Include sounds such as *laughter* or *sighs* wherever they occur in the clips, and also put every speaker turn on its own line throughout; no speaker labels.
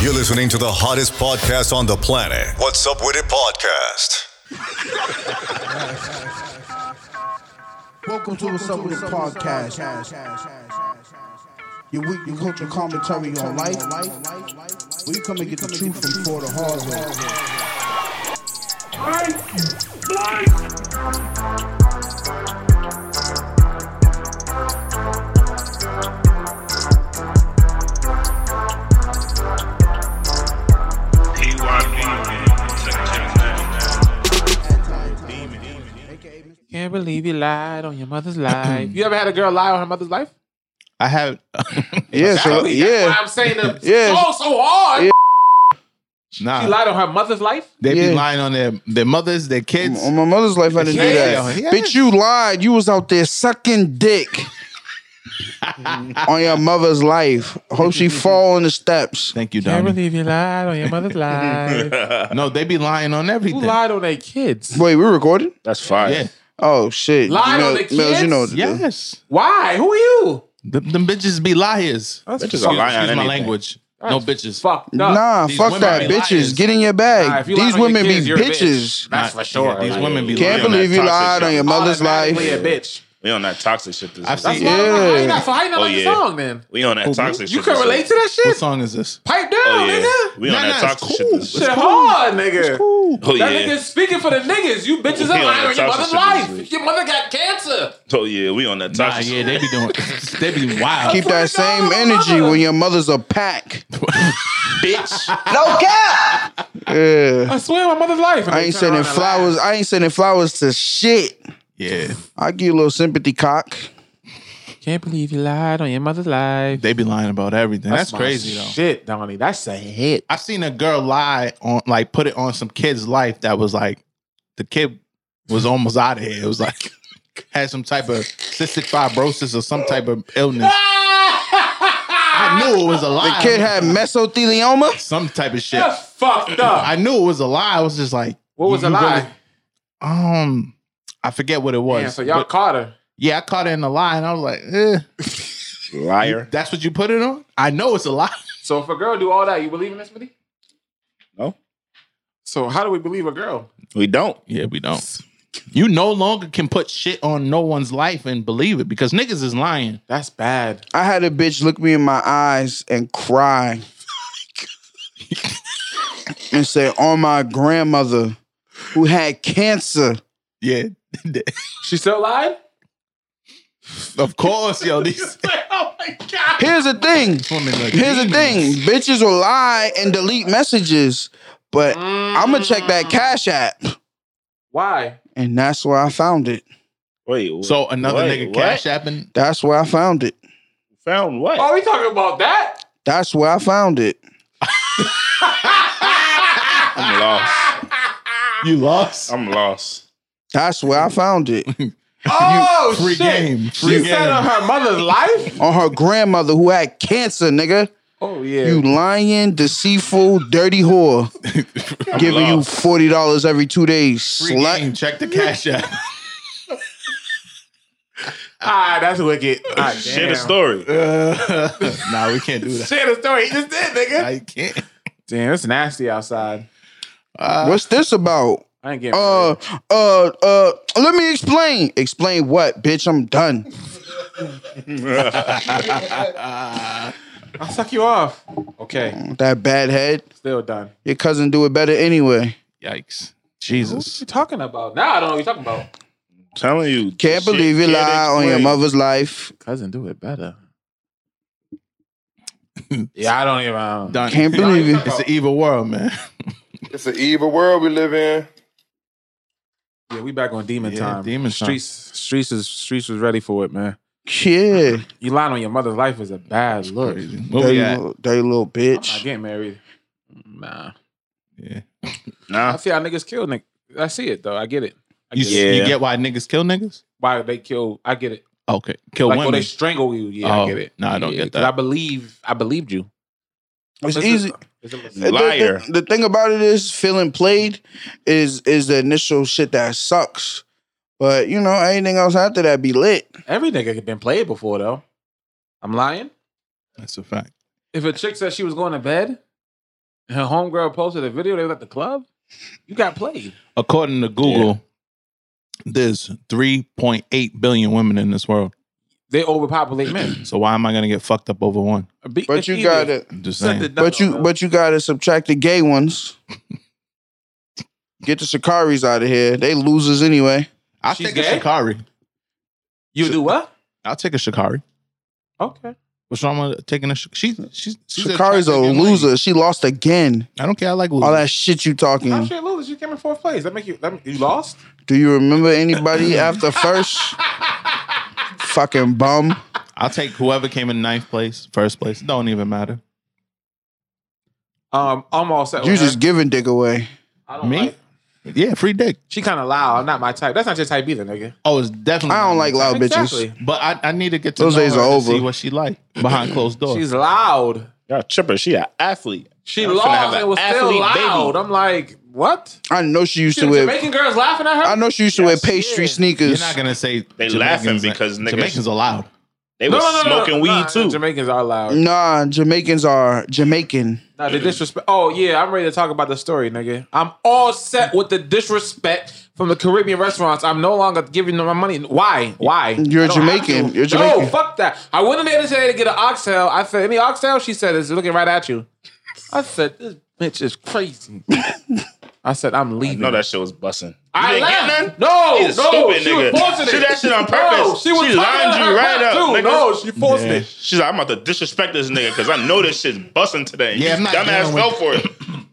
You're listening to the hottest podcast on the planet. What's Up With It Podcast.
Welcome to What's Up With It podcast. Your weekly culture commentary on life. We come and get the truth from for the hard way.
Can't believe you lied on your mother's life. you ever had a girl lie on her mother's life?
I have.
*laughs* Yeah,
That
so
was- That's
yeah,
why I'm saying the
Yeah.
so so hard.
Yeah.
She
nah.
lied on her mother's life.
They
Yeah.
be lying on their, their mothers, their kids.
on my mother's life I didn't do
Yeah,
that.
yeah.
Bitch, you lied. You was out there sucking
*laughs*
dick on your mother's life. Hope she fall in the steps.
Thank you,
Can't
Donnie.
believe you lied on your
*laughs*
mother's life.
No, they be lying on everything.
Who lied on their kids?
Wait, we recorded?
That's fire.
Yeah.
Oh shit!
Lied
you
on
know,
the
Mills, you
kids?
know what to do.
Yes.
Why? Who are you?
Them, them bitches be liars.
That's
Bitches are lying on
Excuse my
anything.
language. No bitches.
fucked up.
Nah,
These
fuck
women
that,
be
bitches.
liars.
Get in your bag.
Nah, if you lied
These
on your
women
kids,
be
you're a bitch.
bitches.
That's for sure.
Yeah, these women be
Can't
on that
believe you
toxic
lied on
shit.
your mother's life.
Automatically a bitch.
We on that toxic shit this
I've
week.
That's
seen-
why I'm like, how you
Yeah.
not, so how you not
Oh,
like the
yeah.
song then?
We on that toxic shit.
You can
this
relate
week.
to that
What
shit?
song is this?
Pipe down,
Oh
nigga.
yeah. We on
Nah,
that
nah, it's
toxic shit
cool.
this
Shit
week.
hard, nigga.
Ooh.
Oh
That
yeah.
nigga's speaking for the niggas. You bitches are
Yeah,
lying on your
toxic
mother's
shit this
life.
week.
Your mother got cancer.
Oh yeah. We on that
Nah, yeah,
toxic shit.
they be *laughs* doing. they be wild.
Keep
Swear
that
to God,
same
my
energy
mother.
when your mother's a pack.
Bitch.
Yeah.
I swear on my mother's life. And
I
they
ain't
turn around
sending
and lie.
flowers. I ain't sending flowers to shit.
yeah,
I give you a little sympathy cock.
Can't believe you lied on your mother's life.
they be lying about everything. That's, crazy though.
Shit, Donnie, that's a hit.
I've seen a girl lie on, like, put it on some kid's life that was like, the kid was almost out of here. It was like, *laughs* had some type of cystic fibrosis or some type of illness. I knew it was a lie.
Kid had mesothelioma.
some type of *laughs* shit.
That's fucked up.
I knew it was a lie. I was just like,
What was
you-
a
you
lie?
really- um, I forget what it was.
Damn, so y'all
but-
caught her.
yeah, I caught it in the lie, and I was like, eh,
Liar.
that's what you put it on. I know it's a lie.
So if a girl do all that, you believe in this, buddy?
No.
So how do we believe a girl?
We don't.
Yeah, we don't. You no longer can put shit on no one's life and believe it because niggas is lying.
That's bad.
I had a bitch look me in my eyes and cry. *laughs* and say, on my grandmother who had cancer.
Yeah,
She still lied?
*laughs* of course, yo. These
*laughs* oh my god.
Here's the thing.
women like
Here's the thing. Bitches will lie and delete messages, but I'ma check that cash app.
Why?
And that's where I found it.
Wait. wh-
So another
wait,
nigga
what?
cash apping.
That's where I found it.
Found what?
Oh, we talking about that?
That's where I found it.
*laughs*
I'm lost.
You lost.
I'm lost.
That's where I found *laughs* it.
Oh
free
shit.
game, free
she said
game.
on her mother's life?
On her grandmother who had cancer, nigga.
Oh yeah.
You lying, deceitful, dirty whore. Giving you
lost.
forty dollars every two days.
Free
Slut.
game. Check the cash app. *laughs*
ah, that's wicked. Ah,
Share
damn.
the story.
Uh, nah, we
*laughs*
can't do that.
Share the story. He just did, nigga.
I can't.
Damn, it's nasty outside.
Uh, What's this about?
I ain't getting
Uh, uh, uh. Let me explain. Explain what, bitch? I'm done.
I'll suck you off. Okay,
That bad head.
still done.
Your cousin do it better anyway.
Yikes.
What
Jesus.
you talking about? Now I don't know what you're talking about.
telling you.
Can't
shit
believe you
can't
lie on your
explain.
mother's life.
Cousin, do it better. *laughs* yeah, I don't even. I don't-
Done.
Can't believe it.
It's an evil
*laughs*
world, man.
It's an evil world we live in.
Yeah, we back on demon
Yeah,
time.
demon time.
streets, streets is streets was ready for it, man.
Yeah,
You lying on your mother's life is a bad look.
Crazy. Where
dirty,
we at?
little, dirty little
I'm not
bitch.
getting married. Nah,
Yeah.
I
Nah.
see how niggas kill niggas. I see it though. I get it. I
You,
get it.
Yeah.
you get why niggas kill niggas?
Why they kill? I get it.
Okay. Kill
like, oh,
women.
they strangle you. Yeah, I
Oh,
get it.
no, I don't
Yeah,
get
'cause
that.
I believe. I believed you.
It's easy.
It's a-
The- the-
Liar.
The, thing about it is, feeling played is is the initial shit that sucks. But you know, anything else after that be lit.
Every nigga had been played before though. I'm lying.
That's a fact.
If a chick said she was going to bed her homegirl posted a video. They was at the club. You got played.
According to Google, there's 3.8 billion women in this world.
They overpopulate
*clears throat*
men.
So why am I gonna get fucked up over one?
Be-
But
it's
you
easier.
got to
I'm just
Set the
saying.
number,
But you
bro.
but you gotta subtract the gay ones. Get the Shikaris out of here. They losers anyway.
I'll
She's
take a
gay?
Shikari.
you do what?
I'll take a Shikari.
Okay.
What's wrong with taking a Shikari? She's, she's, she's
Shikari's a
attractive young lady.
loser. She lost again.
I don't care. I like
All
losers.
that shit you
How
talking.
she lose? You came in fourth place. That make you that, you lost.
Do you remember anybody after first? Fucking bum.
I'll take whoever came in ninth place, first place. Don't even matter.
Um, I'm all set.
You
with her.
just giving dick away.
I don't
Me?
like-
Yeah, free dick.
she kind of loud. Not my type. That's not your type either, nigga.
Oh, it's definitely.
I don't like loud Oh, bitches.
Exactly.
But I, I need to get to
Those
know
days
her
are
to
over.
see what she like
*clears throat*
behind closed doors.
She's loud.
Y'all tripping. She an athlete.
She
I'm finna have
lost
an
and was still
athlete
loud.
baby.
I'm like, what?
I know she used
She,
to wear
Jamaican girls laughing at her.
I know she used to wear pastry
yeah.
You're
sneakers.
not gonna say
They laughing
Jamaicans-
because niggas-
Jamaicans are loud.
They was smoking weed
Nah,
too.
Jamaicans are loud.
Nah, Jamaicans are Jamaican.
Nah, the disrespect. Oh yeah, I'm ready to talk about the story, nigga. I'm all set with the disrespect from the Caribbean restaurants. I'm no longer giving them my money. Why? Why?
You're
I don't have
Jamaican.
to.
You're
No,
Jamaican.
fuck that. I went in there today to get an oxtail. I said, "Any oxtail?" She said, "It's looking right at you." I said, "This bitch is crazy." I said, "I'm leaving."
No, that shit was busting.
I
didn't get
left.
none?
No,
She's a
no,
stupid
she
nigga.
was forcing it.
She that shit on
No,
purpose.
she was
She lined
lined
you right up,
Too.
nigga.
No, she forced it.
She's like, I'm about to disrespect this nigga because I know this shit's busting today.
Yeah,
Yeah,
I'm not
dumbass
dealing
fell for it.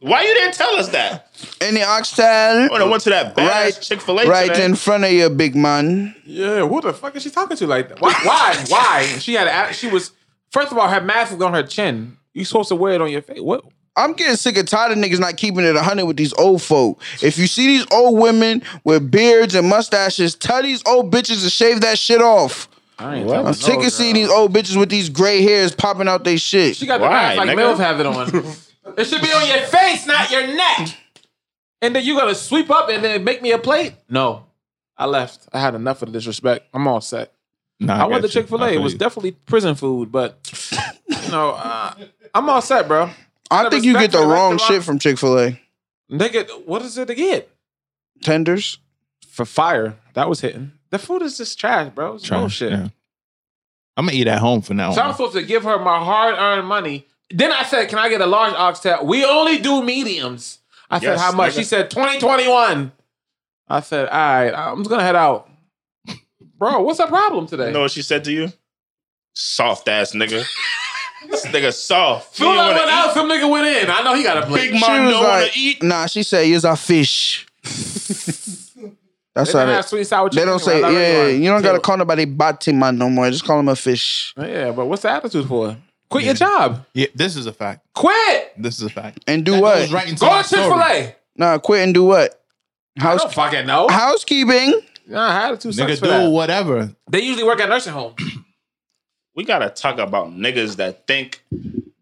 Why you didn't tell us that?
Any oxtail?
When I went to that bad
Right-
Chick Fil A
Right
today.
in front of you, big man.
Yeah, who the fuck is she talking to like that? Why? Why? Why? She had a, she was first of all her mask was on her chin. You supposed to wear it on your face. What?
I'm getting sick and tired of niggas not keeping it 100 with these old folk. If you see these old women with beards and mustaches, tell these old bitches to shave that shit off.
I ain't what?
I'm sick of seeing these old bitches with these gray hairs popping out their shit.
She got the
Why,
mask like
nigga?
Mills have it
*laughs*
on. it should be on your face, not your neck. And then you gonna sweep up and then make me a plate? No, I left. I had enough of the disrespect. I'm all set.
Nah,
I, went to
got you.
Chick Fil
I
A. It
feel
was
you.
definitely prison food, but you know, uh, I'm all set, bro.
I think you get the
respectfully
wrong
like the
shit
rock-
from Chick fil A.
Nigga, what is it to get?
Tenders?
for fire. That was hitting. The food is just trash, bro. It's
Trash,
bullshit.
yeah. I'm gonna eat at home for now.
So I'm
on.
supposed to give her my hard earned money. Then I said, Can I get a large oxtail? We only do mediums. I said,
Yes,
How much?
nigga.
She said, 2021. I said, All right, I'm just going to head out. Bro, what's the problem today?
You know what she said to you? Soft ass nigga. this nigga soft. He
Soon I
wanna
went
eat.
out, some nigga went in. I know he got a plate.
Big mom
was
don't want
like-
to eat.
Nah, she said, here's our
*laughs*
fish.
They
That's
don't
how they,
have sweet and sour
they
chicken
don't say,
anywhere. I
yeah,
already
you don't gotta
ordered.
call nobody Batiman no more. Just call him a fish.
Yeah, but what's the attitude for? Quit your job.
Yeah, this is a fact.
Quit.
This is a fact.
And do
That
what?
goes Right into
Go
my
to Chick fil
story.
A.
Nah, quit and do what?
I
House
don't fucking know.
housekeeping.
Nah, I had two sucks
Nigga,
for
do
that.
whatever.
They usually work at nursing home.
We gotta talk about niggas that think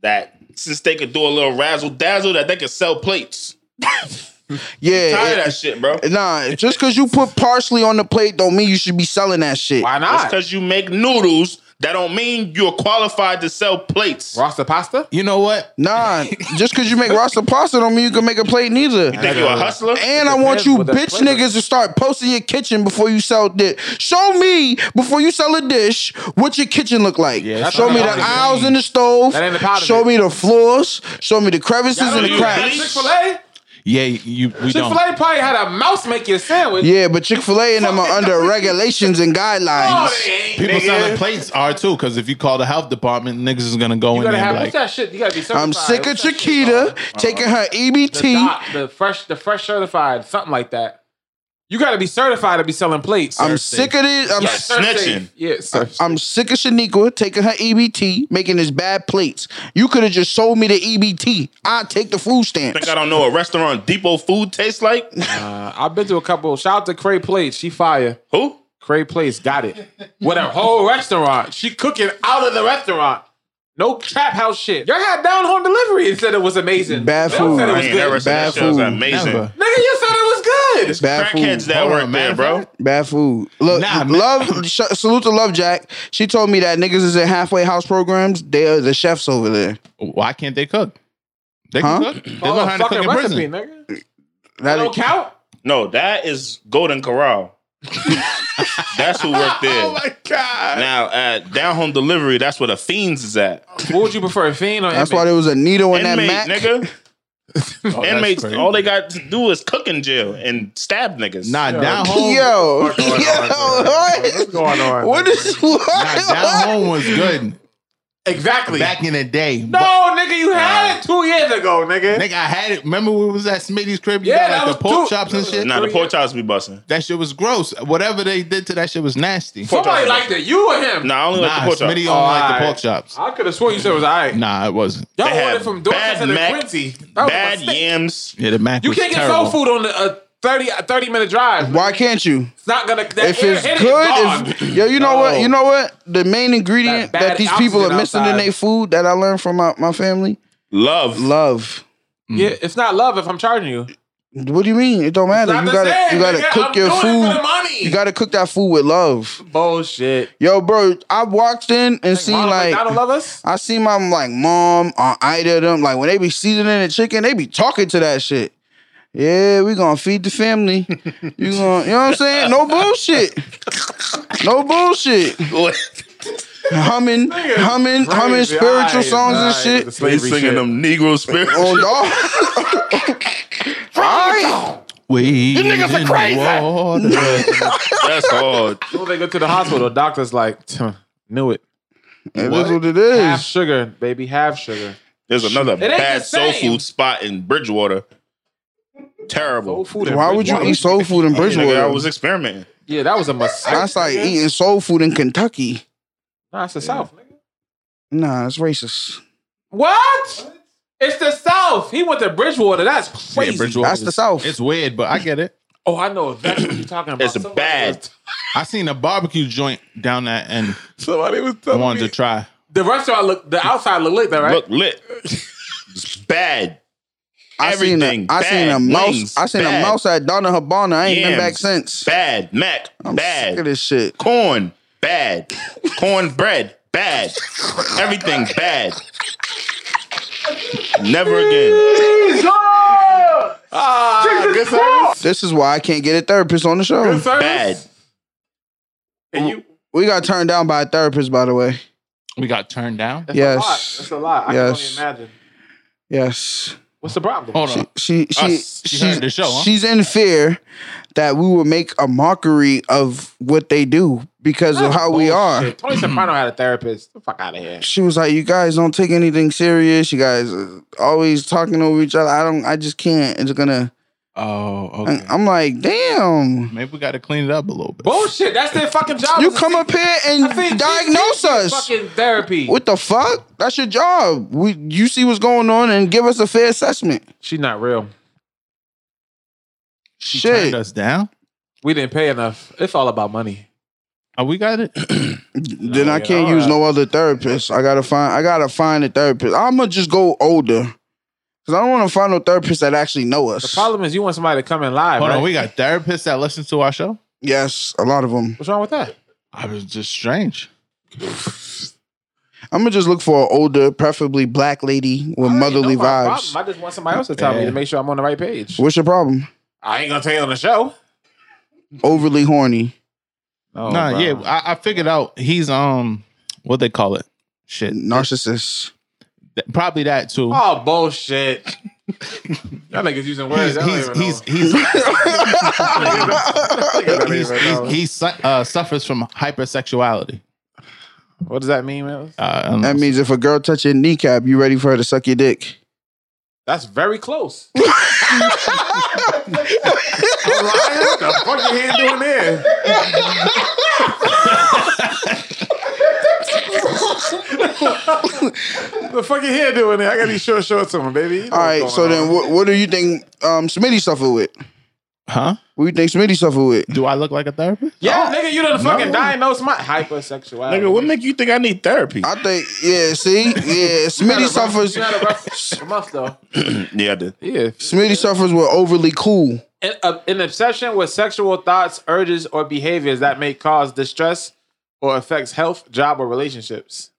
that since they could do a little razzle dazzle that they could sell plates. Tired
Yeah.
of that shit, bro.
it- nah, just cause you put parsley on the plate don't mean you should be selling that shit.
Why
Just
not?
because you make noodles, that don't mean you're qualified to sell plates.
Rasta pasta?
You know what?
*laughs*
Nah, just cause you make rasta pasta don't mean you can make a plate neither.
Think you a hustler?
And I want you
with that
bitch
flavor.
niggas to start posting your kitchen before you sell dish. Show me before you sell a dish what your kitchen look like.
Yeah,
Show
that's
me the
not the
aisles
green.
in the stove.
That ain't the powder
Show
bit.
me the floors. Show me the crevices
Y'all
and
don't
the
use
cracks.
that?
Chick Fil A.
Yeah, you. We
Chick Fil
don't.
A probably had a mouse make your sandwich.
Yeah, but Chick Fil A and them are under regulations and
No,
guidelines.
Oh, they ain't,
People
nigga.
selling plates are too, because if you call the health department, niggas is gonna go
You
in
gotta
there
have
and
what's
be like,
that shit? You gotta be certified.
I'm sick of
What's that shit called?
Chiquita taking her E
The,
EBT.
doc, the fresh, the fresh certified, something like that. You gotta be certified to be selling plates.
I'm
Surf
sick of this. I'm,
Yeah,
s-
safe.
snitching.
Yeah, surf safe.
I'm sick of Shaniqua taking her EBT, making this bad plates. You could have just sold me the EBT. I take the food stamps.
Think I don't know what restaurant Depot food tastes like?
Uh, I've been to a couple. Shout out to Cray Plates. She fire.
Who?
Cray Plates got it. With her whole restaurant. She cooking out of the restaurant. No trap house shit. Y'all had down home delivery and said it was amazing.
Bad
Y'all said
food.
it
I
was
ain't
good.
never seen that
Bad
shit. It was
food.
amazing.
Never.
Nigga, you said it was good.
Bad
Crackheads
food.
that
Hold
work
on,
there,
matter
bro.
of
Bad food. Look,
Nah, man.
love. Sh- salute to Love Jack. She told me that niggas is in halfway house programs. They are the chefs over there.
why can't they cook? They can cook. They
Oh,
learn how to cook
fucking
in
recipe,
prison.
nigga. That
That
don't count.
No, that is Golden Corral. *laughs* that's who worked there.
Oh my god!
Now at Down Home Delivery, that's where the fiends is at.
What would you prefer, fiend or
That's
inmate?
why there was a needle in
Inmate,
that Mac.
nigga.
Oh, that's
Inmates,
crazy.
all they got to do is cook in jail and stab niggas.
*laughs*
Nah, down home.
Yo,
What's
yo,
going on?
what?
going on?
What is
Nah, down
what?
home
*laughs*
was good
exactly?
back in the day.
no, nigga, you had it two years ago, nigga.
Nigga, I had it. Remember when we was at Smitty's crib? You
Yeah,
got,
that
like, the
was
pork
two-
chops and shit.
Uh, Nah, the pork chops be busting.
That shit was gross. Whatever they did to that shit was nasty.
Somebody liked it. You or him?
Nah, I only like
Nah,
the pork chops.
Smitty don't
Oh,
like
alright.
the pork chops.
I could have sworn you said it was all right.
Nah, it wasn't.
Y'all
They
ordered
had
from
bad
Dorchester to
Mac,
Quincy. That was a
Bad
mistake.
yams.
Yeah, the mac
You
was
can't get
terrible.
soul food on the, a 30, a 30 minute drive.
Why can't you?
It's not gonna. That
If
air
it's
hit
good,
it, gone.
if, yo, you know what? You know what? The main ingredient
That bad
that, these people are
oxygen
missing in
outside.
their food that I learned from my, my family
Love. *laughs*
love.
*clears throat* yeah, it's not love if I'm charging you.
What do you mean? It don't matter.
It's
You
not the
gotta
same,
you gotta
nigga.
cook
I'm
your
doing it for the
food.
money.
You gotta cook that food with love.
bullshit.
Yo, bro, I walked in and seen
Ronald
like
McDonald love us.
I see my like mom on Ida them like when they be seasoning the chicken, they be talking to that shit. Yeah, we gonna feed the family. You gonna, you know what I'm saying? No bullshit. No bullshit. Humming, humming, humming
Crazy.
spiritual
Alright,
songs and
alright,
shit.
the
They
slavery
singing
shit.
them Negro spirits.
Oh no! Alright.
We you niggas are crazy.
*laughs* That's hard.
Well, they go to the hospital. The doctor's like, "Tuh, knew it.
It is what it is.
Half sugar, baby. Half sugar.
There's another
ain't
bad
the
soul
same.
food spot in Bridgewater. Terrible.
Soul food. and
Why would you
Bridgewater.
eat soul food in
Nigga, I
Bridgewater?
was experimenting.
Yeah, that was a mistake.
That's like
nigga.
eating soul food in Kentucky.
Nah, it's the South. Nigga.
Nah, that's racist.
What? It's the South. He went to Bridgewater. That's crazy.
That's the South.
It's weird, but I get it.
Oh, I know. That's what you're talking about.
It's
Somebody
bad.
was-
I seen a barbecue joint down that and
Somebody was
I
telling
wanted
me.
to try.
the restaurant looked. The outside looked like that, right?
Look lit. It's bad.
I seen a,
Everything.
I seen a
Bad.
mouse.
Wings.
I seen
Bad.
a mouse at Donna Habana. I ain't been
Yams.
back since.
Bad. Mac.
I'm
bad.
sick of this shit.
Corn. Bad. Cornbread. Bad. Everything bad. Never again.
Ah, good service.
This is why I can't get a therapist on the show.
Good service.
Bad.
And you,
We got turned down by a therapist, by the way.
We got turned down.
that's a lot.
Yes,
That's a lot. I
Yes.
can only imagine.
yes.
What's the problem?
Hold on.
She she
Us. She heard
she's,
the show, huh?
she's in fear that we will make a mockery of what they do because
Oh,
of how we are.
Bullshit. Tony Soprano had a therapist. The fuck out of here.
She was like, "You guys don't take anything serious. You guys are always talking over each other. I don't. I just can't. It's gonna."
Oh, okay.
Mm.
I'm like, "Damn."
Maybe we got to clean it up a little bit.
Bullshit. That's their fucking job.
You
is to
come
see-
up here
I think-
and diagnose us.
Fucking therapy.
What the fuck? That's your job. We, you see what's going on and give us a fair assessment.
She's not real.
She
Shit.
turned us down.
We didn't pay enough. It's all about money.
Oh, we got it.
Then I
yeah,
can't
all
use
right.
no other therapist. I gotta find. I gotta find a therapist. I'm gonna just go older because I don't want to find no therapist that actually know
The
us.
problem is you want somebody to come in live.
Hold
right?
on, we got therapists that listen to our show.
Yes, a lot of them.
What's wrong with that?
I was just strange.
I'm gonna just look for an older, preferably black lady with motherly
No, my problem.
vibes.
I just want somebody else to tell me
Yeah.
to make sure I'm on the right page.
What's your
*laughs*
problem?
I ain't gonna tell you on the show.
Overly horny.
No,
nah,
Oh, bro.
yeah, I, I figured out he's um, what they call it, shit,
Narcissist.
Th- probably that too.
Oh *laughs* bullshit. Y'all niggas using words.
He's
I don't
he's
even know.
he's he's he's,
know.
he's, he's su- uh, suffers from hypersexuality.
what does that mean, man?
Uh, I don't know.
That means if a girl touch your kneecap, you ready for her to suck your dick.
That's
*laughs*
very close. I'm lying? What the fuck you here doing there? the fuck you here doing there? I got these short shorts on, baby. You
All
know
right,
what's
so
going
then
on.
what, what do you think um, Smitty suffered with?
huh?
What do you think Smitty suffered with?
Do I look like a therapist?
yeah, nigga, you done fucking diagnosed my hypersexuality.
Nigga, what make you think I need therapy?
I think, yeah, see? Yeah,
*laughs* You
Smitty
had a rough-
suffers
You had a rough month though.
Yeah, I did.
Yeah,
Smitty suffers with overly cool.
an, a- an uh, obsession with sexual thoughts, urges, or behaviors that may *laughs* cause distress or affects health, job, or relationships.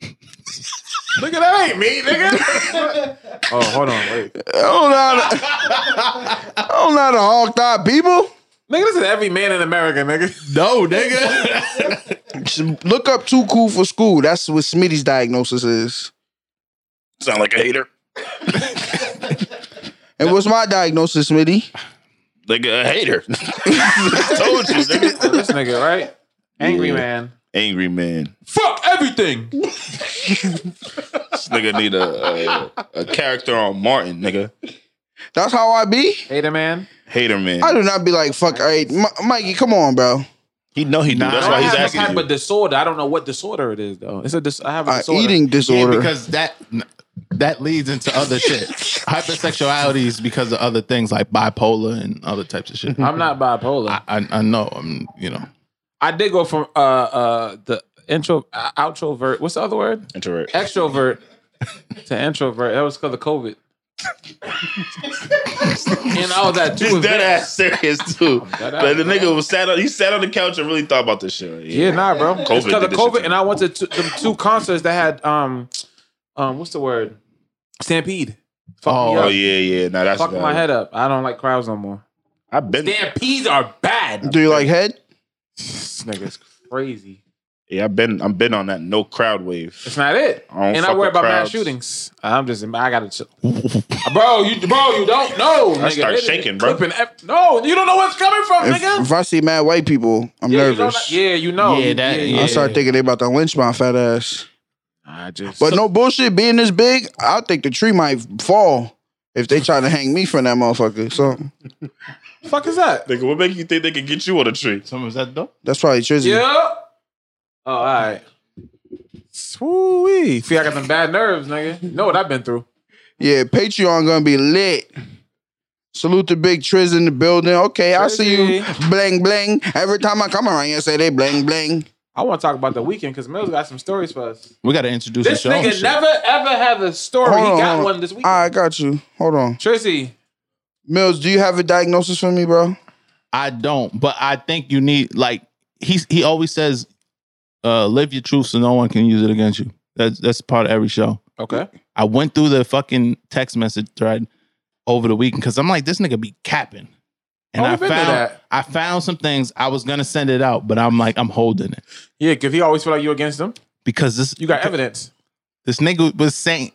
Nigga, that ain't me, *laughs* nigga. oh, hold on, wait. Nigga,
I don't know how to, *laughs* I don't know how to hog tie people.
this is every man in America, nigga.
No, nigga.
Just Look up too cool for school. That's what Smitty's diagnosis is.
Sound like a hater.
And what's my diagnosis, Smitty?
Nigga, a hater. *laughs* Told you, nigga.
this nigga, right? Angry man.
Angry man.
Fuck everything.
This nigga need a, a a character on Martin, nigga.
That's how I be.
Hater man.
Hater man.
I do not be like fuck. All right, M- Mikey, come on, bro.
He know he do. That's
I
why
don't
he's
have no type
asking
of disorder. I don't know what disorder it is though. It's a dis- I have a
Uh,
disorder.
eating
Yeah,
disorder.
because that that leads into other shit. Hypersexuality is because of other things like bipolar and other types of shit.
I'm not bipolar.
I, I, I know. I'm you know.
I did go from uh uh the intro uh, outrovert. What's the other word?
you. Introvert.
Extrovert to introvert. That was because of COVID. *laughs* and all that too.
He's dead ass serious too.
dead
But
ass,
the nigga
man.
was sat on he sat on the couch and really thought about this shit.
Yeah, nah, bro. COVID
COVID
because
did
of
this shit to
COVID,
me.
and I went to two, them two concerts that had um, um, what's the word? Stampede. Fuck
Oh,
me up.
Oh yeah, yeah. Now that's
Fuck
bad.
my head up. I don't like crowds no more.
I've been
Stampedes are bad.
do you like head?
*laughs* This nigga's crazy.
yeah, I've been I've been on that no crowd
It's
wave.
not it.
I don't
and I
fuck
worry
with
about mass
crowds.
shootings. I'm just, I gotta
*laughs*
chill. bro, you, bro, you don't know.
I
nigga.
start
They- they
shaking, bro.
clipping ev- no, you don't know what's coming from,
If,
nigga.
if I see mad white people, I'm
yeah, You
nervous.
don't- yeah, you know.
Yeah, that-
I start thinking they about to lynch my fat ass.
I just,
But no bullshit. Being this big, I think the tree might fall if they try to hang me from that motherfucker. So
the fuck is that?
Nigga, what make you think they can get you on a tree?
Someone's at the door.
that's probably Trizzy.
Yeah. Oh, all right. Swoo-wee. See, I got them bad nerves, nigga. You know what I've been through.
Yeah, Patreon gonna be lit. Salute the big Triz in the building. Okay, I see you. Bling bling. Every time I come around here, say they bling bling.
I want to talk about the weekend because Mills got some stories for us.
We got to introduce
This
the show. and
nigga
shit.
never ever had a story.
Hold on,
he got
hold on.
one this weekend.
I got you. Hold on,
Trissy,
Mills. Do you have a diagnosis for me, bro?
I don't, but I think you need like he's he always says, uh, live your truth so no one can use it against you. That's that's part of every show.
okay.
I went through the fucking text message thread over the weekend because I'm like, this nigga be capping. And
Oh,
I
we've been through
found
that.
I found some things I was gonna send it out, but I'm like, I'm holding it.
Yeah, because he always feel like you against him.
Because this
You got evidence. *laughs*
this nigga was saying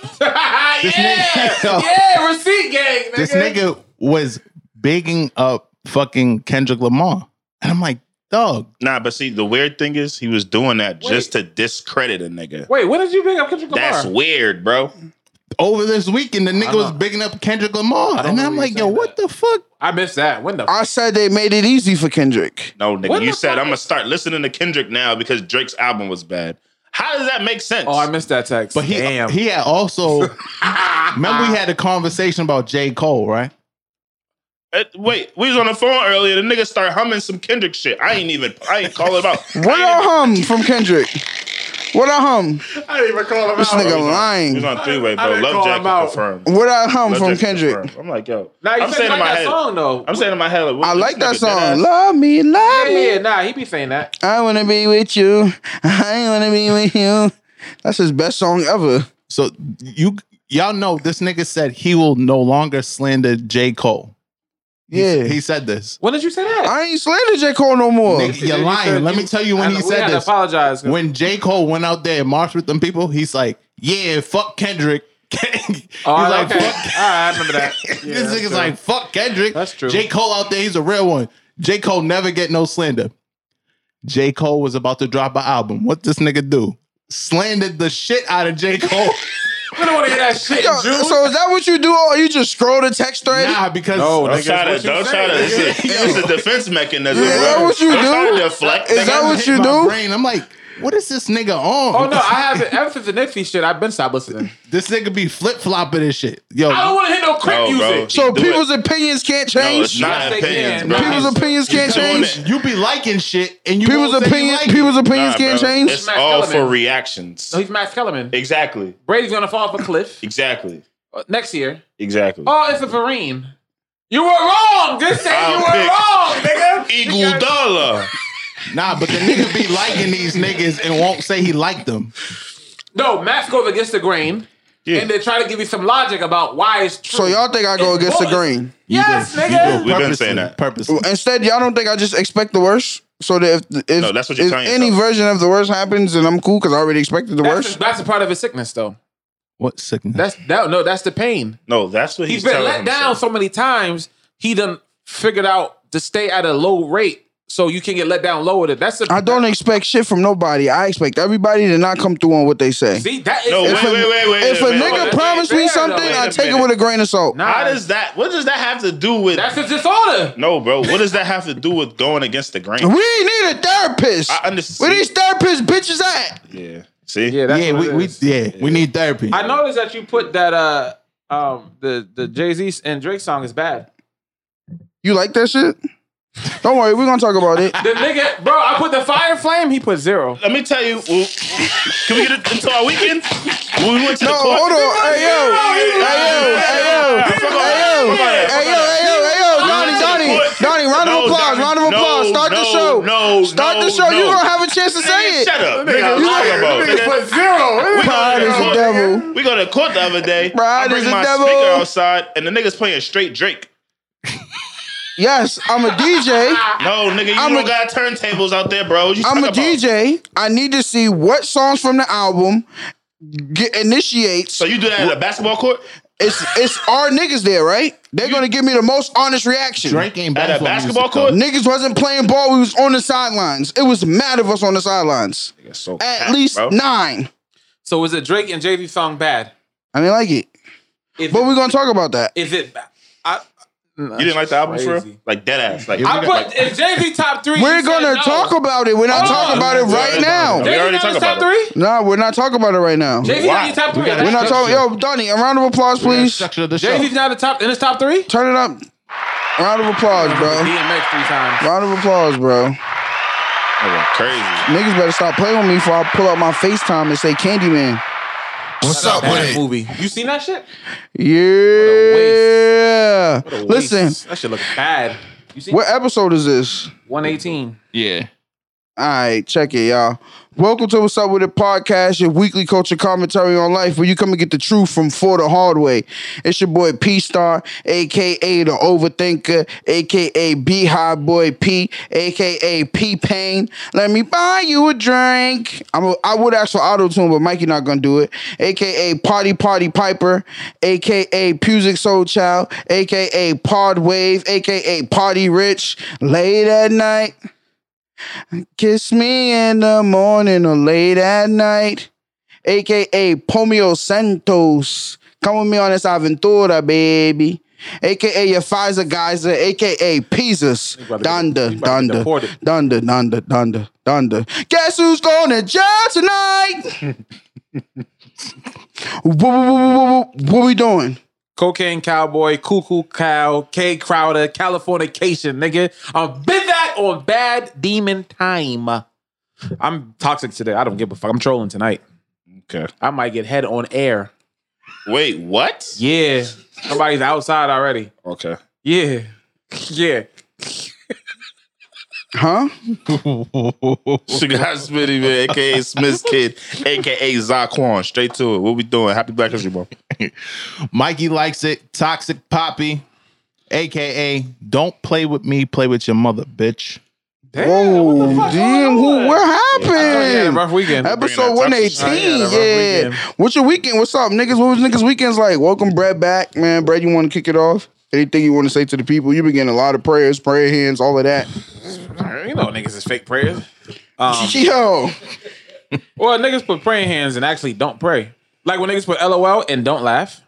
yeah,
*laughs* nigga-
yeah, receipt gang. Nigga.
this nigga was bigging up fucking Kendrick Lamar. And I'm like, dog,
Nah, but see, the weird thing is he was doing that just to discredit a nigga.
Wait, what did you bring up, Kendrick Lamar?
That's weird, bro.
over this weekend the nigga
know.
was bigging up Kendrick Lamar. And
know
I'm
you're
like, yo,
saying
what the fuck?
I missed that. When the
I said they made it easy for Kendrick.
No, nigga,
What
you
the
said
fuck?
I'm gonna start listening to Kendrick now because Drake's album was bad. How does that make sense?
oh, I missed that text.
But he
Damn.
he had also remember we had a conversation about J. Cole, right?
Uh, wait, we was on the phone earlier. The nigga start humming some Kendrick shit. I ain't even. I ain't call it out.
*laughs*
What a hum from Kendrick. What a hum.
I didn't even call him
This
Bro,
nigga
he's on- He's
lying.
on three way,
I
bro.
didn't
Love
call
Jack
him out.
confirmed.
What a hum
Love
from
Jack
Kendrick.
confirmed. I'm like, yo.
Now you
I'm
said
saying
you
in my
like that
head.
song though.
I'm saying in my head. Like, what
I
this
like that
nigga dead
song.
ass-
Love me, love
yeah,
me.
yeah, nah, he be saying that.
I wanna be with you. I wanna be with you. That's his best song ever.
So you y'all know this nigga said he will no longer slander J. Cole. He-
Yeah.
He said this.
When did you say that?
I ain't slander J. Cole no more.
Nigga, you're
You
lying.
said
Let me tell you when
I-
he
we
said
had to
this.
Apologize. 'cause-
When J. Cole went out there and marched with them people, he's like, yeah, fuck Kendrick. *laughs* he's
oh,
like,
okay.
fuck.
All right, I remember that. Yeah,
*laughs* this
that's
nigga's
true.
like, fuck Kendrick.
That's true.
J. Cole out there, he's a real one. J. Cole never get no slander. J. Cole was about to drop an album. What this nigga do? Slandered the shit out of J. Cole.
we don't want to hear
*laughs*
that shit.
Yo,
June.
so is that what you do? Or you just scroll the text thread?
nah,
*laughs*
because
No,
Don't
nigga,
try to.
that's what you
Don't try to.
said,
It's a, it's a defense mechanism.
Is
bro.
that what you
Don't try
do?
to deflect.
Is
nigga.
that what
hit
you
my
do?
Brain. I'm like, what is this nigga on?
Oh no, I haven't. Ever since the Nipsey shit, I've been stopped
*laughs*
listening.
This nigga be flip flopping this shit. Yo,
I don't want to hear no crip
No, bro.
music.
So
do
people's opinions can't
No,
change.
it's not
Yes, they
opinions,
can.
bro.
people's
He's-
opinions can't
he's doing
change.
it.
you be liking shit and you
People's
won't say you
opinions.
like it.
people's opinions
Nah,
can't
bro.
change.
It's all for
Kellerman.
reactions.
No, he's Max Kellerman.
Exactly.
Brady's gonna fall off a cliff
Exactly.
uh, next year.
Exactly.
Oh, it's a Vereen. You were wrong. Just say you
I'll
were
pick
wrong,
*laughs*
nigga.
Eagle dollar.
Nah, but the nigga be liking these niggas and won't say he liked them.
No, Max goes against the grain. And they try to give you some logic about why it's true.
So y'all think I go
It's
against the
bullets.
grain?
Yes,
You do.
nigga.
You do.
We've been
Purposely,
saying that.
Purposely.
Instead, y'all don't think I just expect the worst. So that if, if,
No, that's what you're
if
telling
any
yourself.
version of the worst happens, then I'm cool because I already expected the
That's,
worst.
that's a part of his sickness, though.
What sickness?
That's that. No, that's the pain.
No, that's what he's,
he's been
telling
let down
himself.
so many times. He done figured out to stay at a low rate so you can get let down lower. Than, that's a,
I don't expect shit from nobody. I expect everybody to not come through on what they say.
see that. Is,
No,
it's-
wait,
a-
wait, wait, wait.
if a
wait,
nigga
wait.
promised me
Fair,
something,
though.
I
Wait a
take it
minute.
with a grain of salt.
Nah.
How does that? What does that have to do with?
that's a disorder.
no, bro. What does that have to do with going against the
We
grain?
need a therapist.
I understand.
Where these therapist bitches at?
Yeah. See.
that's
yeah, we, we yeah, we need therapy.
I noticed that you put that uh um the the Jay Z and Drake song is bad.
You like that shit? Don't worry, we're gonna talk about it.
The nigga, bro, I put the fire flame. He put zero.
Let me tell you. well, Can we get it into our weekend? When we went to
*laughs* No,
the court.
hold on. Hey yo, hey yo, hey yo, hey yo, hey yo, hey yo, hey yo, Donnie, Donnie, Donnie, round of
No,
applause,
Donnie,
round of
no,
applause. Start the
no,
show.
no,
Start the
no,
show. You
no.
gonna have a chance to say
Nigga,
it.
Shut up, nigga.
You
Talk
like-
about,
nigga,
nigga.
*laughs* zero.
We go
Pride
to
is
the
the
court.
devil.
We go to the court the other day.
Pride
I bring
is the
my
devil.
speaker outside, and the niggas playing straight Drake.
Yes, I'm a
*laughs*
DJ.
No, nigga, you
I'm
don't
a-
got turntables out there, bro. What You
I'm a
talk about?
DJ. I need to see what songs from the album get initiates.
So you do that at a basketball court?
It's it's our niggas there, right? They're gonna give me the most honest reaction.
Drake ain't
At
bad
a
for
basketball
music, though.
court?
Niggas wasn't playing ball. We was on the sidelines. It was mad of us on the sidelines.
So
At
packed,
least
bro.
nine.
So is it Drake and Jay Z song bad?
I didn't like it,
Is
but
it,
we're gonna talk about that.
is it ba- I,
You didn't like the album for real?
Crazy.
Like dead ass. Like
I put if Jay Z top three.
We're
you said
gonna
no.
talk about it. We're not
Oh,
talking about it
we
right
already
now.
talked about
Jay
We
Z not
already
in
talked
the top
about
three.
No, we're not talking about it right now.
Jay Z not in the top three.
We're not talking. Yo, Donnie, a round of applause, please.
Structure of the
Jay
show.
Z's not in the top in his top three.
Turn it up. Round of applause, bro.
DMX three times.
Round of applause, bro.
nigga, crazy.
Niggas better stop playing with me before I pull out my FaceTime and say Candyman.
What's up
Bad
with it?
movie. You seen that shit?
Yeah.
What a
Listen,
waste. that shit look bad. You see
what episode is this?
one eighteen.
Yeah.
All right, check it, y'all. Welcome to What's Up With It podcast, your weekly culture commentary on life where you come and get the truth from for the hard way. It's your boy P Star, aka The Overthinker, aka Beehive Boy P, aka P Pain. Let me buy you a drink. I'm a, I would ask for auto tune, but Mikey not gonna do it. AKA Party Party Piper, aka Pusic Soul Child, aka Pod Wave, aka Party Rich. Late at night. Kiss me in the morning or late at night. AKA Pomio Santos. Come with me on this aventura, baby. AKA your Pfizer geyser, AKA Pizzas. Donda,
about to get
Donda,
deported.
Donda, Donda, Donda, Donda. Guess who's going to jail
*laughs*
tonight? what, what- what- what- what- what we doing?
Cocaine Cowboy, Cuckoo Cow, K Crowder, Californication, nigga. I've been that on bad demon time. I'm toxic today. I don't give a fuck. I'm trolling tonight.
Okay.
I might get head on air.
Wait, what?
Yeah. Somebody's outside already.
Okay.
Yeah. *laughs* Yeah.
Huh?
Sugar Hot Smitty, man, aka Smith's Kid, aka Zaquan. Straight to it. What we doing? Happy Black History Month.
Mikey likes it. Toxic Poppy, aka Don't play with me, play with your mother, bitch.
Damn, what the
Whoa,
fuck
Oh, damn,
going
who,
on?
what
I thought you had a
happened?
rough weekend.
Episode
Bringing that toxic
118.
shit.
yeah.
Yeah, rough weekend.
What's your weekend? What's up, niggas? What was niggas' weekends like? Welcome, Brad, back, man. Brad, you want to kick it off? Anything you want to say to the people? You've been getting a lot of prayers, prayer hands, all of that.
You know, niggas is fake prayers. Um,
Yo,
Well, niggas put praying hands and actually don't pray. Like when niggas put LOL and don't laugh.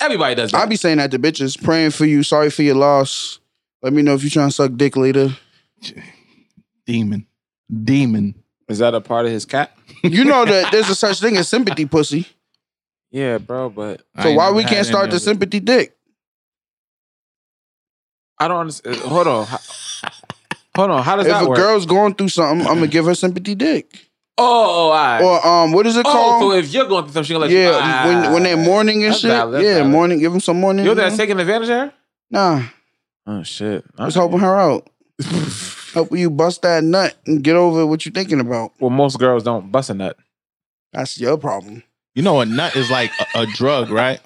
Everybody does that.
I be saying that to bitches, praying for you, sorry for your loss. Let me know if you trying to suck dick later.
Demon. Demon.
is that a part of his cat?
You know that there's a such thing as sympathy pussy.
Yeah, bro, but
I
So
ain't
why
never
we
had
can't
any
start the
of it.
sympathy dick?
I don't understand. Hold on. How- Hold on. How does
If
that
a
work?
girl's going through something, I'm gonna give her sympathy dick.
oh, oh, I.
Or um, what is it
oh,
called?
so if you're going through something, she gonna let you.
Yeah, when when they're mourning and
That's
shit.
valid, that's
yeah,
valid.
mourning. Give them some mourning.
You're
you
that's
know?
taking advantage of her?
Nah,
Oh, shit.
I was helping her
*laughs*
out. Helping you bust that nut and get over what you're thinking about.
Well, most girls don't bust a nut.
That's your problem.
You know, a nut is like a, a drug, right?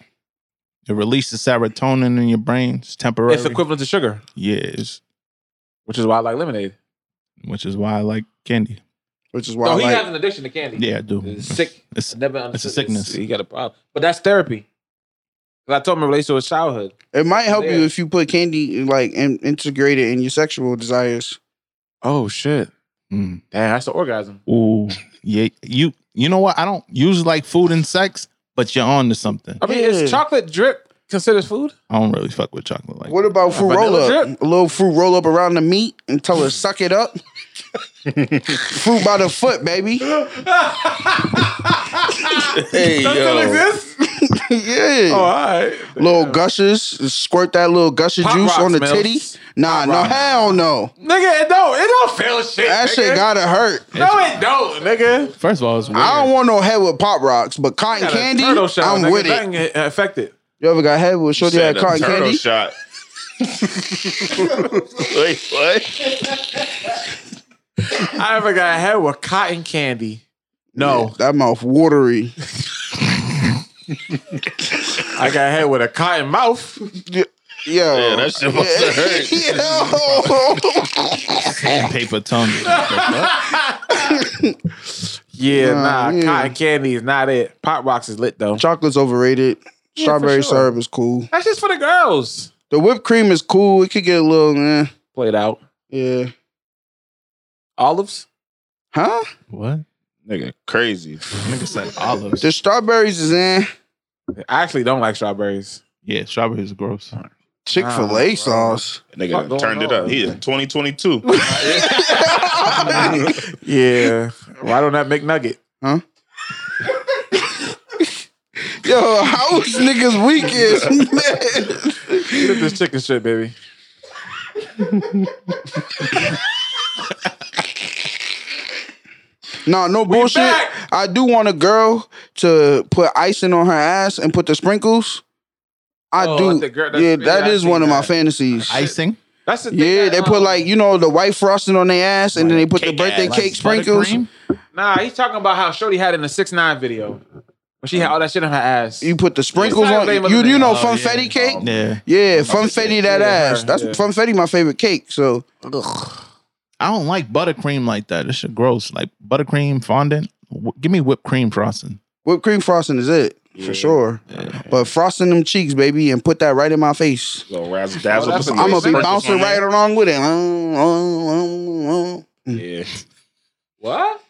It releases serotonin in your brain. It's temporary.
It's equivalent to sugar,
yeah, it's,
which is why I like lemonade.
which is why I like candy.
Which is why
No,
I
he
like,
has an addiction to candy.
Yeah, I do.
It's sick.
It's,
I never
it's a
understood
sickness.
He got a problem, but that's therapy. 'Cause I told him it relates to his childhood.
it might help
Yeah.
you if you put candy like in, integrate it in your sexual desires.
Oh shit!
mm.
Damn, that's an orgasm.
Ooh, yeah. You you know what? I don't usually like food and sex, but you're on to something.
I mean,
Yeah.
is chocolate drip considered food?
I don't really fuck with chocolate like.
What about fruit
vanilla
roll
drip?
up? A little fruit roll up around the meat and tell her suck it
*laughs*
up. fruit by the foot, baby.
Hey, yo.
exists.
*laughs* yeah.
Oh, all right.
Little gushes, squirt that little gusher
Pop
juice
Rocks,
on the
man.
titty. Nah, no, hell no.
Nigga, it don't. It don't feel shit.
That
nigga.
shit gotta hurt.
No, it don't, nigga.
First of all, it's weird.
I don't want no head with pop rocks, but cotton
Got a
candy,
turtle shell,
I'm
nigga.
with
That
it.
can get affected.
You ever got head with shorty
Said
had
a
cotton
turtle
candy?
shot.
*laughs*
Wait, what?
I ever got head with cotton candy. No,
That mouth watery.
I got head with a cotton mouth. *laughs*
Yo.
Yeah, that shit must have hurt.
paper *laughs* tongue.
*laughs*
Yeah, nah,
Nah, yeah.
cotton candy is not it. Pop rocks is lit though.
Chocolate's overrated. Strawberry
sure.
syrup is cool.
That's just for the girls.
The whipped cream is cool. It could get a little, eh,
Played out.
yeah.
Olives.
Huh?
what?
Nigga, crazy.
Nigga said olives.
The strawberries is in
I actually don't like strawberries.
Yeah, strawberries are gross.
Chick fil A
Nah,
sauce.
Nigga
Fuck going
turned it
on?
up. He is 2022.
*laughs* Yeah. Why don't that McNugget?
*laughs* Yo, how is niggas weak is, *laughs* man?
Look at this chicken shit, baby.
No, no bullshit.
back.
I do want a girl to put icing on her ass and put the sprinkles. I
Oh,
do.
like the girl- that's-
yeah,
yeah,
that
I
is
seen
one of my
that.
fantasies.
Icing.
That's the thing
yeah,
that,
they put
um,
like you know the white frosting on their ass, and then they put the
cake
birthday
ass.
cake sprinkles.
Buttercream?
Nah, he's talking about how Shorty had in the six nine video when she had all that shit on her ass.
You put the sprinkles
not
on.
labeled
You
in
you
there.
know
Oh, yeah.
funfetti cake.
Yeah.
yeah, funfetti that
Yeah,
ass.
her,
That's
yeah.
funfetti my favorite cake. So
I don't like buttercream like that. This shit gross. Like buttercream fondant. W- give me whipped cream frosting.
whipped cream frosting is it for sure. But frosting them cheeks, baby, and put that right in my face.
Little razzle dazzle.
Oh,
put
that's
some
a
I'm gonna be
sprinkles on
bouncing
it.
right along with Um, it.
Yeah.
what?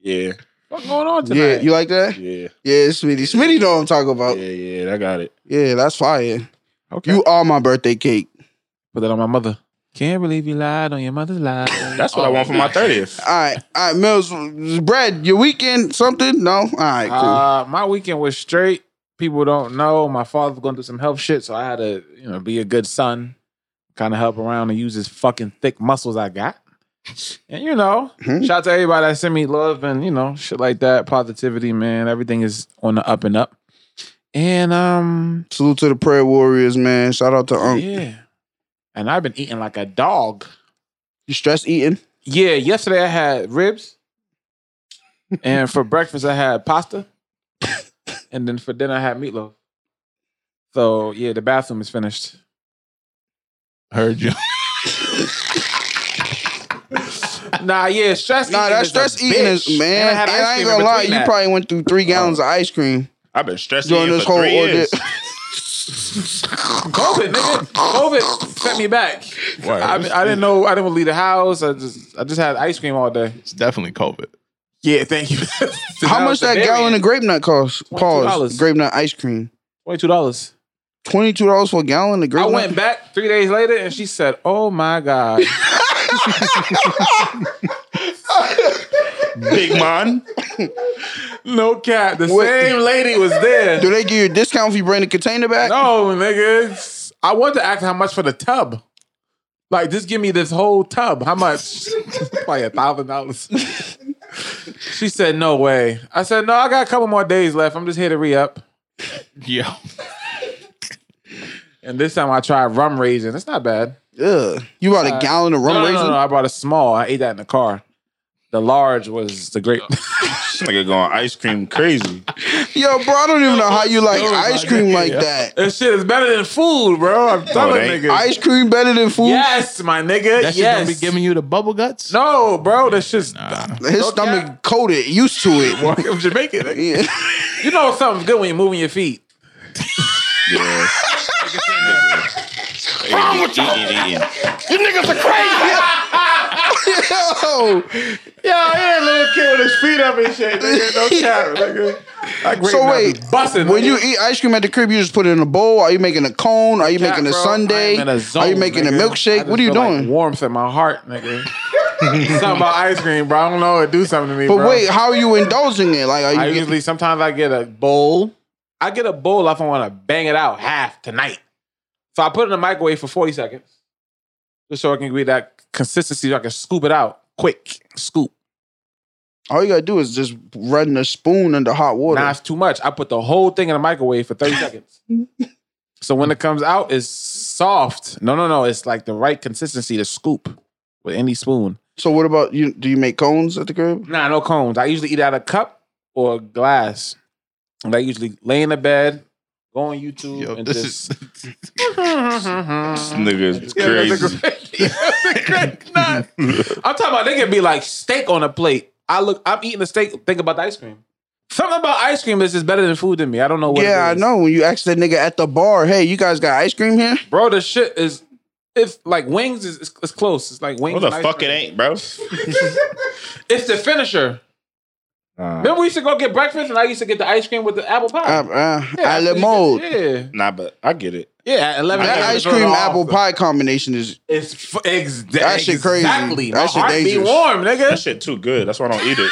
Yeah.
What's going on tonight?
Yeah, you like that?
Yeah.
Yeah, Smitty. Smitty know what I'm talking
Yeah.
Oh.
about. Yeah,
Yeah. I got it.
that's fire.
okay.
You are my birthday cake.
put that on my mother. Can't believe you lied on your mother's lies.
That's
Oh.
what I want for my 30th.
All right, all right, Mills. Brad, your weekend something? No. All right, cool.
Uh, my weekend was straight. People don't know my father was going through some health shit, so I had to, you know, be a good son, kind of help around and use his fucking thick muscles I got. And you know,
Mhm.
shout out to everybody that sent me love and you know shit like that. Positivity, man. Everything is on the up and up. And um,
Salute to the prayer warriors, man. Shout out to Unc.
yeah. And I've been eating like a dog.
You stress eating?
Yeah, yesterday I had ribs, and for breakfast I had pasta, and then for dinner I had meatloaf. So yeah, the bathroom is finished.
Heard you.
Nah, yeah, stress.
Nah,
eating
that
is
stress
a
eating
bitch.
is man.
I had
And
ice
I ain't
cream in
gonna lie,
between
you
that. Oh.
probably went through three gallons of ice cream
I've been stressing
during
you
this
for
whole
three
ordeal.
years.
COVID, nigga, COVID sent me back.
Word.
I, I didn't know. I didn't leave the house. I just, I just had ice cream all *laughs* day.
*laughs* It's definitely COVID.
Yeah, thank you.
How much that gallon of grape nut cost?
$22.
Pause. Grape nut ice cream.
Twenty two dollars.
Twenty two dollars for a gallon of grape
I
nut.
went back three days later, and she said, "Oh my god."
*laughs* Big man.
*laughs* No cat. The
What-
same lady was there.
Do they give you a discount if you bring the container back?
No, niggas. I wanted to ask how much for the tub. Like, just give me this whole tub. How much? *laughs* Probably a thousand dollars. She said, "No way." I said, "No, I got a couple more days left. I'm just here to re up."
Yo.
And this time I tried rum raisin. It's not bad.
Ugh. You bought a gallon of rum
no, no,
raisin?
no, no, I brought a small. I ate that in the car.
The large was the great.
Oh.
*laughs*
This nigga going ice cream crazy.
Yo, bro, I don't even know how you like ice cream like that.
That shit is better than food, bro.
Oh,
I'm telling
ain't.
niggas.
Ice cream better than food.
Yes, my nigga.
That shit
yes.
gonna be giving you the bubble guts.
no, bro. That's just
His stomach coated, used to
*laughs*
it.
I'm *laughs* Jamaican.
*laughs*
Yeah.
You know something's good when you're moving your feet.
Yeah. Eating, eating, eating.
Yo,
Yeah, yeah, little kid with his feet up and shit. Nigga.
*laughs*
No cap, nigga. Like,
So wait,
busting.
when you eat ice cream at the crib, you just put it in a bowl. Are you making a cone? Are you making a sundae? Are you making a milkshake? What are you doing?
warmth in my heart, nigga. something about ice cream, bro. I don't know. It do something to me.
but
bro.
wait, how are you indulging it? Like, are you
I
getting-
usually sometimes I get a bowl. I get a bowl if I want to bang it out half tonight. So I put it in the microwave for 40 seconds. Just so it can be that consistency, so I can scoop it out quick. Scoop.
all you gotta do is just run the spoon under hot water.
Now it's too much. I put the whole thing in the microwave for 30 seconds. So when it comes out, it's soft. No, no, no. It's like the right consistency to scoop with any spoon.
so what about you? Do you make cones at the crib?
Nah, no cones. I usually eat out of a cup or a glass. And I usually lay in the bed, go on YouTube,
Yo,
and
this
just *laughs*
is *laughs*
This nigga is crazy.
I'm talking about they can be like steak on a plate. I look, I'm eating the steak. Think about the ice cream. Something about ice cream is just better than food than me. I don't know what.
yeah,
it
I
is.
know. When you ask that nigga at the bar, hey, you guys got ice cream here?
bro. The shit is, it's like wings is it's, it's close. It's like wings.
What
and
the
ice
fuck it
cream.
ain't, bro? *laughs*
It's the finisher. Remember we used to go get breakfast, and I used to get the ice cream with the apple pie.
Uh, uh,
Yeah,
a
so
la
you get-
mode.
Yeah,
Nah, but I get it.
yeah. At Eleven.
That
I
ice
throw it
cream
off.
apple pie combination is
It's f- ex-
That shit crazy.
Exactly.
That
My
shit
heart be
dangerous.
warm, nigga.
That shit too good. That's why I don't eat it.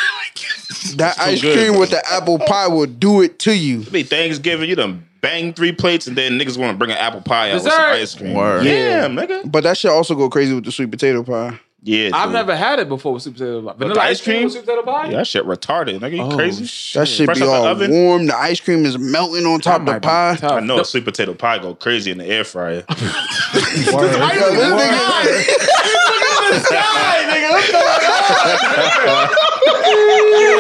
that ice
good,
cream
bro.
with the apple pie will do it to you.
It be Thanksgiving, you done bang three plates, and then niggas want to bring an apple pie out with some
Dessert.
ice cream.
Word.
Yeah, nigga.
But that shit also go crazy with the sweet potato pie.
Yeah,
I've
dude.
never had it before with sweet potato pie. Vanilla
the
ice
ice
cream
cream?
with sweet potato pie?
Yeah, that shit retarded, nigga. You
Oh,
crazy?
That shit
Fresh
be
out the
all
oven?
warm. The ice cream is melting on top of the pie.
I know a sweet potato pie go crazy in the air
*laughs*
fryer.
Yo, this *laughs* nigga-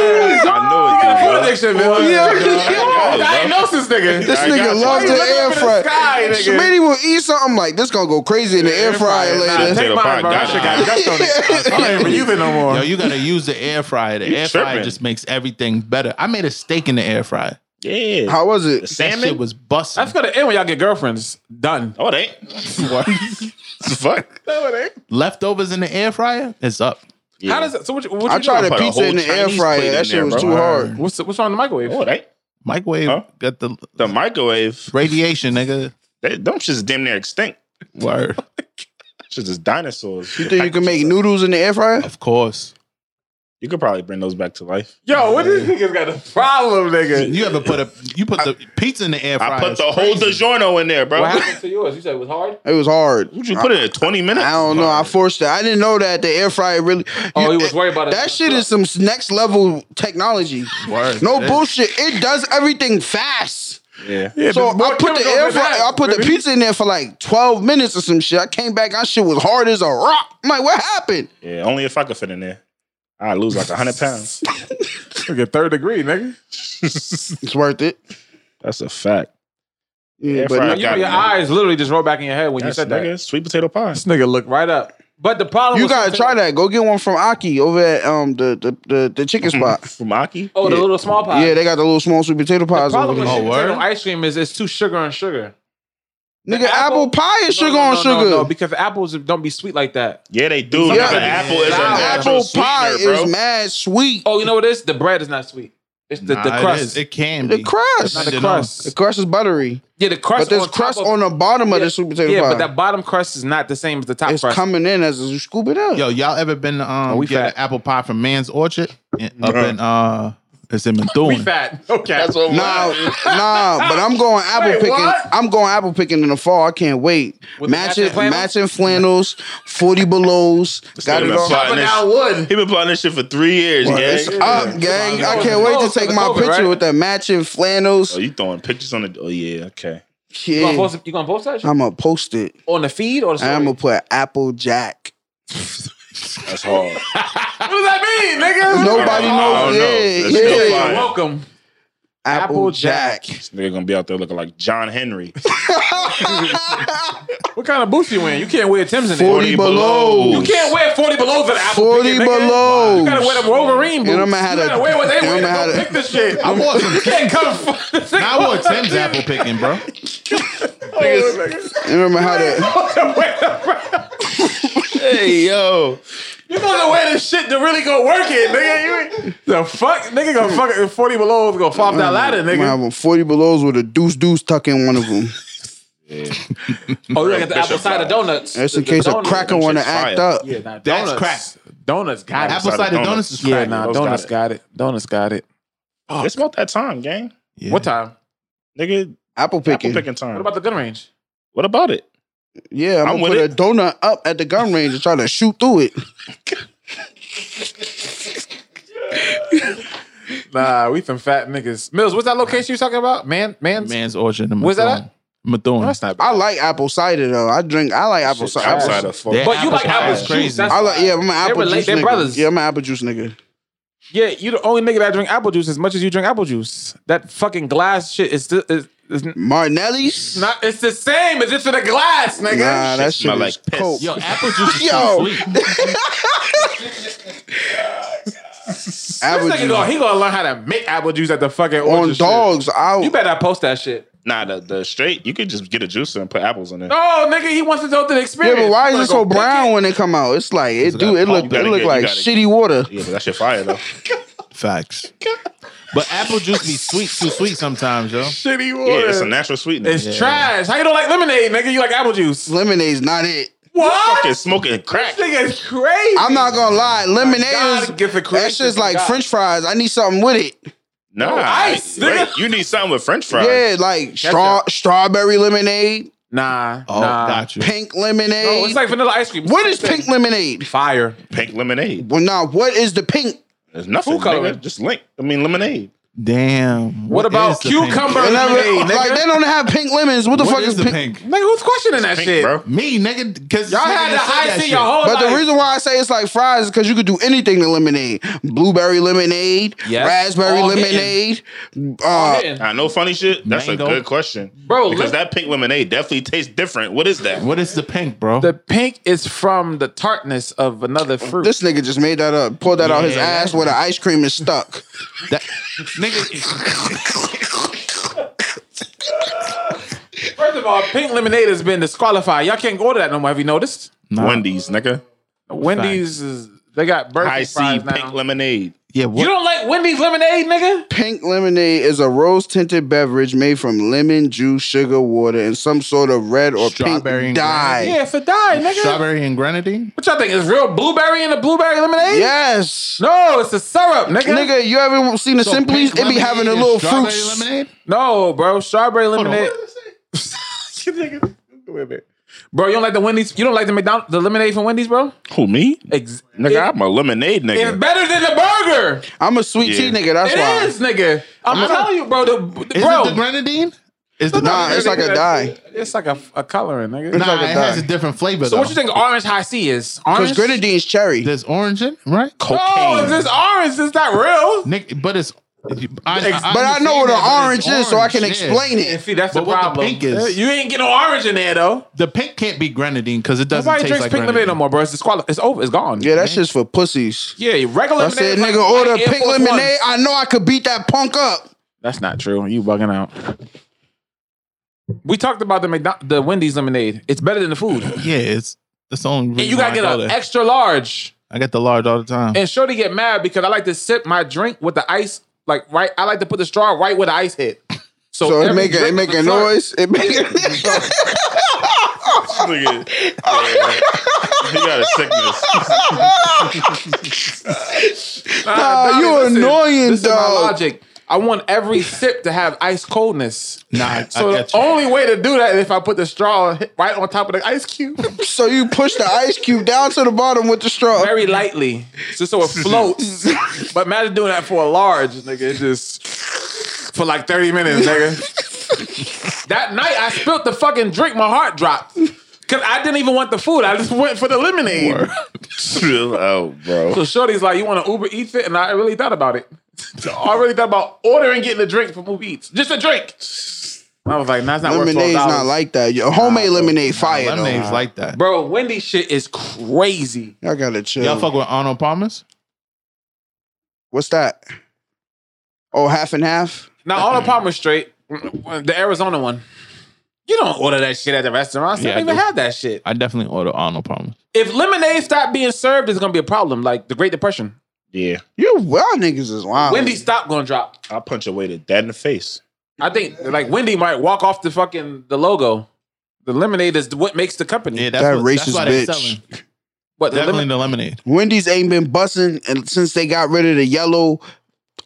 Food
I know it,
addiction, man.
Yeah.
Diagnosis, nigga.
This
I
nigga
got you.
loves
Why
the
you
air
looking up in the
fryer.
sky, nigga?
Smitty will eat something like this gonna go crazy in the air fryer
Nah,
later.
take-
Take
Potato
mine,
pie
bro. That
got
shit got
it.
dust
*laughs*
on it. I don't even use it no more.
*laughs* Yo, you gotta use the air fryer. The
You
air fryer
tripping.
just makes everything better. I made a steak in the air fryer.
nigga. Yeah.
How was it?
That shit
Salmon?
was busting.
That's gonna end when y'all get girlfriends. Done.
Oh, it
*laughs*
ain't. *laughs* Fuck.
Leftovers in the air fryer, it's up.
How does that? So what? You, what
I
you doing?
tried a
Put a
pizza
whole
in the air
Chinese
fryer.
plate in
That shit
there,
was
bro.
too hard.
What's what's wrong in the microwave?
Oh, it ain't.
Microwave
Huh?
got the
The microwave,
radiation, nigga.
they, them shit's damn near extinct.
Word.
Shit's just dinosaurs.
You think you can make noodles in the air fryer?
Of course.
You could probably bring those back to life.
Yo, what these niggas got a problem, nigga?
You ever put a you put the pizza in the air fryer?
I put the whole DiGiorno in there, bro. *laughs*
What happened to yours? You said it was hard.
It was hard.
Would you put it in 20 minutes?
I don't know. I forced it. I didn't know that the air fryer really.
Oh,
You-
he was worried about it.
That shit is some next level technology.
Word.
No
It is.
bullshit. It does everything fast.
Yeah.
So
but
I
what
put the
chemicals
air
is
fryer,
that,
I put the
baby?
pizza in there for like twelve minutes or some shit. I came back, that shit was hard as a rock. I'm like, what happened?
Yeah, only if I could fit in there. I lose like 100 pounds.
Nigga, third degree, nigga.
It's worth it.
That's a fact.
Yeah,
Air
but
fryer
no-
You know,
got
your
it, nigga.
eyes literally just roll back in your head when
That's
you said that.
nigga, sweet potato pie.
This nigga look right up. But the problem
you
was
gotta
something-
try that. Go get one from Aki over at um the the the, the chicken spot.
From Aki?
Oh, the little small pie.
Yeah, they got the little small sweet potato
the
pies over
problem with
there.
Oh,
sweet potato
word?
ice cream is it's too sugar on sugar.
Nigga,
the apple-
apple pie is sugar
no, no,
on
no,
sugar.
No, no, because apples don't be sweet like that.
Yeah, they do.
Yeah.
nigga. Apple is a
Nah.
natural
apple pie
sweetener, bro.
is mad sweet.
Oh, you know what it is? The bread is not sweet. It's the,
Nah,
the
it
crust.
is. It, can
the
be.
not
crust.
the
Dunno.
The
crust.
crust is buttery.
Yeah, the crust.
But there's
on top
crust
of-
on the bottom of
Yeah.
the sweet potato
Yeah,
pie.
but that bottom crust is not the same as the top
it's
crust.
coming in as you scoop it up.
Yo, y'all ever been to um
Oh, we
get
fat.
an apple pie from Man's Orchard In- up in uh it's in
we
Methuen.
fat. *laughs* Okay.
what
Nah, nah, but I'm going apple
*laughs* Wait,
picking.
what?
I'm going apple picking in the fall. I can't wait.
With the
matching,
matching flannels?
matching flannels, forty belows. Got
nigga
it
been
all.
plotting this-
down wood.
*laughs* He been plotting this shit for three years,
It's
yeah.
up, gang.
Come on,
I
you know
can't wait
it's
to take
the
my
COVID,
picture
right?
with the matching flannels.
Oh, you throwing pictures on the? Oh yeah, okay.
You gonna
Yeah.
post, you gonna post that shit?
I'm gonna post it.
*laughs* on the feed or the
I'm
story?
gonna put Apple Jack.
That's hard.
does that mean, nigga? Oh,
Nobody knows.
know.
Yeah,
It's
yeah.
still fine.
Welcome.
Apple Jack. *laughs*
This nigga gonna be out there looking like John Henry.
What kind of boots you wearing? You can't wear Tim's in there.
40 below.
You can't wear 40 belows at Apple
40
Picket, nigga.
belows.
You gotta wear them Wolverine boots.
And I'ma
you
had
gotta
a-
wear what they
and
wear
I'ma had
to
a-
go pick this shit.
I want
*laughs*
some.
You can't come. f- *laughs*
Now I want Tim's apple picking, bro.
You remember how to
Hey yo,
*laughs* You gonna wear this shit to really go work it, nigga. You ain't- the fuck, nigga, gonna fuck 40 below is gonna fall
Mm,
off that ladder,
I'm gonna
nigga.
have them 40 belows with a deuce deuce tuck in one of them.
Oh, you got the apple cider donuts.
Just in
The- the
case a
donuts.
cracker wanna act
fire.
up.
Yeah, nah,
That's
donuts.
crack.
Donuts got
Apple
it.
cider
cider
donuts.
donuts is
Yeah,
crack.
nah,
Those
donuts
got it.
got it. Donuts got it.
It's about that time, gang.
Yeah.
What time?
Nigga,
Apple
apple
picking.
picking time.
What about the gun range?
what about it?
Yeah, I'm,
I'm
gonna
with
put
it.
a donut up at the gun range and try to shoot through it.
Nah, we some fat niggas. Mills, what's that location you talking about? Man, man's.
Man's orchard. in
Where's that
Methuen.
at?
Methuen.
No, that's not bad.
I like apple cider though. I drink. I like apple cider.
Apple
Apple
cider. fuck.
That
But you like
pie
apple
is
juice. That's
I like. Yeah, I'm an apple
relate-
juice
they're
nigga.
brothers.
Yeah, I'm an apple juice nigga.
Yeah, you the only nigga that drink apple juice as much as you drink apple juice. That fucking glass shit is still is, is
Martinelli's.
not. It's the same as it's in a glass, nigga.
Nah, that shit
smell
is
like piss.
coke.
Yo, apple
*laughs*
juice is
Yo.
Yo. sweet.
*laughs* apple
this nigga gonna,
juice
he gonna learn how to make apple juice at the fucking
on
orchard shit.
dogs. I
You better post that shit.
Nah, the, the straight, you could just get a juicer and put apples in it.
No, Oh, nigga, he wants to go through the
yeah,
experience.
but why is
He
it so
gonna go
brown when it come out? It's like it do. It look.
gotta
It look
get-
like
you gotta-
shitty water.
Yeah, but that shit
*laughs*
fire though.
Facts. But apple juice be sweet, too sweet sometimes, yo.
pick it? Shitty water.
Yeah, it's a natural sweetener.
It's trash. How you don't like lemonade, nigga? You like apple
*laughs*
juice?
Lemonade's not it.
What?
Fucking smoking crack.
This nigga is crazy.
I'm not gonna lie. Lemonade
God,
is
gift of creation
that shit's
from
like
God.
French fries. I need something with it.
Nah,
ice,
right.
nigga.
You need something with French fries.
Yeah, like straw strawberry lemonade,
Nah,
Oh,
nah.
got you.
pink
No,
lemonade.
it's like vanilla ice cream.
what is
Same thing.
pink lemonade?
Fire.
Pink lemonade.
Well, now what is the pink?
There's nothing.
Food coloring.
Nigga. Just link. I mean lemonade.
Damn.
What,
is
about
the pink?
cucumber
They never-
lemonade, nigga?
like they don't have pink lemons. What the
What
fuck
is
is,
the
pink?
pink?
Nigga, who's questioning that
Pink,
shit?
bro.
Me, nigga. Because
Y'all had the high C your whole
But
life.
the reason why I say it's like fries is because you could do anything to lemonade: blueberry lemonade,
Yes.
raspberry
All
lemonade. Uh,
Hitting.
I know funny shit. That's
Mango.
a good question,
Bro,
Because
let-
that pink lemonade definitely tastes different. What is that?
What is the pink, bro?
the pink is from the tartness of another fruit.
this nigga just made that up. Pulled that out his
Yeah,
ass
that's-
where the ice cream is stuck.
That-
*laughs*
nigga,
*laughs* First of all, pink lemonade has been disqualified. Y'all can't order that no more. Have you noticed?
Nah.
Wendy's, nigga.
Wendy's is they got
I
birthday
see
fries
pink
now.
lemonade.
yeah,
you
what?
don't like Wendy's lemonade, nigga?
Pink lemonade is a rose tinted beverage made from lemon juice, sugar, water, and some sort of red or
Strawberry
pink
and
dye.
Yeah, for die, nigga.
Strawberry and grenadine?
What y'all think? Is real blueberry in a blueberry lemonade?
Yes.
No, it's a syrup, nigga.
Nigga, you ever seen the
So
Simply?
pink
It be
lemonade
having a
and
little
strawberry
fruits.
lemonade?
No, bro. Strawberry
on,
lemonade. *laughs* You nigga. Wait a minute. Bro, you don't like the Wendy's? You don't like the McDonald the lemonade from Wendy's, bro?
Who me?
Ex-
Nigga,
it-
I'm a lemonade
it's
nigga.
better than the burger.
I'm a sweet tea
Yeah.
nigga. That's
It
why.
is, nigga. I'm
I don't-
telling you, bro. The, the-
Is
bro,
it the grenadine? Is the
Nah, it's like a dye.
it's like a, a coloring, nigga.
nah,
like a dye.
it has a different flavor.
so
though.
what you think orange high C is? Orange.
Because grenadine's cherry.
There's orange in, right?
Oh, it's just orange. It's not real.
Nick, but it's. I,
But I know what an orange
understand that, but it's
is, so I can
orange, yeah.
explain
And
it.
see, that's
But
the
what the
problem.
pink is-
You ain't get no orange in there though.
The pink can't be grenadine because it doesn't
Nobody
taste
drinks
like
pink lemonade no
grenadine.
more, bro. It's disqualified. It's over. It's gone.
Yeah, that shit's for pussies.
Yeah, regular
I
lemonade.
said,
is like
nigga,
white
order
Air
pink
Force
lemonade.
Ones.
I know I could beat that punk up.
That's not true. You bugging out. We talked about the McDonald- the Wendy's lemonade. It's better than the food. and
Yeah, it's that's the only. reason
you
why
gotta get
I go
an
there.
extra large.
I get the large all the time.
And Shorty get mad because I like to sip my drink with the ice, like right. I like to put the straw right where the ice
*laughs*
hit. So,
So it
every
make a, it
drink
make
is
a
slurp. *laughs*
noise. It make a
*laughs*
Nigga. Yeah. you got a sickness.
Nah,
Donnie,
Ah, you
listen,
annoying,
This is my
dog.
logic. I want
*laughs*
every sip to have ice coldness.
nah, I,
So
I
the
get you.
only way to do that is if I put the straw right on top of the ice cube,
So you push the ice cube down to the bottom with the straw.
very lightly, just so it floats. but imagine doing that for a large, nigga. It just for like thirty minutes, nigga. that night I spilt the fucking drink. My heart dropped. Cause I didn't even want the food. I just went for the lemonade.
Chill out, bro.
So Shorty's like, you want to Uber Eats it? And I really thought about it. *laughs* I already thought about ordering getting a drink from Uber Eats. Just a drink. I was like, nah, it's not worth
Lemonade's
twelve
not
dollars.
like that. Yo, homemade lemonade fire
Lemonade's
though.
like that.
Bro, Wendy's shit is crazy.
Y'all gotta chill.
Y'all fuck with Arnold Palmer's?
What's that? Oh, half and half.
Now all the Palmer straight, the Arizona one. You don't order that shit at the restaurants. They
Yeah, I
don't even
do.
have that shit.
I definitely order Arnold Palmer's.
If lemonade stopped being served, it's gonna be a problem. Like the Great Depression.
Yeah,
You wild niggas is
Oh,
wild.
Wendy's stop gonna drop.
I'll punch a waiter dead in the face.
I think like Wendy might walk off the fucking the logo. The lemonade is what makes the company.
Yeah, that's
That
what,
racist
that's why they
bitch.
selling.
But the
Definitely
lemon-
the lemonade.
Wendy's ain't been busting and since they got rid of the yellow,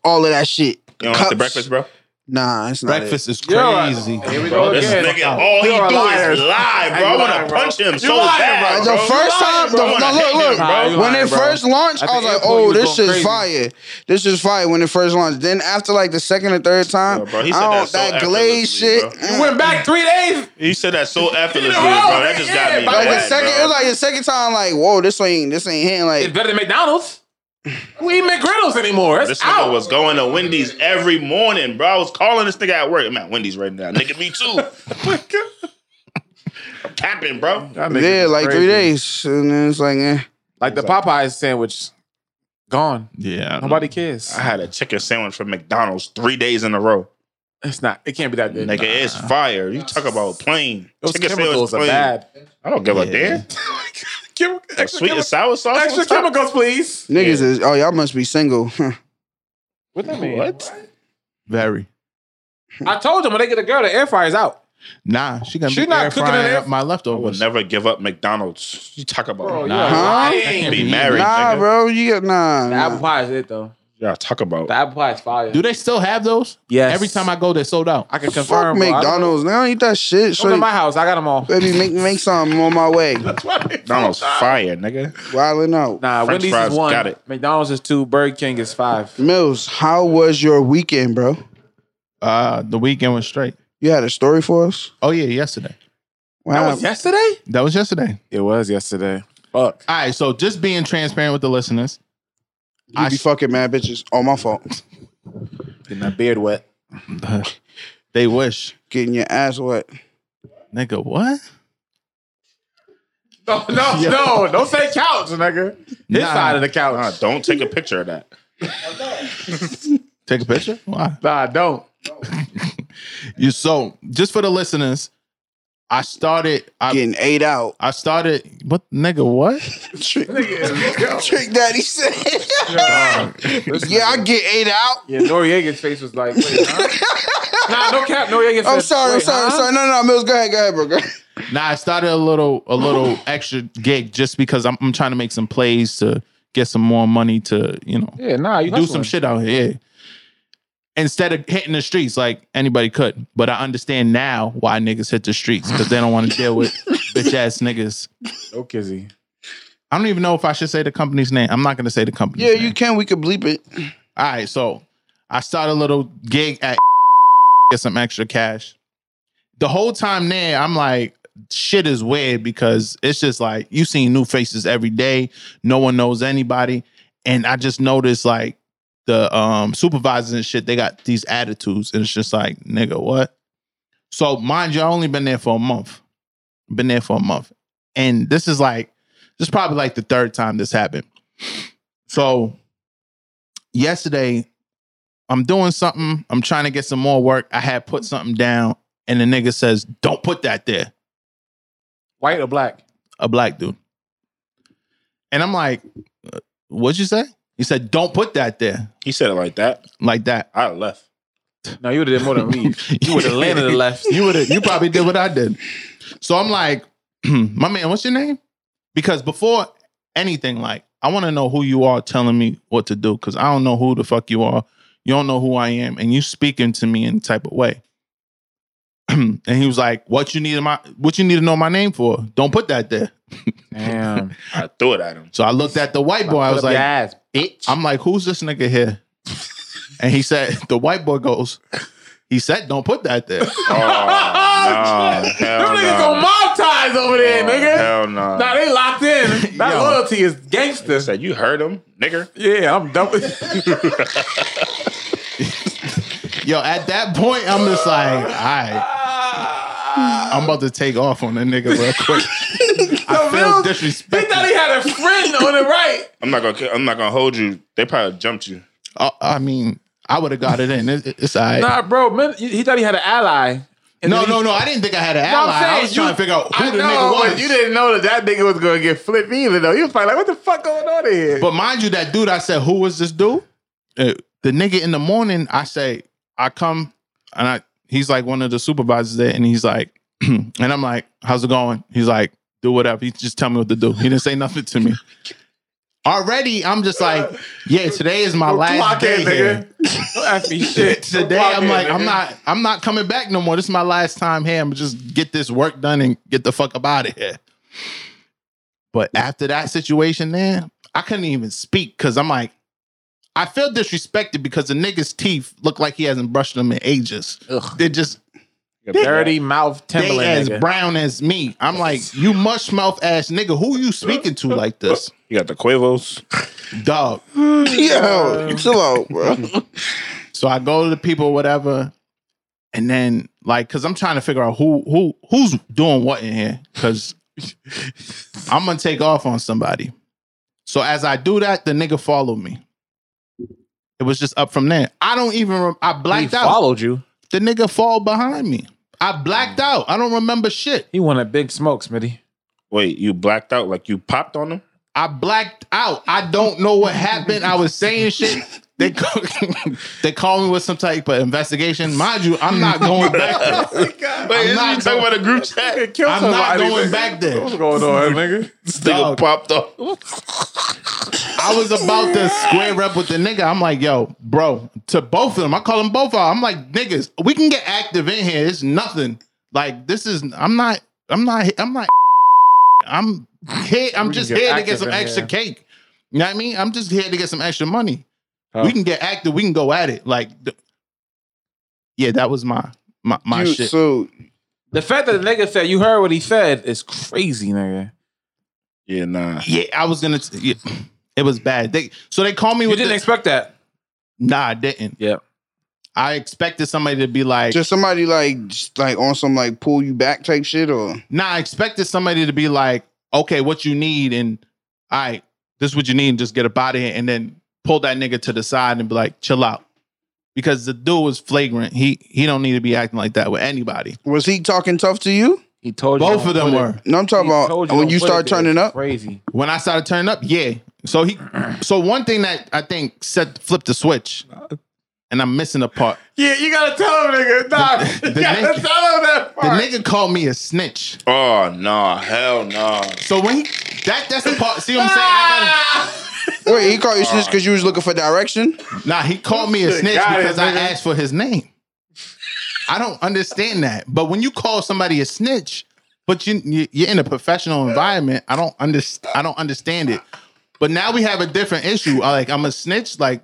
all of that shit.
You don't like the
Cups.
breakfast, bro?
Nah, it's not.
Breakfast is
You're a-
crazy.
Here we
Bro,
go
this
again.
nigga, all he
You're a
do
liar.
is lie, bro.
You
I
lying,
want to
bro.
punch him
You
so
lying,
bad,
bro.
The
bro.
You
first
lying,
time, the,
bro.
no,
I wanna
look,
hate
look.
him, bro.
You
when
lying,
it
bro.
first launched,
At
I
the
was like,
airport, you
"Oh,
was
this
going
shit's
crazy.
fire! This is fire!" When it first launched, then after like the second or third time,
Yo, bro, he said
I
that
don't
so
that glaze shit.
effortlessly,
mm.
Went back three days.
He said that so effortlessly,
In
bro.
a row,
That just got me
yeah,
Like
bro.
the
mad,
second, it
bro.
was like the second time. Like, whoa, this ain't this ain't hitting.
It's
Like,
better than McDonald's. We eat McGriddles anymore. That's
This nigga
out.
was going to Wendy's every morning, bro. I was calling this nigga at work. I'm at Wendy's right now.
*laughs*
Nigga, me
Oh
too. I'm capping, bro.
yeah, like three days, and then it's like, eh.
Like the Popeyes sandwich, gone.
Yeah. I don't-
Nobody cares.
I had a chicken sandwich from McDonald's three days in a row.
It's not. It can't be that good.
Nigga, it's fire. You talk about plain.
Those
chicken
chemicals are
plain.
bad. *laughs*
I don't give a
Yeah.
damn.
Chemi-
A
extra
sweet and
chemi-
sour sauce.
extra
on top?
chemicals, please.
niggas is oh y'all must be single. *laughs* Huh.
What that mean?
What?
Very.
I told them when they get a girl, the air fryer's out.
Nah, she gonna
She
be
not
air
cooking in
frying
air-
up my
I would
leftovers.
never give up McDonald's. You talk about
Bro,
nah.
you're
Huh?
lying.
be married,
nah,
nigga.
bro, you got nah.
The
nah.
apple pie is it though.
Yeah, talk about.
The apple pie is fire.
Do they still have those?
Yes.
Every time I go, they're sold out.
I can
Fuck
confirm. bro. I don't-
McDonald's. They don't eat that shit.
Come to
Shorty,
my house. I got them all.
baby, make make some I'm on my way.
McDonald's fire, nigga.
Wilding out.
Nah,
French
Wendy's
fries,
is one.
got it.
McDonald's is two. Burger King is five.
Mills, how was your weekend, bro?
Uh, the weekend was straight.
You had a story for us?
Oh yeah, yesterday.
Wow.
yesterday.
That was yesterday.
It was yesterday. Fuck.
All right. So just being transparent with the listeners.
you be fucking mad bitches. Oh, my fault.
Get my beard wet.
*laughs* They wish.
Getting your ass wet.
Nigga, what?
*laughs* No,
*laughs*
no, no. Don't say couch, nigga. His
Nah.
side of the couch.
Nah, don't take a picture of that.
Take a picture? Why?
Nah, don't.
You so just for the listeners, I started I
Getting ate out.
I started what nigga, what?
Trick, *laughs* Trick Daddy said. *laughs*
*laughs*
yeah, I get ate out.
Yeah, Noriega's face was like, wait,
*laughs*
huh? nah, no cap. Noriega.
I'm
said,
sorry, I'm
wait,
sorry, I'm
huh?
sorry. No, no, no, Mills, go ahead, go ahead, bro. Go ahead.
Nah, I started a little a little extra gig just because I'm, I'm trying to make some plays to get some more money to, you know,
Yeah, nah, you
do some shit out here. yeah. Instead of hitting the streets like anybody could. But I understand now why niggas hit the streets because they don't want to
*laughs*
deal with bitch ass niggas.
No kizzy.
I don't even know if I should say the company's name. I'm not gonna say the company's
Yeah,
name.
you can. We could bleep *laughs* it.
All right, so I started a little gig at get some extra cash. The whole time there, I'm like, shit is weird because it's just like you see new faces every day. No one knows anybody, and I just noticed like the um supervisors and shit. They got these attitudes, and it's just like, nigga, what? So mind you, I only been there for a month. Been there for a month, and this is like this is probably like the third time this happened. So yesterday, I'm doing something. I'm trying to get some more work. I had put something down, and the nigga says, "Don't put that there."
White or black?
A black dude, and I'm like, "Uh, "What'd you say?" He said, "Don't put that there,"
He said it like that.
like that.
I left.
No, you would have did more than
*laughs*
leave. You would have landed the left.
You would. You probably did what I did. So I'm like, *clears throat* "My man, what's your name?" Because before anything, like, I want to know who you are telling me what to do because I don't know who the fuck you are. You don't know who I am, and you speaking to me in the type of way. *clears throat* and he was like, "What you need my what you need to know my name for? Don't put that there."
Damn.
I threw it
*laughs*
at him.
So I looked at the white boy. I was
Put up your
like, *laughs*
ass, bitch.
"I'm like, who's this
*laughs*
nigga here?" And he said, "The white boy goes." He said, "Don't put that there."
Oh, no, hell
Them niggas
no.
gonna monetize over
Oh,
there, nigga.
Hell no.
Nah, they locked
*laughs*
in. That loyalty is gangster.
Said you heard him, nigga.
Yeah, I'm done with
*laughs*
*laughs*
Yo, at that point, I'm just like, all right. I'm about to take off on that nigga
*laughs*
real quick. I feel
He
disrespected.
thought he had a friend on the
*laughs*
right.
I'm not gonna. I'm not gonna hold you. They probably jumped you.
I, Uh, I mean, I would have got it in. It's, it's all right.
Nah, bro, man, he he thought he had an ally. And
no,
then he-
no, no. I didn't think I had an
No, I'm
ally. I
saying
was
you-
trying to figure out who
I
the
know,
nigga
but
was.
you didn't know that that nigga was gonna get flipped either. Though he was probably like, "What the fuck going on here?"
But mind you, that dude, I said, who was this dude? Uh, the nigga in the morning, I say, I come and I he's like one of the supervisors there, and he's like, *clears throat* and I'm like, how's it going? He's like, do whatever. He just tell me what to do. He didn't say nothing to me. Already, I'm just like, yeah, today is my last
Clock
day
in,
here.
nigga. *laughs* Don't ask
*laughs*
me shit.
Today,
Clock
I'm
in,
like, I'm
nigga.
not, I'm not coming back no more. This is my last time here. I'm just get this work done and get the fuck up out of here. But after that situation, man, I couldn't even speak because I'm like, I feel disrespected because the nigga's teeth look like he hasn't brushed them in ages.
Ugg.
They're just
dirty mouth
they
Timberland.
as
nigga.
brown as me. I'm like, you mush mouth ass nigga. Who you speaking
*laughs*
to like this,
You got the Quavos.
dog?
Yo, chill out, *laughs* bro.
So I go to the people, whatever, and then like, cause I'm trying to figure out who who who's doing what in here, cause I'm gonna take off on somebody. So as I do that, the nigga followed me. It was just up from there. I don't even. Rem- I
he
blacked out.
followed you.
The nigga fall behind me. I blacked out. I don't remember shit.
He wanted big smoke, Smitty.
Wait, you blacked out like you popped on them?
I blacked out. I don't know what happened. I was saying shit. They call, *laughs* they call me with some type of investigation. Mind you, I'm not going back. There.
Wait,
I'm
is
not
you talking about a group chat?
Kill
I'm not
somebody,
going
nigga.
back there.
What's going
*laughs*
on, nigga?
This nigga
Dog.
popped off.
I was about to square up with the nigga. I'm like, yo, bro, to both of them. I call them both out. I'm like, niggas, we can get active in here. It's nothing. Like this is. I'm not. I'm not. I'm not. I'm here. I'm
We can
just
get
here to
active
get some
in
extra
here.
cake. You know what I mean? I'm just here to get some extra money. We can get active. We can go at it. Like, th- yeah, that was my my my
You-
shit.
So
The fact that the nigga said you heard what he said is crazy, nigga.
Yeah, nah.
yeah, I was gonna. T- yeah, it was bad. They so they called me
You
with
didn't
the,
expect that.
nah, I didn't.
Yeah.
I expected somebody to be like,
just somebody like just like on some like pull you back type shit or
Nah, I expected somebody to be like, okay, what you need, and all right, this is what you need, and just get a body, and then pull that nigga to the side and be like, chill out. Because the dude was flagrant. He he don't need to be acting like that with anybody.
was he talking tough to you?
He told you
Both of them were.
No, I'm talking about when you start turning up.
Crazy.
When I started turning up, yeah. So he so one thing that I think set flipped the switch, and I'm missing a part.
Yeah, you gotta tell him, nigga. Nah, you
the
gotta
nigga-
tell him that
The
part.
nigga called me a snitch.
Oh nah, hell nah.
So when he that that's the part. See what I'm saying? I
Wait, he called you snitch because you was looking for direction.
gotta, nah, he called me a snitch
Got it,
because I
nigga.
asked for his name. I don't understand that. But when you call somebody a snitch, but you you- you're in a professional environment, I don't understand. I don't understand it. But now we have a different issue. I, Like I'm a snitch. Like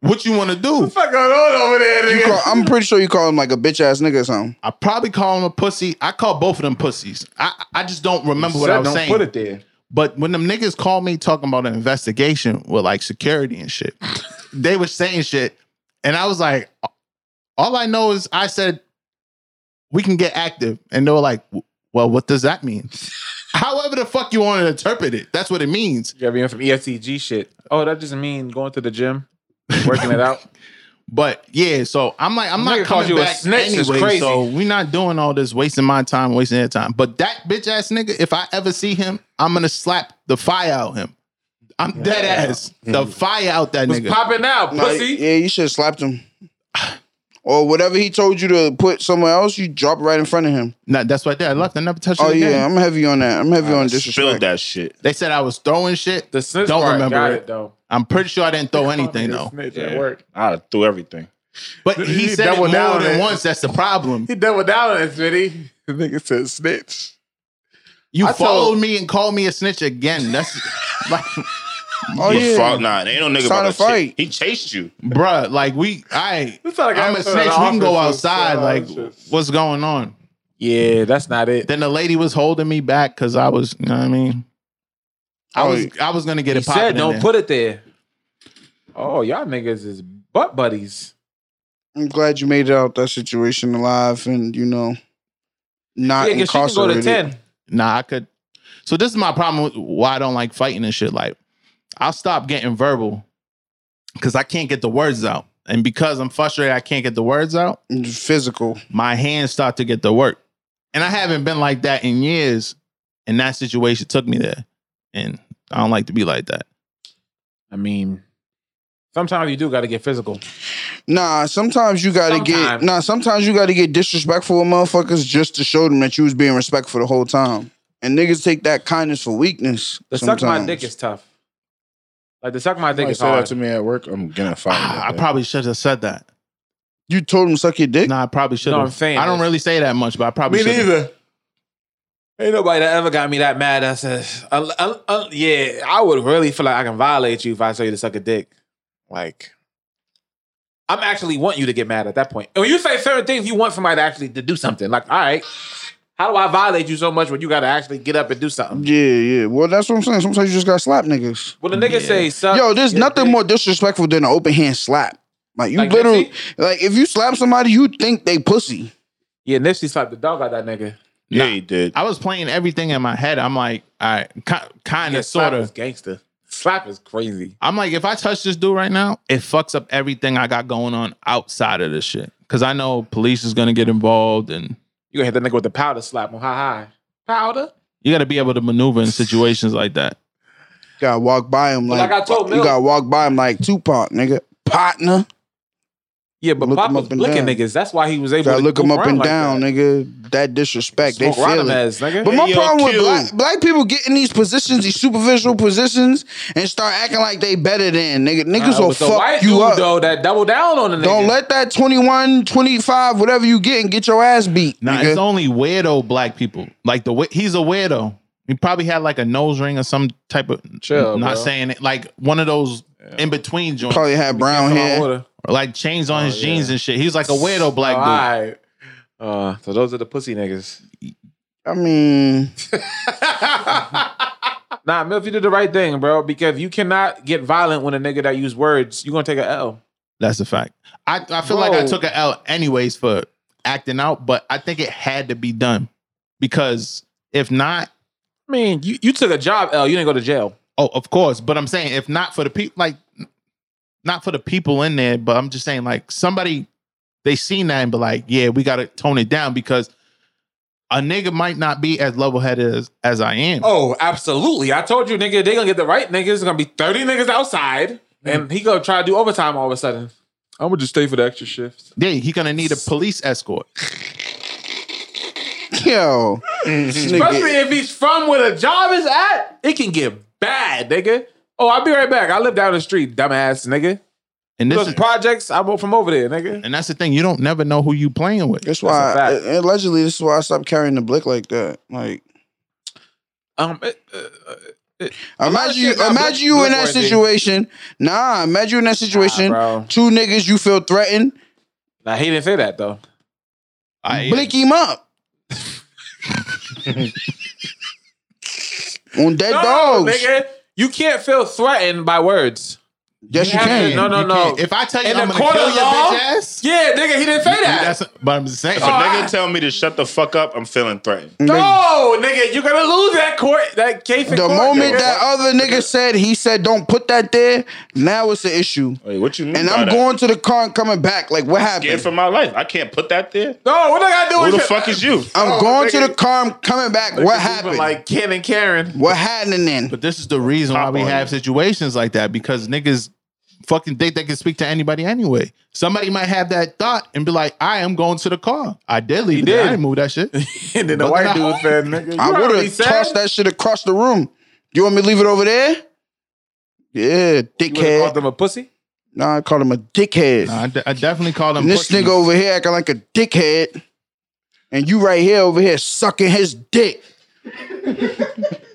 what you want to do?
What the fuck going on over there,
You
nigga?
call, I'm pretty sure you called him like a bitch ass nigga or something.
I probably call him a pussy. I call both of them pussies. I I just don't remember what I
Said
was
don't
saying.
put it there.
But when them niggas called me talking about an investigation with like security and shit, they were saying shit. And I was like, all I know is I said, we can get active. And they were like, well, what does that mean? *laughs* However the fuck you want to interpret it, that's what it means.
You gotta be on some E ESTG shit. Oh, that just mean going to the gym, working it out.
But yeah, so I'm like, I'm
Nigga
not
called
coming
you a
back
snitch is
anyway.
crazy.
So we're not doing all this, wasting my time, wasting their time. But that bitch ass nigga, if I ever see him, I'm gonna slap the fire out him. I'm dead ass. The fire out that
What's
*laughs* nigga.
popping now,
Nah,
pussy?
yeah, you should have slapped him. Or whatever he told you to put somewhere else, you drop right in front of him.
No, that's what I did. I left. I never touched it
Oh
again.
yeah, I'm heavy on that. I'm heavy on
Spilled
disrespect.
that shit.
They said I was throwing shit.
The snitch
Don't
part
remember
got
it.
it, though.
I'm pretty sure I didn't throw anything though.
Snitch
Yeah.
at work.
I threw everything.
But he
He
said it
doubled
more
down
than
it.
once. That's the problem.
He doubled down on *laughs* this, Smitty. The nigga said snitch.
You
I told-
followed me and called me a snitch
*laughs*
again. That's like,
Oh
You
yeah,
fought- nah, ain't no nigga
Start
about
a
to chase-
fight.
He chased you.
bruh, like we, I,
It's not like
I'm a
episode of
snitch. We
The
can go
Office.
outside.
Yeah,
Like,
it's just-
what's going on?
Yeah, that's not it.
Then the lady was holding me back because I was, you know what I mean? I
Oh,
was I was gonna get
He
it popping.
said
in
don't
there.
put it there. Oh, y'all niggas is butt buddies.
I'm glad you made it out that situation alive and you know not
Yeah, 'cause she can go to
incarcerated.
10.
Nah, I could. So this is my problem. With why I don't like fighting and shit. Like, I'll stop getting verbal because I can't get the words out, and because I'm frustrated, I can't get the words out.
Physical.
My hands start to get the work, and I haven't been like that in years. And that situation took me there, and I don't like to be like that.
I mean, sometimes you do got to get physical.
Nah, sometimes you gotta
Sometimes.
get nah. Sometimes you gotta get disrespectful with motherfuckers just to show them that you was being respectful the whole time. And niggas take that kindness for weakness.
The
sometimes.
suck my dick is tough. Like the suck my dick
Somebody
is
said that
hard.
to me at work. I'm gonna fight.
Ah,
Ah, I probably should have said that.
You told him suck your dick.
No, I probably should
No,
have.
I'm saying
I don't
this.
really say that much, but I probably
Me
should have.
neither. Ain't nobody that ever got me that mad. I said, uh, uh, uh, yeah, I would really feel like I can violate you if I tell you to suck a dick. Like, I'm actually want you to get mad at that point. And when you say certain things, you want somebody to actually to do something. Like, all right, how do I violate you so much when you got to actually get up and do something?
Yeah, yeah. Well, that's what I'm saying. Sometimes you just gotta slap niggas.
When the nigga say, suck,
Yo, there's
your
nothing
dick-
more disrespectful than an open hand slap. Like you
Like
literally,
Nipsey?
like if you slap somebody, you think they pussy.
Yeah, Nipsey slapped the dog out that nigga.
Yeah, he did.
I was playing everything in my head. I'm like, all right, kind
Yeah,
of, sort
slap
of.
is gangster. Slap is crazy.
I'm like, if I touch this dude right now, it fucks up everything I got going on outside of this shit. Cause I know police is gonna get involved and
You gonna hit that nigga with the powder slap on high high. Powder?
you gotta be able to maneuver in situations like that.
gotta walk by him like,
Like I told
you
Mel-
gotta walk by him like Tupac, nigga, partner.
Yeah, but
Look him
Pop was
up and
looking
down.
niggas. That's why he was able
Gotta
to
look
goof
him up
around
and
like
down,
that.
nigga. That disrespect, they
Smoke
feel
Rodham
it.
ass, nigga.
But my
Hey, yo,
problem with
Q.
black, black people get in these positions, these superficial positions, and start acting like they better than nigga. Niggas
Nah,
will
but the
fuck
white
you
dude,
up.
though that double down on the nigga.
Don't let that 21, 25, whatever you get, and get your ass beat.
Now
nigga.
it's only weirdo black people. Like the way he's a weirdo. He probably had like a nose ring or some type of
Chill,
not
bro.
saying it like one of those in between joints.
Probably had brown
Come on,
hair.
order.
Or like chains on his jeans and shit. He's like a weirdo black
Oh,
dude.
alright. Uh, so those are the pussy niggas.
I mean,
*laughs* Nah, Milf, you did the right thing, bro. Because you cannot get violent when a nigga that use words, you're gonna take a L.
That's a fact. I, I feel like I
Bro.
took an L anyways for acting out, but I think it had to be done because if not,
I mean, you, you took a job L, you didn't go to jail.
oh, of course. But I'm saying if not for the people, like not for the people in there, but I'm just saying like somebody they seen that and be like, yeah, we gotta tone it down because a nigga might not be as level headed as, as I am.
Oh, absolutely. I told you, nigga, they gonna get the right niggas. It's gonna be 30 niggas outside, and he gonna try to do overtime all of a sudden. I'm gonna just stay for the extra shift.
Yeah, he gonna need a police escort.
yo, this
Mm-hmm. Especially
nigga,
if he's from where the job is at, it can get bad, nigga. Oh, I'll be right back. I live down the street, dumbass nigga.
And this
Those
is,
projects, I work from over there, nigga.
and that's the thing, you don't never know who you playing with.
that's why.
That's a
allegedly, this is why I stopped carrying the blick like that. Like,
Um, it- uh, uh, lot of
imagine you,
shit not
imagine you in that
Blick-worthy.
situation. Nah, imagine you in that situation.
bro.
two niggas you feel threatened,
nah, he didn't say that though.
I-
blick him
*laughs*
up. On dead dogs.
nigga, you can't feel threatened by words.
Yes, you
have
can.
to- no, no,
You
no.
can't- If I tell you
In
I'm
the
gonna
court
kill
of
your
law,
bitch ass,
yeah, nigga, he didn't say that.
That's but I'm saying.
If a
Oh, I-
nigga tell me to shut the fuck up, I'm feeling threatened.
No, nigga, you're gonna lose that court, that case. in
The
court,
moment
nigga.
that other nigga said he said don't put that there, now it's an issue.
Wait, what you mean?
And
by
I'm
that?
going to the car and coming back. Like what
scared
happened?
for my life. I can't put that there.
no, what I gotta do
Who
is
the fuck *laughs* is you?
I'm
Oh,
going to
nigga.
the car and coming back. What happened?
Like Ken and Karen. *laughs*
what happening then?
but this is the reason why
Pop
we
on
have situations like that because niggas fucking think they can speak to anybody anyway. Somebody might have that thought and be like, "I am going to the car." I did leave.
He
it there. I
did.
didn't move that
*laughs*
shit.
And then the
But
white
then I-
dude said, nigga, you
I would
already
have
said-
tossed that shit across the room. You want me to leave it over there? Yeah,
You would've called
dickhead.
them a pussy?
Nah, I called him a dickhead.
I, de- I definitely called him.
And this
pussies.
nigga over here acting like a dickhead. And you right here over here sucking his dick.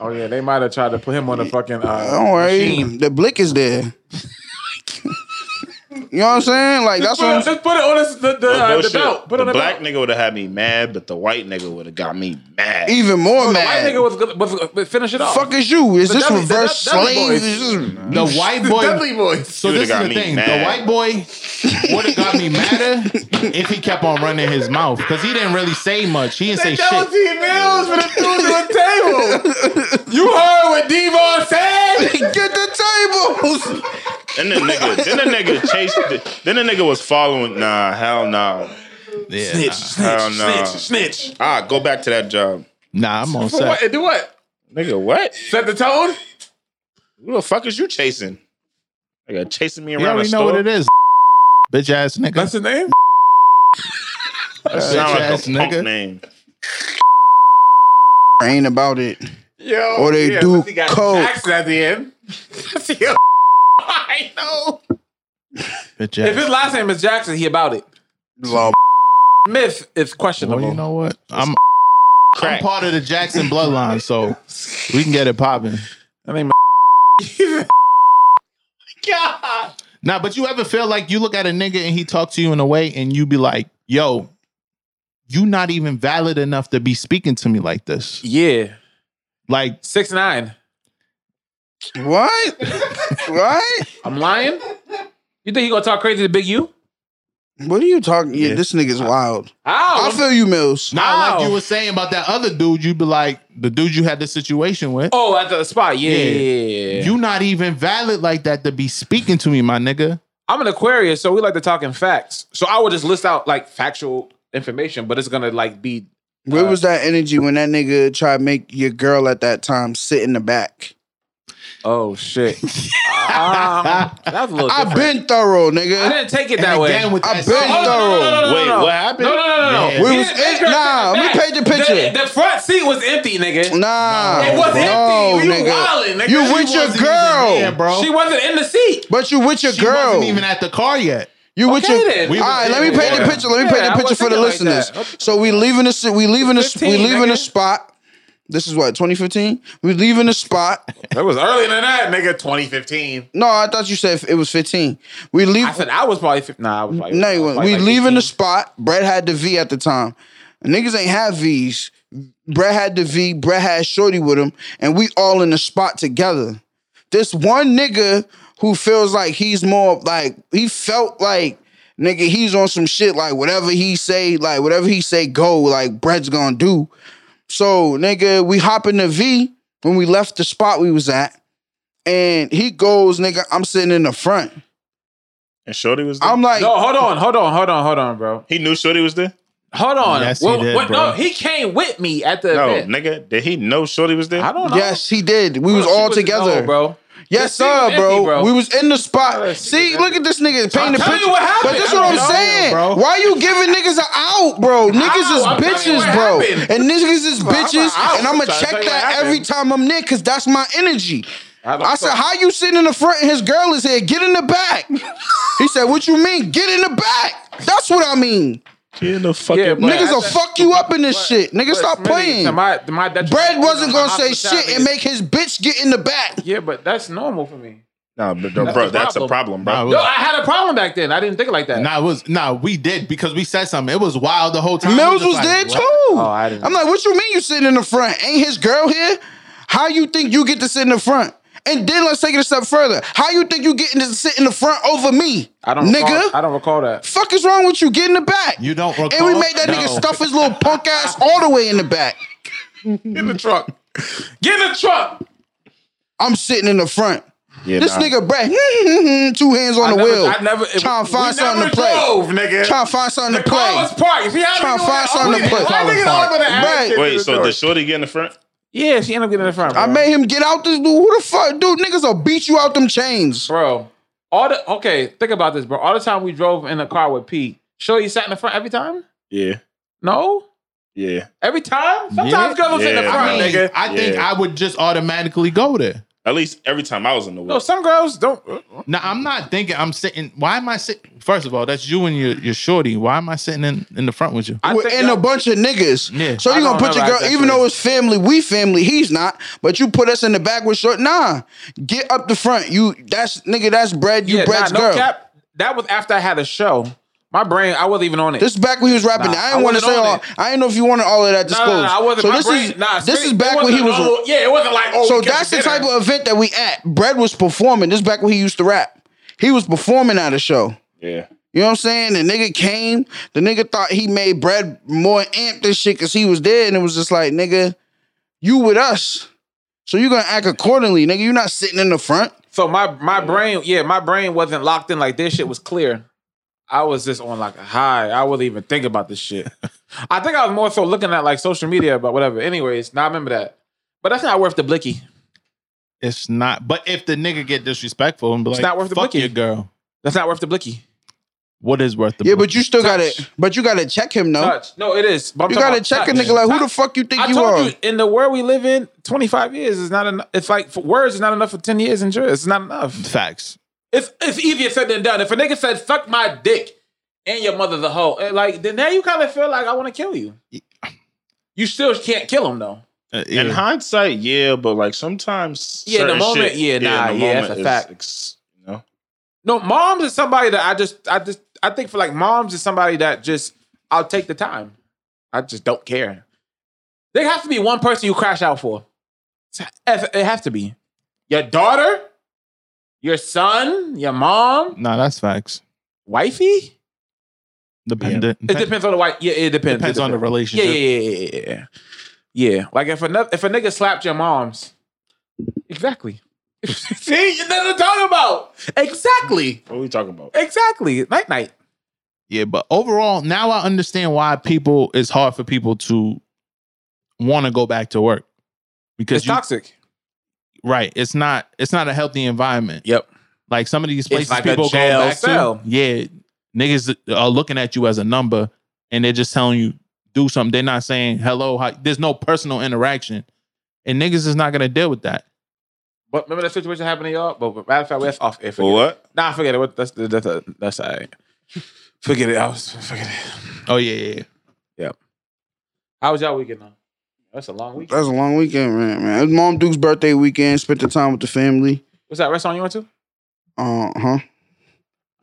Oh yeah, they might have tried to put him on a fucking uh,
Don't worry.
machine.
The blick is there. You know what I'm saying? Like that's
Just
what
put,
I'm
it- just put it on this- the, the,
Oh, No
uh, the
bullshit.
belt. Put it
the
on the
black
belt.
nigga would have had me mad, but the white nigga would have got me
*laughs*
mad.
even more
The white
mad.
nigga was, good- was, was finish it off.
Fuck is you? Is
The
this
Dudley- the
reverse
Dudley
slave?
boys.
Is this-
The white boy.
Dudley boys.
So
You
this is
would've
the
got me
thing.
mad.
The white boy would have got me madder if he kept on running his mouth because he didn't really say much. He didn't say shit.
Mills
*laughs*
for the dude to the table. You heard what Devon said?
Get the tables.
Then
*laughs*
the nigga, then the nigga chased. The, then the nigga was following. Nah, hell no.
Yeah,
Hell no.
snitch.
Ah, go back to that job.
nah, I'm on
For what?
set.
Do what?
Nigga, what?
Set the tone?
Who the fuck is you chasing? Nigga, chasing me
You
around the
already know
store.
what it is. Bitch ass nigga.
That's the name?
That sound like a
Bitch-ass
punk
nigga.
name.
ain't about it.
Yo,
Or they do
but he got
coke.
Jackson at the end. *laughs* Yo, *laughs* I know.
Bitch
If his
ass.
last name is Jackson, he about it.
Love.
Myth is questionable.
Well, you know what? I'm I'm
Crack.
part of the Jackson bloodline, so we can get it popping.
I mean,
Nah, but you ever feel like you look at a nigga and he talk to you in a way and you be like, yo, you not even valid enough to be speaking to me like
*laughs*
this.
yeah,
Like,
six nine. *laughs*
What? right?
I'm lying. You think he gonna talk crazy to Big U?
What are you talking? Yeah, this nigga's wild.
Ow!
I feel you, Mills.
nah,
Ow.
like you were saying about that other dude, you'd be like, the dude you had the situation with,
oh, at the spot. Yeah,
Yeah.
yeah, yeah.
you not even valid like that to be speaking to me, my nigga.
I'm an Aquarius, so we like to talk in facts. So I would just list out like factual information, but it's gonna like be
Where
Uh,
was that energy when that nigga tried to make your girl at that time sit in the back?
oh
*laughs*
shit. um, that's a little.
I've
Different.
been thorough,
I
nigga.
didn't take it
And
that way.
again with
I've
that
been
same-
Oh, no, no, no, no,
thorough.
no,
Wait,
no.
what happened?
No, no, no, no,
Yeah.
no.
We
He
was
didn't make
in-
her
nah,
sit
let me
back.
paint the picture.
The, the front seat was empty, nigga.
Nah.
It was
no,
empty. You
nigga.
wildin', nigga.
You
She
with your
wasn't even
girl.
there, bro.
She wasn't in the seat.
But you with your
She
girl.
wasn't even at the car yet.
You with
Okay,
your
then. We
all right?
was
Let me
there.
paint the
Yeah.
picture. Let me
Yeah,
paint
I
the picture
was
for the
thinking like
listeners.
that. Okay.
so we leaving the ci- we leaving the we
15,
leaving the
nigga.
spot. This is what 2015. We leaving the spot.
It was earlier than that, nigga. 2015.
No, I thought you said it was 15. We leave.
I said I was probably. 15. Nah, I was probably.
No,
I
you
was
wasn't.
probably
We
like
leaving
18.
the spot. Brett had the V at the time. Niggas ain't have V's. Brett had the V. Brett had Shorty with him, and we all in the spot together. This one nigga who feels like he's more like he felt like nigga he's on some shit like whatever he say like whatever he say go like Brett's gonna do. So nigga, we hop in the V when we left the spot we was at, and he goes nigga I'm sitting in the front.
And Shorty was there.
I'm like
No, hold on, hold on, hold on, hold on, bro.
he knew Shorty was there.
Hold on.
Yes, he did,
No,
bro.
he came with me at the
No,
event.
nigga, did he know Shorty was there?
I don't know.
Yes, he did. We
Bro,
was
she
all
no,
together,
bro.
Yes,
The seat
sir,
was
bro.
empty, bro.
We was in the spot.
Yeah, the seat
See,
was
look at this nigga
I'm
painting the
telling you
picture.
what happened.
But that's
I
what I'm
don't
saying.
know, bro.
Why you giving niggas an out, bro? Niggas is
I'm telling you
bitches,
what
bro.
happened.
And niggas is
I'm
bitches.
a out.
and I'ma
I'm trying to tell
check
you what
that
happened.
every time I'm near, cause that's my energy.
don't
I said,
fuck-
how you sitting in the front and his girl is here? Get in the back. he said, what you mean? Get in the back. That's what I mean.
He in the fucking
Yeah, but-
Niggas
I
will
said-
fuck you up in this shit. Niggas
But
stop
Smitty,
playing.
To my, to my detriment,
Brad
you know,
wasn't
my
gonna say
hospitality
shit and
is-
make his bitch get in the back.
Yeah, but that's normal for me.
Nah, but, no, bro,
the
that's a
problem.
problem, bro.
Nah,
No, I had a problem back then. I didn't think like that.
Nah, it was nah, we did because we said something. It was wild the whole time. We
Mills
just
was
like,
there
what?
too.
Oh, I didn't
I'm like, what you mean you sitting in the front? Ain't his girl here? How you think you get to sit in the front? And then let's take it a step further. How you think you getting to sit in the front over me?
I don't.
nigga.
Recall, I don't recall that.
Fuck is wrong with you? Get in the back.
You don't recall.
and we made that nigga
No.
stuff his little punk ass all the way in the back.
Get in the truck. Get in the truck.
I'm sitting in the front.
Yeah,
This
nah.
nigga Brad, *laughs* two hands on
I
the
never,
wheel.
I never. it-
trying to
we
find something
never
to play.
Drove, nigga.
Trying to find
the
something to
car
play.
was parked. See how
Trying to
nigga
find
went-
something to
we-
play.
Why niggas all over the
Right.
ass?
Wait, so did Shorty get in the front?
yeah, she ended up getting in the front.
I
bro.
made him get out this dude. Who the fuck, dude? Niggas will beat you out them chains.
bro. All the okay, think about this, bro. All the time we drove in the car with Pete, sure you sat in the front every time?
Yeah,
No,
yeah.
every time. Sometimes
Yeah.
girls sit in the
Yeah,
front,
I, mean,
nigga.
I think
Yeah.
I would just automatically go there.
At least every time I was in the
No,
way.
some girls don't.
Now I'm not thinking I'm sitting. Why am I sitting? First of all, that's you and your, your shorty. Why am I sitting in, in the front with you?
I
We're
think
in a
that-
bunch of niggas.
Yeah.
So
I
you gonna
don't
put your
know
girl,
about that
even though
shit.
it's family, we family, he's not. But you put us in the back with short. Nah, get up the front. You that's nigga, that's bread. You
yeah,
bread's
nah, no
girl.
cap. that was after I had a show. My brain, I wasn't even on it.
This is back when he was rapping.
Nah,
I
I
didn't want to
wasn't
say
on
all.
it.
I didn't know if you wanted all of that
no, no,
disclosed.
no, I wasn't.
So
my
this
brain,
is
nah,
this
straight-
is
it
back when he
wasn't
was.
all- yeah, it wasn't like. Oh,
so
we got
that's the
together.
type of event that we at. Bread was performing. This is back when he used to rap. He was performing at a show.
Yeah.
You know what I'm saying? The nigga came. The nigga thought he made bread more amped and shit because he was there, and it was just like, nigga, you with us, so you gonna act accordingly, nigga. You're not sitting in the front.
So my my brain, yeah, my brain wasn't locked in. Like this shit was clear. I was just on like a high. I wasn't even thinking about
*laughs*
this shit. I think I was more so looking at like social media, but whatever. Anyways, now I remember that. But that's not worth the blicky.
It's not. But if the nigga get disrespectful and be
It's
like,
not worth the
fuck
blicky."
your girl.
That's not worth the blicky.
What is worth the
yeah,
blicky?
but you still got to But you gotta check him though.
Touch. No, it is. But I'm
You
talking
gotta
about
check a
touch.
nigga like who the
Touch.
fuck you think
I
you
told
are.
you in the world we live in, 25 years is not enough. It's like for words is not enough for 10 years in jail. It's not enough.
Facts.
It's it's easier said than done. If a nigga said suck my dick and your mother's a hoe, eh, like then now you kind of feel like I want to kill you. You still can't kill him though.
Uh,
In
yeah.
hindsight, yeah, but like sometimes,
Yeah, in the
certain
moment,
shit-
yeah, nah,
in the
yeah, that's
moment
a
is-
fact.
it's- you know,
No, moms is somebody that I just I just I think for like moms is somebody that just I'll take the time. I just don't care. There has to be one person you crash out for. It has to be your daughter, your son, your mom,
Nah, that's facts.
wifey.
Dependent.
It depends on the wife. Yeah, it depends.
Depends
It
on the
Yeah,
relationship.
yeah, yeah, yeah, yeah, yeah. Yeah, like if a nu- if a nigga slapped your moms, exactly. *laughs* See, you know what I'm talking about. Exactly,
what are we talking about?
exactly. Night, night.
Yeah, but overall, now I understand why people it's hard for people to want to go back to work because
It's
you,
toxic.
right, it's not it's not a healthy environment.
Yep.
Like some of these places
like a
people go
jail
back
cell.
to, yeah, niggas are looking at you as a number and they're just telling you do something. They're not saying hello. Hi. There's no personal interaction, and niggas is not gonna deal with that.
But remember that situation happened to y'all? But matter of fact, that's off air.
For
Forget it.
what?
Nah, forget it. What, that's that's that's, that's all right. Forget it. I was forget it.
Oh yeah, yeah, yeah.
How was y'all weekend? Though? That's a long week.
That was a long weekend, man. Man, it was Mom Duke's birthday weekend. Spent the time with the family.
What's that restaurant you went to?
Uh huh.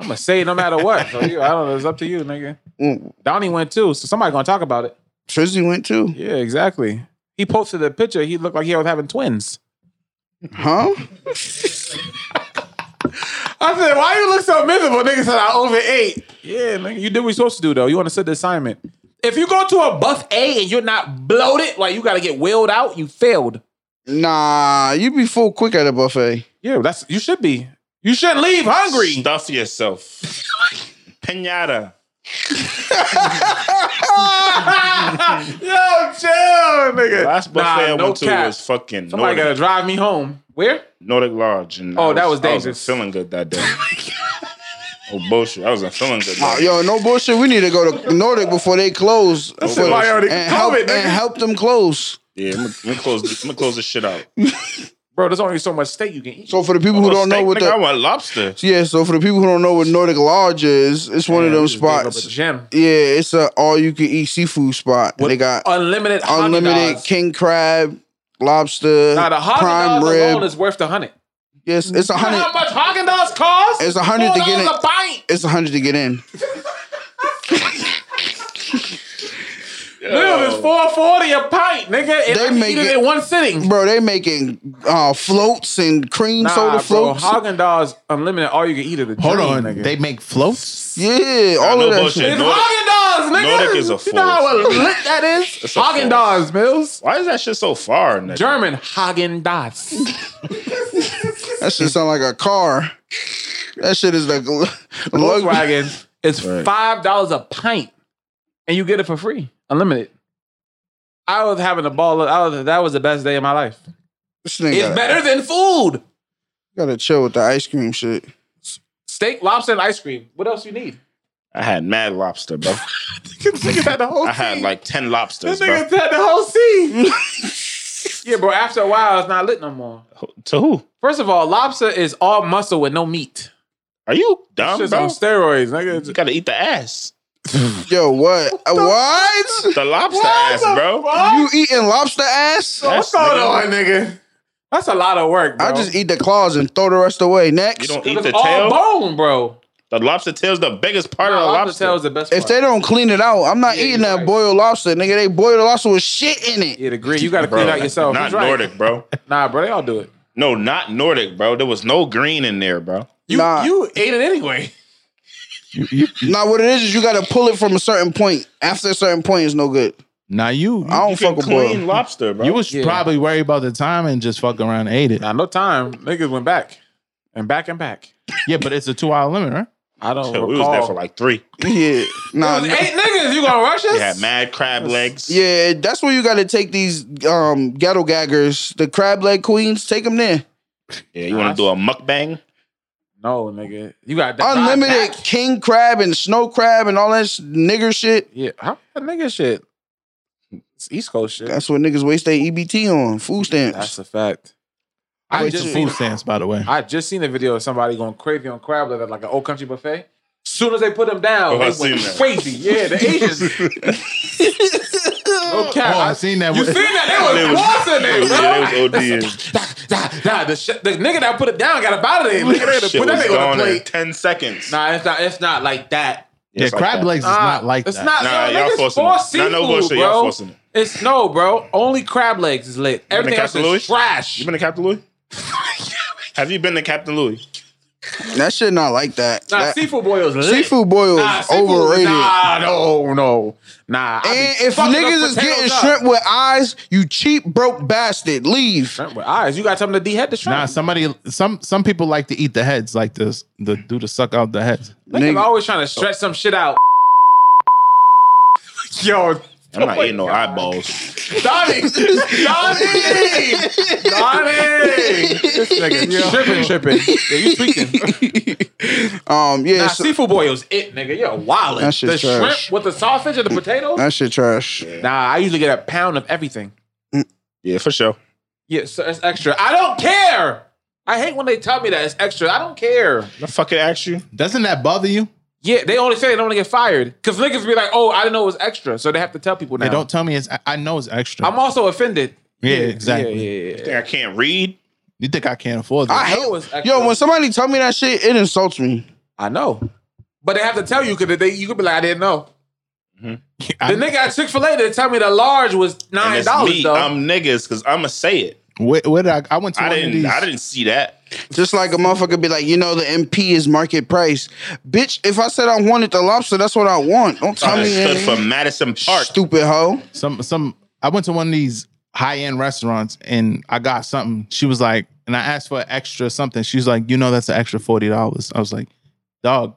I'm gonna say it no matter what. So you, I don't know. It's up to you, nigga.
Mm,
Donnie went too, so somebody gonna talk about it.
Trizzy went too.
Yeah, exactly. He posted a picture. He looked like he was having twins.
Huh?
I said, "Why you look so miserable?" Nigga said, "I overate." Yeah, nigga, you did what you supposed to do though. You understood the assignment. If you go to a buffet and you're not bloated, like you got to get willed out, you failed.
Nah, you be full quick at a buffet.
Yeah, that's you should be. You shouldn't leave hungry.
Stuff yourself. Pinata.
*laughs* Yo, chill, nigga.
Last buffet
nah,
I
no
went to
cap.
was fucking
Somebody
Nordic,
gotta drive me home. Where?
Nordic Lodge. And I
Oh, that was
I
dangerous.
feeling good that
*laughs*
day. oh bullshit! I wasn't feeling good.
Nah,
that day.
Uh, yo, no bullshit. We need to go to Nordic before they close.
said
For-
why
already
and, help,
COVID,
and
nigga.
help them close.
Yeah, I'm gonna- I'm gonna close. I'm gonna close this
*laughs*
shit out.
Bro, there's only so much steak you can eat.
So for the people who don't know
Steak,
what
nigga, I
the
want lobster.
yeah, so for the people who don't know what Nordic Lodge is, it's one of
Man,
them
we just gave up a
spots.
gym.
Yeah, it's a all you can eat seafood spot.
With
they got
unlimited hot
unlimited
dogs.
king crab, lobster,
Now the Haagen
prime
Dazs alone
rib.
is worth the hundred.
yes, it's a
You know
hundred.
how much Haagen Dazs cost?
It's a hundred to get
$4
in.
a pint.
It's a hundred to get in.
Live is four forty a pint, nigga. And
They
they I can
make
eat it,
it-
in one sitting.
Bro, they making uh, floats and cream soda
Nah, bro.
floats.
Haagen Dazs unlimited. All you can eat at the
Hold
dream,
on,
nigga.
they make floats.
yeah, all
no
of that
bullshit.
shit.
It's
Nordic-
Haagen Dazs, nigga.
Nordic is a
You know how
force.
lit that is? *laughs*
It's a
Haagen Dazs, Mills.
Why is that shit so far? Nigga?
German Haagen Dazs.
That shit sound like a car. That shit is like l- lug-
Volkswagen is five dollars a pint, and you get it for free, unlimited. I was having a ball. I was, that was the best day of my life.
This nigga
It's
gotta,
better than food.
gotta chill with the ice cream shit.
Steak, lobster, and ice cream. What else you need?
I had mad
*laughs*
lobster, bro.
This nigga had the whole
I had like ten lobsters,
This
bro.
nigga had the whole scene.
*laughs*
yeah, bro. After a while, it's not lit no more.
To who?
First of all, lobster is all muscle with no meat.
Are you
It's
dumb,
just
bro?
on steroids, nigga.
you gotta eat the ass.
Yo, what? Uh, what?
The lobster ass, bro.
You eating lobster ass?
That's, nigga,
nigga? That's a lot of work, bro.
I just eat the claws and throw the rest away. Next.
You don't
Cause
eat
it's
the
all
tail.
bone, bro.
The lobster tail's the biggest part of the lobster.
tail is the best.
If they don't clean it out, I'm not eating that boiled lobster, nigga. They boiled the lobster with shit in it.
Yeah, the green. You got to
Bro,
clean out yourself.
Not
He's right.
Nordic, bro.
Nah, bro, they all do it.
No, not Nordic, bro. There was no green in there, bro.
You
Nah.
you ate it anyway.
Nah, what it is is you got to pull it from a certain point. After a certain point, it's no good.
Now you,
I don't
You
fuck
can
with
clean
boiled.
lobster, bro.
you was
Yeah.
probably worried about the time and just fuck around and ate it.
Nah, no time. Niggas went back and back and back.
Yeah, but it's a two hour limit, right?
I don't
Shit,
recall.
we was there for like three.
Yeah, nah.
It was eight niggas. You gonna rush us?
We had mad crab legs.
Yeah, that's where you got to take these um, ghetto gaggers, the crab leg queens. Take them there.
Yeah, you want to do a mukbang?
No, nigga. You got that
Unlimited king crab and snow crab and all that sh- nigger shit.
Yeah, how that nigga shit. It's East Coast shit.
That's what niggas waste their EBT on food stamps.
That's a fact.
I
Wait,
just
you-
food stamps, by the way.
I just seen a video of somebody going crazy on crab leg at like an old country buffet. Soon as they put them down,
Oh, I
they went
seen that.
crazy. Yeah, the Asians.
*laughs*
*laughs*
no cap.
Oh, I
I-
seen that.
You
with-
seen that? They
It
was
was-
flossing it, bro.
Yeah, it was OD.
Nah, nah, nah, the, sh- the nigga that put it down got a body there. Look at that.
Shit
Put that
was
nigga on
gone
the
in
plate.
ten seconds.
Nah, it's not. It's not like that.
yeah,
It's like
crab
that.
legs is
Nah,
not like
Ah, it's
that.
not.
Nah,
yo,
y'all
niggas
forcing
force
it. Nah, no
seafood,
bullshit, y'all
bro.
forcing it.
It's no, bro. Only crab legs is lit.
been to
Everything else
Captain Louis?
is trash.
You been to Captain *laughs* Louis? Have you been to Captain Louis?
That shit not like that.
Nah,
That-
seafood boils lit.
seafood boils
Nah, seafood-
overrated.
Nah, no, no, nah. I be
And if
fucking
niggas
up
is getting
potatoes up.
shrimp with eyes, you cheap broke bastard, leave.
shrimp with eyes, you got something to dehead the shrimp.
Nah, somebody, some some people like to eat the heads, like this, the do to suck out the heads.
Niggas
Nigga.
always trying to stretch some shit out. *laughs* Yo,
I'm not eating no
God.
eyeballs.
Donnie, Donnie, Donnie.
*laughs*
This nigga tripping, tripping. Yeah, you tweaking.
Um, yeah,
Nah,
so-
seafood boils it, nigga. You're wild. The
That shit's trash.
shrimp with the sausage and the potatoes.
that shit trash.
Nah, I usually get a pound of everything.
Yeah, for sure.
Yeah, so it's extra. I don't care. I hate when they tell me that it's extra. I don't care.
I fucking asked you.
Doesn't that bother you?
Yeah, they only say they don't want to get fired because niggas be like, "Oh, I didn't know it was extra," so they have to tell people now.
They don't tell me it's. I- I know it's extra.
I'm also offended.
yeah, exactly.
Yeah, yeah, yeah.
Think I can't read?
You think I can't afford
I
that?
hate.
it was extra.
Yo, when somebody tell me that shit, it insults me.
I know, but they have to tell you because they you could be like, "I didn't know."
Mm-hmm. *laughs* I-
the nigga at Chick Fil A they tell me the large was
And
nine
it's
dollars
me.
though.
I'm niggas because I'ma say it.
Where, where did I? I went to
I
one of
didn't.
these.
I didn't see that.
Just like a motherfucker be like, you know, the MP is market price, bitch. If I said I wanted the lobster, that's what I want. Don't tell
I
me
stood
any-
for Madison Park.
stupid hoe.
some some. I went to one of these high end restaurants and I got something. She was like, and I asked for extra something. She was like, you know, that's an extra forty dollars. I was like, dog,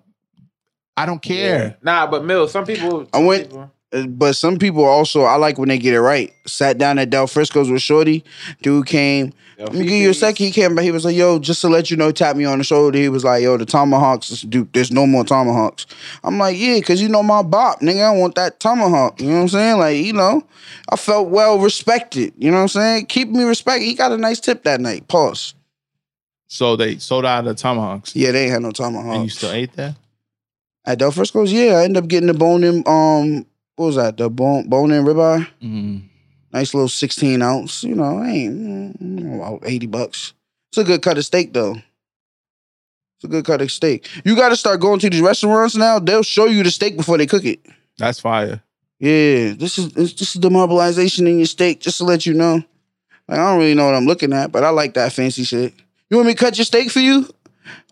I don't care.
nah, but Mill, some people.
I went- Uh, But some people also, I like when they get it right. Sat down at Del Frisco's with Shorty. Dude came. Let me give you a sec. He came, but he was like, "Yo, just to let you know, tap me on the shoulder." He was like, "Yo, the tomahawks, is- dude. There's no more tomahawks." I'm like, "Yeah, cause you know my bop, nigga. I want that tomahawk." You know what I'm saying? Like, you know, I felt well respected. You know what I'm saying? Keep me respected. He got a nice tip that night. Pause.
So they sold out the tomahawks,
Yeah, they ain't had no
and you
tomahawks
still ate that.
at Del Frisco's. Yeah, I ended up getting the bone in. Um, what was that? The bone bone in ribeye.
Mm.
Nice little 16 ounce, you know, ain't you know, about 80 bucks. It's a good cut of steak though. It's a good cut of steak. You gotta start going to these restaurants now. They'll show you the steak before they cook it.
That's fire.
Yeah, this is this this is the marbleization in your steak, just to let you know. Like I don't really know what I'm looking at, but I like that fancy shit. You want me to cut your steak for you?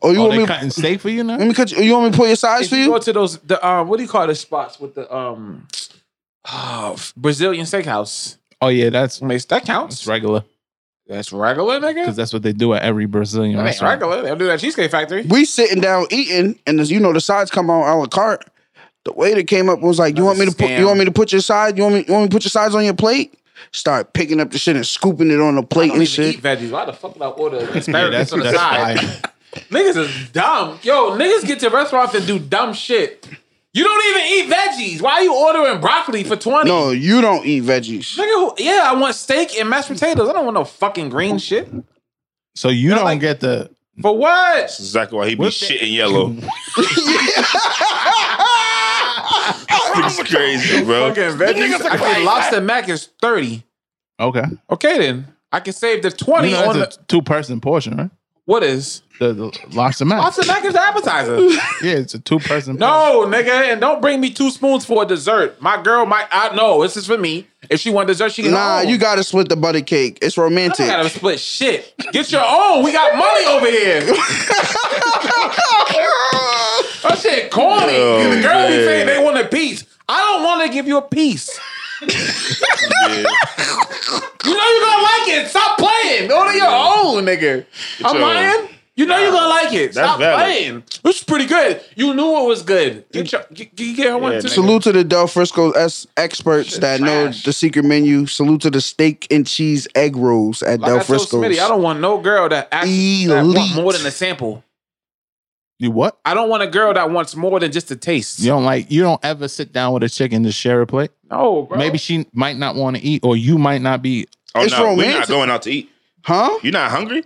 Or you
You oh,
want
they
me
cutting steak for you
let
now?
me cut you, you want me to pull your size
If
for
you,
you?
go to those, the um, what do you call the spots with the um, *sighs* oh, Brazilian steakhouse?
Oh yeah, that's
I mean, that counts.
that's regular
That's regular,
because
nigga.
that's what they do at every Brazilian
That ain't
restaurant.
regular. They'll do that Cheesecake Factory.
we sitting down eating, and as you know, the sides come on our cart. The waiter came up and was like, "You want me to put?
scam.
You want me to put your sides? You want me? You want me to put your sides on your plate?" Start picking up the shit and scooping it on the
I
plate
don't
and
even
shit.
eat veggies. Why the fuck would I
*laughs*
order
Yeah,
asparagus
that's
on the
that's
side?
fire.
Niggas is dumb. Yo, niggas get to restaurants and do dumb shit. You don't even eat veggies. Why are you ordering broccoli for 20?
No, you don't eat veggies.
Nigga, who, yeah, I want steak and mashed potatoes. I don't want no fucking green shit.
So you don't
like-
get the
For what?
That's exactly why he be shitting *laughs* yellow. It's *laughs* crazy, bro.
Fucking veggies. I think lobster mac is 30.
okay.
Okay, then. I can save the 20
You know,
on the.
that's a two person portion, right?
What is?
The, the lobster mac.
Lobster mac is the appetizer.
Yeah, it's a two person.
No, nigga, and don't bring me two spoons for a dessert. My girl might. I know this is for me. If she want dessert, she can.
Nah,
own.
you gotta split the butter cake. It's
I
romantic.
gotta split shit. Get your own. We got money over here. that shit corny.
Oh,
the girls be
man.
saying they want a piece. I don't want to give you a piece. You know you're gonna like it. Stop playing. Order your own, nigga. I'm
your
lying. You know you're gonna like it.
That's
Stop
valid.
playing. This is pretty good. You knew it was good. You, ch- you, you get her one
Yeah,
too.
nigga.
Salute to the Del Frisco S experts that know
trash.
the secret menu. Salute to the steak and cheese egg rolls at
Like
Del
I told
Frisco's.
Smitty, I don't want no girl that actually that want
Elite.
more than a sample.
You what?
I don't want a girl that wants more than just a taste.
You don't like. You don't ever sit down with a chick and just share a plate.
No, bro.
Maybe she might not want to eat, or you might not be.
Oh
It's
no, we're
romantic.
not going out to eat.
huh?
You not hungry?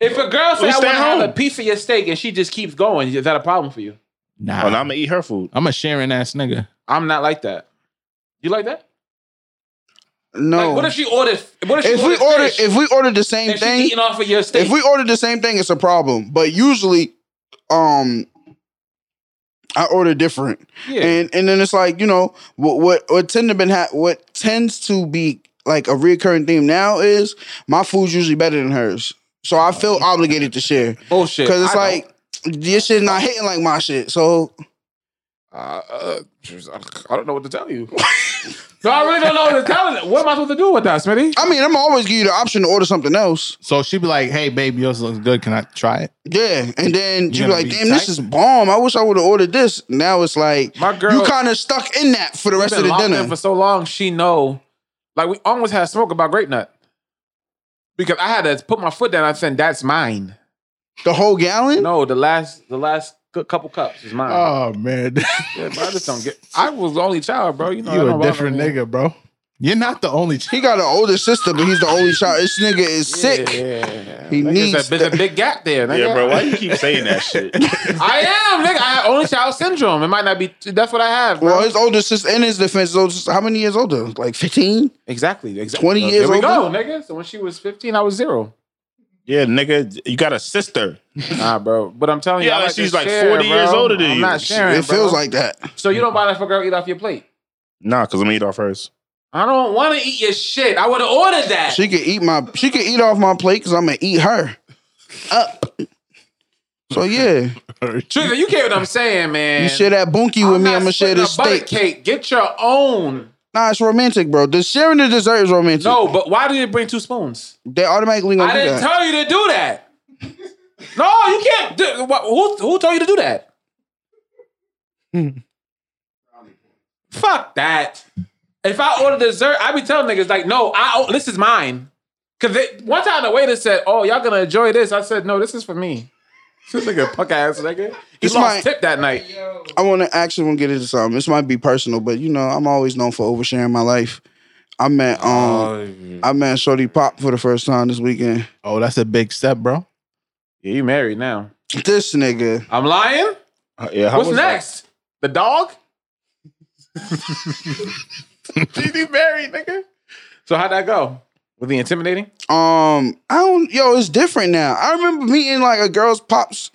If a girl
We
says I
stay
want to have
home.
a piece of your steak and she just keeps going, is that a problem for you?
Nah,
Oh, no, I'm gonna eat her food.
I'm a sharing ass nigga.
I'm not like that. You like that?
No.
Like, what if she ordered? What if, she
if we
ordered
order
fish
if we order the same
and she's
thing,
eating off of your steak?
if we order the same thing, it's a problem. But usually, um, I order different,
Yeah.
and and then it's like you know what what what tend to been ha- what tends to be like a reoccurring theme now is my food's usually better than hers, so I feel obligated to share
Bullshit.
because it's
I
like. This shit not hitting like my shit, so
don't- I don't know what to tell you. no, I really don't know what to tell you. What am I supposed to do with that, Smitty?
I mean, I'm always give you the option to order something else.
So she'd be like, "Hey, babe, yours looks good. Can I try it?"
Yeah, and then you
gotta
be like,
be
damn, this
tight.
is bomb. I wish I would have ordered this. Now it's like
My girl-
you kind of stuck in that for the rest of
been
the
locked
dinner.
in for so long, she know. Like we almost had smoke about grape nut because I had to put my foot down. I said, "That's mine."
The whole gallon?
No, the last, the last cou- couple cups is mine.
Oh *laughs* man,
Yeah, bro, I just don't get. I was the only child, bro. You know, I
you
don't
a
bother
different
me.
nigga, bro. You're not the only chick.
He got an older sister, but he's the only child. This nigga is sick.
Yeah,
He
Nigga,
needs
there's, a, there's a big gap there. Nigga.
Yeah, bro. Why you keep saying that shit?
I am, nigga. I have only child syndrome. It might not be. That's what I have. Bro.
Well, his older sister, in his defense, his older sister, how many years older? Like 15?
exactly. Exactly.
20 years
There we go,
older?
nigga. So when she was 15, I was zero.
*laughs* Yeah, nigga, you got a sister.
Nah, bro. But I'm telling you,
Yeah,
I
like
like to
she's like
share,
40 years
bro.
older than
I'm
you.
Not
It
sharing,
it feels
bro.
like that.
So you don't mind if a girl eat off your plate?
Nah, cause I'm gonna eat off hers.
I don't want to eat your shit. I would have ordered that.
She could eat my she could eat off my plate because I'm gonna eat her. Up. So yeah.
Trigger, you get what I'm saying, man.
You share that bunkie with me, I'm gonna share this
butter
steak.
cake. Get your own.
Nah, it's romantic, bro. The sharing the dessert is romantic.
No, but why did it bring two spoons?
They automatically gonna
I
do
didn't
that.
tell you to do that. No, you can't. Do, wha- who who told you to do that? *laughs* Fuck that. If I order dessert, I be telling niggas like, no, I o- this is mine. Cause they, one time the waiter said, "Oh, y'all gonna enjoy this." I said, "No, this is for me." This nigga punk ass nigga. He
This
lost
might-
tip that night.
I want to actually want to get into something. This might be personal, but you know, I'm always known for oversharing my life. I met um I met Shorty Pop for the first time this weekend.
Oh, that's a big step, bro.
Yeah, you married now.
This nigga,
I'm lying.
Uh, yeah, how
What's
was that?
next? The dog? She's married, nigga. So how'd that go? Was he intimidating?
um, I don't yo, it's different now. I remember meeting like a girl's pops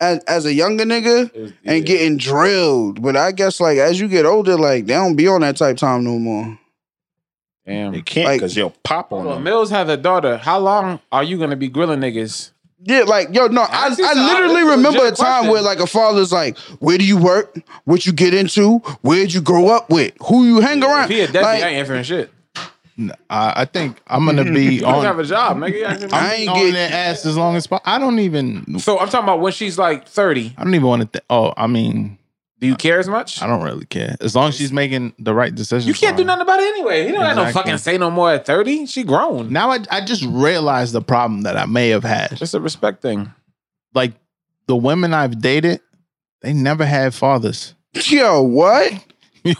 as as a younger nigga and getting drilled, but I guess like as you get older, like they don't be on that type time no more.
You
Damn.
can't
Like-
cause you'll pop on
Well,
them.
Mills has a daughter. How long are you gonna be grilling niggas?
Yeah, like yo, no, I,
Actually,
I
it's a-
literally
it's a
remember a
legit
time
question.
where like a father's like, "Where do you work? What you get into? Where'd you grow up with? Who you hang around?"
If he a deadbeat,
Like,
I ain't answering shit.
I, I think I'm gonna
*laughs*
be
You don't
on.
have a job, nigga. You actually-
I ain't
on
get-
their ass as long as po- I don't even.
so I'm talking about when she's like 30.
I don't even want to. Th- oh, I mean,
Do you care as much?
I don't really care as long as she's making the right decision.
You can't do nothing about it anyway. He don't have no
Exactly.
fucking say no more at 30. She grown.
Now I, I just realized the problem that I may have had.
Just a respect thing.
Like the women I've dated, they never had fathers.
yo, what?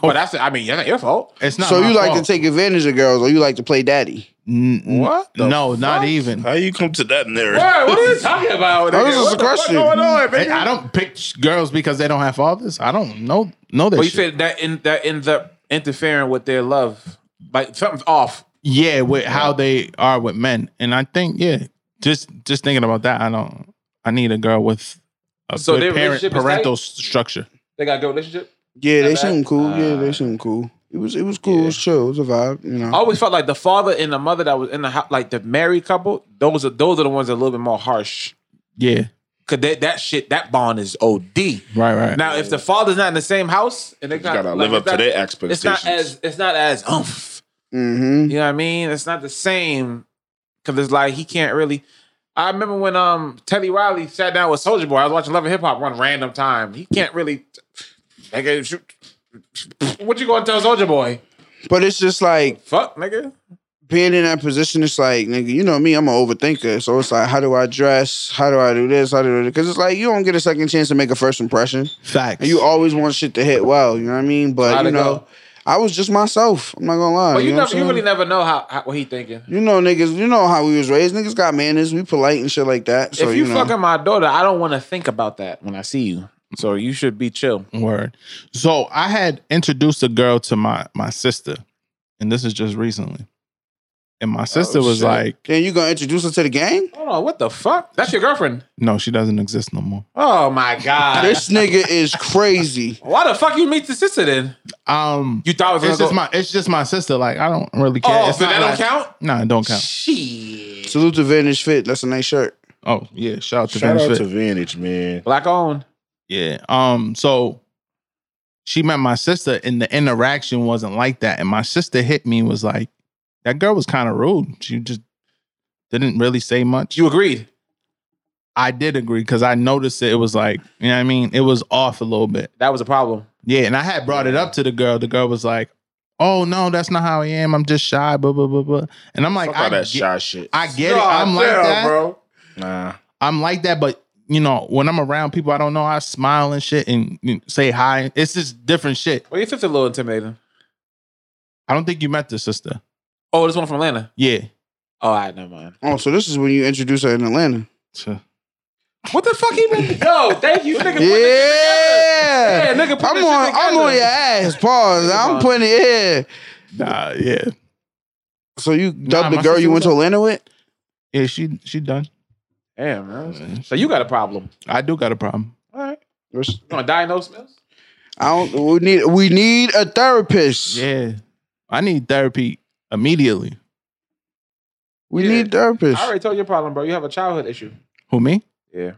But that's I mean, that's not your fault.
It's not
so
my
you like
fault.
to take advantage of girls, or you like to play daddy?
N- n-
What the
No, not
fuck?
even.
How you come to that narrative?
Word, what are you talking about?
This
nigga?
is
What
a
the fuck
question.
going on,
Hey,
nigga?
I don't pick girls because they don't have fathers. I don't know know that.
But Oh, you
shit.
said that in, that ends up interfering with their love. Like something's off.
yeah, with how they are with men, and I think yeah, just just thinking about that, I don't. I need a girl with a
So their
good parent,
relationship is
parental
tight?
s- structure.
They got a good relationship.
Yeah, they
Not bad.
seemed cool. yeah, they seemed cool. It was it was cool. It was chill. It was a vibe. You know.
I always felt like the father and the mother that was in the house, like the married couple, those are those are the ones that are a little bit more harsh.
Yeah,
Cause that, that shit, that bond is OD.
right, right.
Now, if the father's not in the same house and they
You gotta live up to their expectations.
It's not as it's not as oomph.
Mm-hmm.
You know what I mean? It's not the same because it's like he can't really. I remember when um Teddy Riley sat down with Soldier Boy. I was watching Love and Hip Hop one random time. He can't really. Nigga, shoot. What you gonna tell Soldier Boy?
But it's just like
Fuck, nigga.
being in that position, it's like, nigga, you know me, I'm an overthinker. So it's like, how do I dress? How do I do this? How do I do Because it's like, you don't get a second chance to make a first impression.
Facts.
And you always want shit to hit well, you know what I mean? But,
How'd
you
it
know,
go?
I was just myself. I'm not going to lie.
But you
Oh, know what
never, you
I'm
really
saying?
never know how, how what he thinking.
You know, niggas, you know how we was raised. Niggas got manners. We polite and shit like that. So,
if you,
know.
fucking my daughter, I don't want to think about that when I see you. So you should be chill.
Word. So I had introduced a girl to my my sister, and this is just recently. And my sister was
Oh, shit.
like,
Then you going to introduce her to the gang?
Hold on, what the fuck? That's your girlfriend.
"No, she doesn't exist no more."
Oh my god.
This nigga is crazy.
Why the fuck you meet the sister then?
Um,
You thought it was gonna
it's just
go-
my it's just my sister. Like I don't really care.
Oh,
It's
so
not
that
like-
don't count?
Nah, it don't count.
Shit.
Salute to Vintage Fit. That's a nice shirt.
Oh yeah, shout out to
Shout
Venice Fit.
out to Vantage, man.
Black on.
Yeah. Um. So she met my sister, and the interaction wasn't like that. And my sister hit me and was like, "That girl was kind of rude. She just didn't really say much."
You agreed.
I did agree because I noticed it. It was like, you know what I mean? It was off a little bit.
That was a problem.
Yeah. And I had brought it up to the girl. The girl was like, oh, no, that's not how I am. I'm just shy, blah, blah, blah, blah. And I'm like,
Fuck
I
all that
get,
shy shit.
I get it. I'm like that.
bro.
nah.
I'm like that. But, you know, when I'm around people I don't know, I smile and shit and you know, say hi. It's just different shit.
Well, your sister a little intimidating.
I don't think you met the sister.
Oh, this one from Atlanta.
Yeah.
Oh, all right, never mind.
Oh, so this is when you introduce her in Atlanta.
What the fuck he meant? Yo, thank you, nigga. put this-
Yeah.
Yeah, nigga, put
I'm
this shit
on. I'm
together.
on your ass. Pause. I'm putting it here.
Nah, yeah.
So you dubbed
my
the girl
sister
you
was
went to
up.
Atlanta with?
Yeah, she she done.
Damn, man. So you got a problem.
I do got a problem.
All right.
Where's-
You want to diagnose Mills?
I don't. We need. We need a therapist.
Yeah. I need therapy immediately.
We
Yeah.
need therapists.
I already told you your problem, bro. You have a childhood issue.
Who me?
Yeah.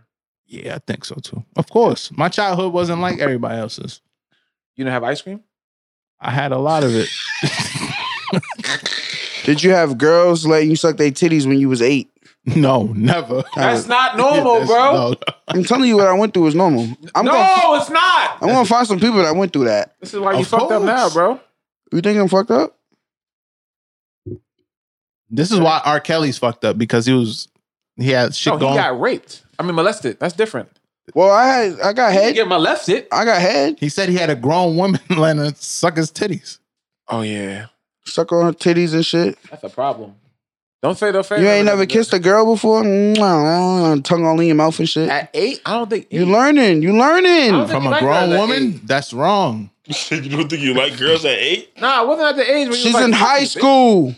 Yeah, I think so too. Of course. My childhood wasn't like everybody else's.
You didn't have ice cream?
I had a lot of it.
Did you have girls letting you suck their titties when you was eight?
*laughs* no, never.
Uh,
That's not normal,
*laughs* That's-
bro.
no.
I'm telling you what I went through is normal. I'm
no,
gonna.
it's not.
I'm gonna find some people that went through that.
This is why you
Of
fucked up now,
course.
bro.
You think I'm fucked up?
This is why R. Kelly's fucked up because he was he had shit
No, Oh, he
going.
got raped. I mean, molested. That's different.
Well, I had. I got
He didn't
head.
get molested.
I got head.
he said he had a grown woman *laughs* letting her suck his titties.
Oh, yeah.
Suck on her titties and shit.
That's a problem. Don't say the favorite.
You ain't never kissed a girl before. Mwah, Tongue all in your mouth and shit.
At eight? I don't think.
You learning. You
don't
learning.
think
From
he
a
liked her
grown
at
woman? That's wrong.
*laughs* you don't think you like girls at eight?
Nah, it wasn't at the age when you
She's
was like
in high
15,
school.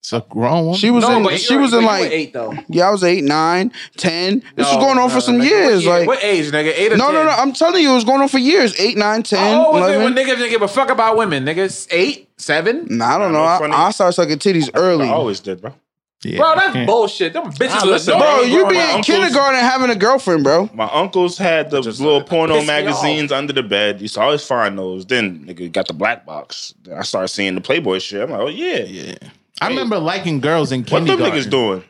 It's a grown woman.
She was
No,
in.
but
She was in like.
eight though.
Yeah, I was eight, nine, ten. This was
No,
going on
no,
for some
nigga.
years.
What year-
Like,
what age, nigga? Eight or
no,
ten? *laughs*
no, no. I'm telling you, it was going on for years. Eight, nine, ten,
How old was it when
eleven.
niggas didn't give a fuck about women? Niggas eight, seven.
Nah, I don't
Nah,
know.
no
I,
funny.
I started sucking titties
I
early.
always did, bro.
Yeah,
Bro,
I
that's
can't.
bullshit. Them bitches
Nah,
was
listen,
no-
Bro,
Bro,
you
my
be in
uncles-
kindergarten having a girlfriend, bro.
My uncles had the little porno
pissed me
magazines under the bed. Used to always find those. Then nigga you got the black box. Then I started seeing the Playboy shit. I'm like, oh yeah.
Yeah. I remember liking girls in
What them
kindergarten.
niggas doing?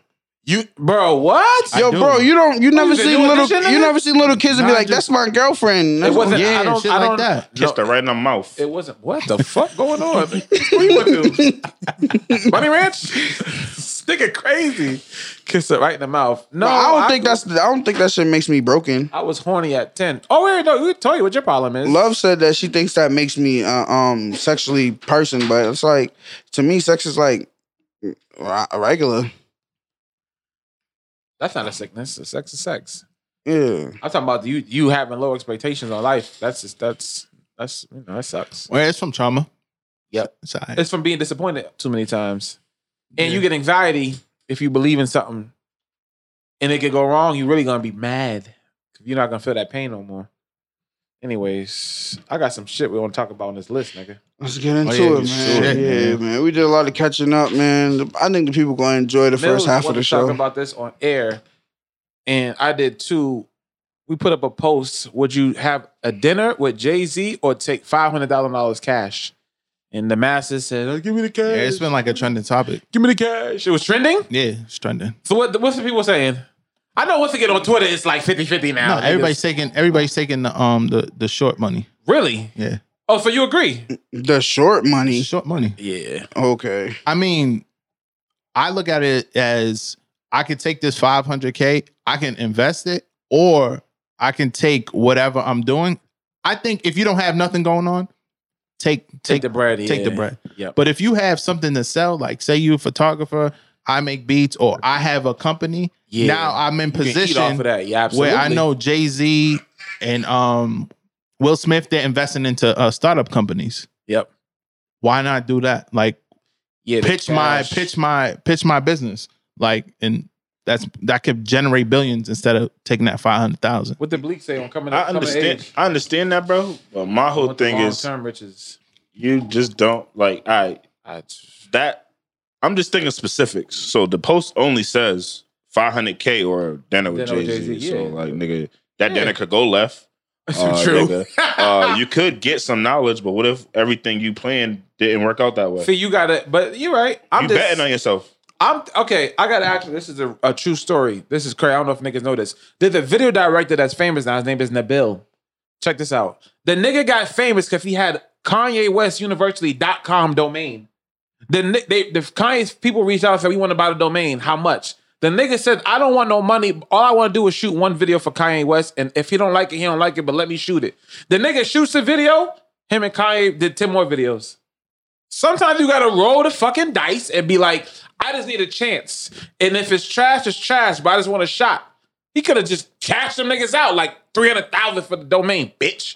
You, bro, what?
Yo,
do.
bro, you don't. You never
was
seen
doing
little.
this shit,
You
nigga?
never seen little kids and be
Nah,
like,
just-
"That's my girlfriend."
It
That's-
wasn't.
Yeah,
I don't,
shit
I
like
don't,
that.
Kissed her right in her mouth.
It wasn't. What the fuck going on? Where you went
*laughs*
to? Bunny Ranch? This nigga crazy. Kiss it right in the mouth. No,
I don't think that's. I don't think that shit makes me broken.
I was horny at ten. Oh wait, no, we told you what your problem is.
Love said that she thinks that makes me uh, um sexually person, but it's like to me, sex is like r- regular.
That's not a sickness. Sex is sex.
Yeah.
I'm talking about you. You having low expectations on life. That's just that's that's you know that sucks.
Well, it's from trauma.
Yep.
It's all right.
It's from being disappointed too many times, and you get anxiety if you believe in something and it could go wrong, you're really gonna be mad. You're not gonna feel that pain no more. Anyways, I got some shit we want to talk about on this list, nigga.
Let's get into
Oh,
yeah, you
it, man.
should,
yeah, man.
man.
We did a lot of catching up, man. The- I think the people gonna enjoy the first
Mills
half of
wanted
the
to talk
show.
about this on air, and I did too. We put up a post. Would you have a dinner with Jay Z or take five hundred thousand dollars cash? And the masses said, oh, "Give me the cash.
Yeah, it's been like a trending topic.
Give me the cash." It was trending.
Yeah, it's trending.
So what? What's the people saying? I know once again on Twitter, it's like 50-50 now.
No,
niggas.
everybody's taking everybody's taking the um the the short money.
really.
Yeah,
Oh, so you agree?
The short money.
short money.
Yeah.
Okay.
I mean, I look at it as I could take this 500K, I can invest it, or I can take whatever I'm doing. I think if you don't have nothing going on, take take,
Take the bread.
Take the
yeah.
bread.
Yep.
But if you have something to sell, like say you're a photographer, I make beats, or I have a company,
Yeah.
now I'm in
You can eat off
position
of that. Yeah, absolutely.
where I know Jay Z and um, Will Smith they're investing into uh, startup companies.
Yep.
Why not do that? Like
Yeah, the
pitch my
cash.
pitch my pitch my business like and that's that could generate billions instead of taking that 500,000.
What did Bleak say on coming?
I
Coming of
understand.
age?
I understand that, bro. But my whole
Want the
thing is,
long-term riches.
you just don't like. I
I,
that. I'm just thinking specifics. So the post only says 500k or dinner with
Dinner
Jay
with
Z.
Jay-Z,
So
yeah.
like, nigga, that
Yeah.
dinner could
*laughs*
go left. Uh, nigga, uh, you could get some knowledge, but what if everything you planned didn't work out that way?
See, you got it, but you're right. I'm
you
just,
betting on yourself.
I'm okay. I got to actually. This is a, a true story. This is crazy. I don't know if niggas know this. There's a video director that's famous now. His name is Nabil. Check this out. The nigga got famous because he had Kanye West University.com domain. The ni- they the Kanye's people reached out and said, "We want to buy the domain. How much?" The nigga said, "I don't want no money. All I want to do is shoot one video for Kanye West, and if he don't like it, he don't like it. But let me shoot it." The nigga shoots the video. Him and Kanye did ten more videos. Sometimes you gotta roll the fucking dice and be like, I just need a chance. And if it's trash, it's trash, but I just want a shot. He could have just cashed them niggas out like 300,000 for the domain, bitch.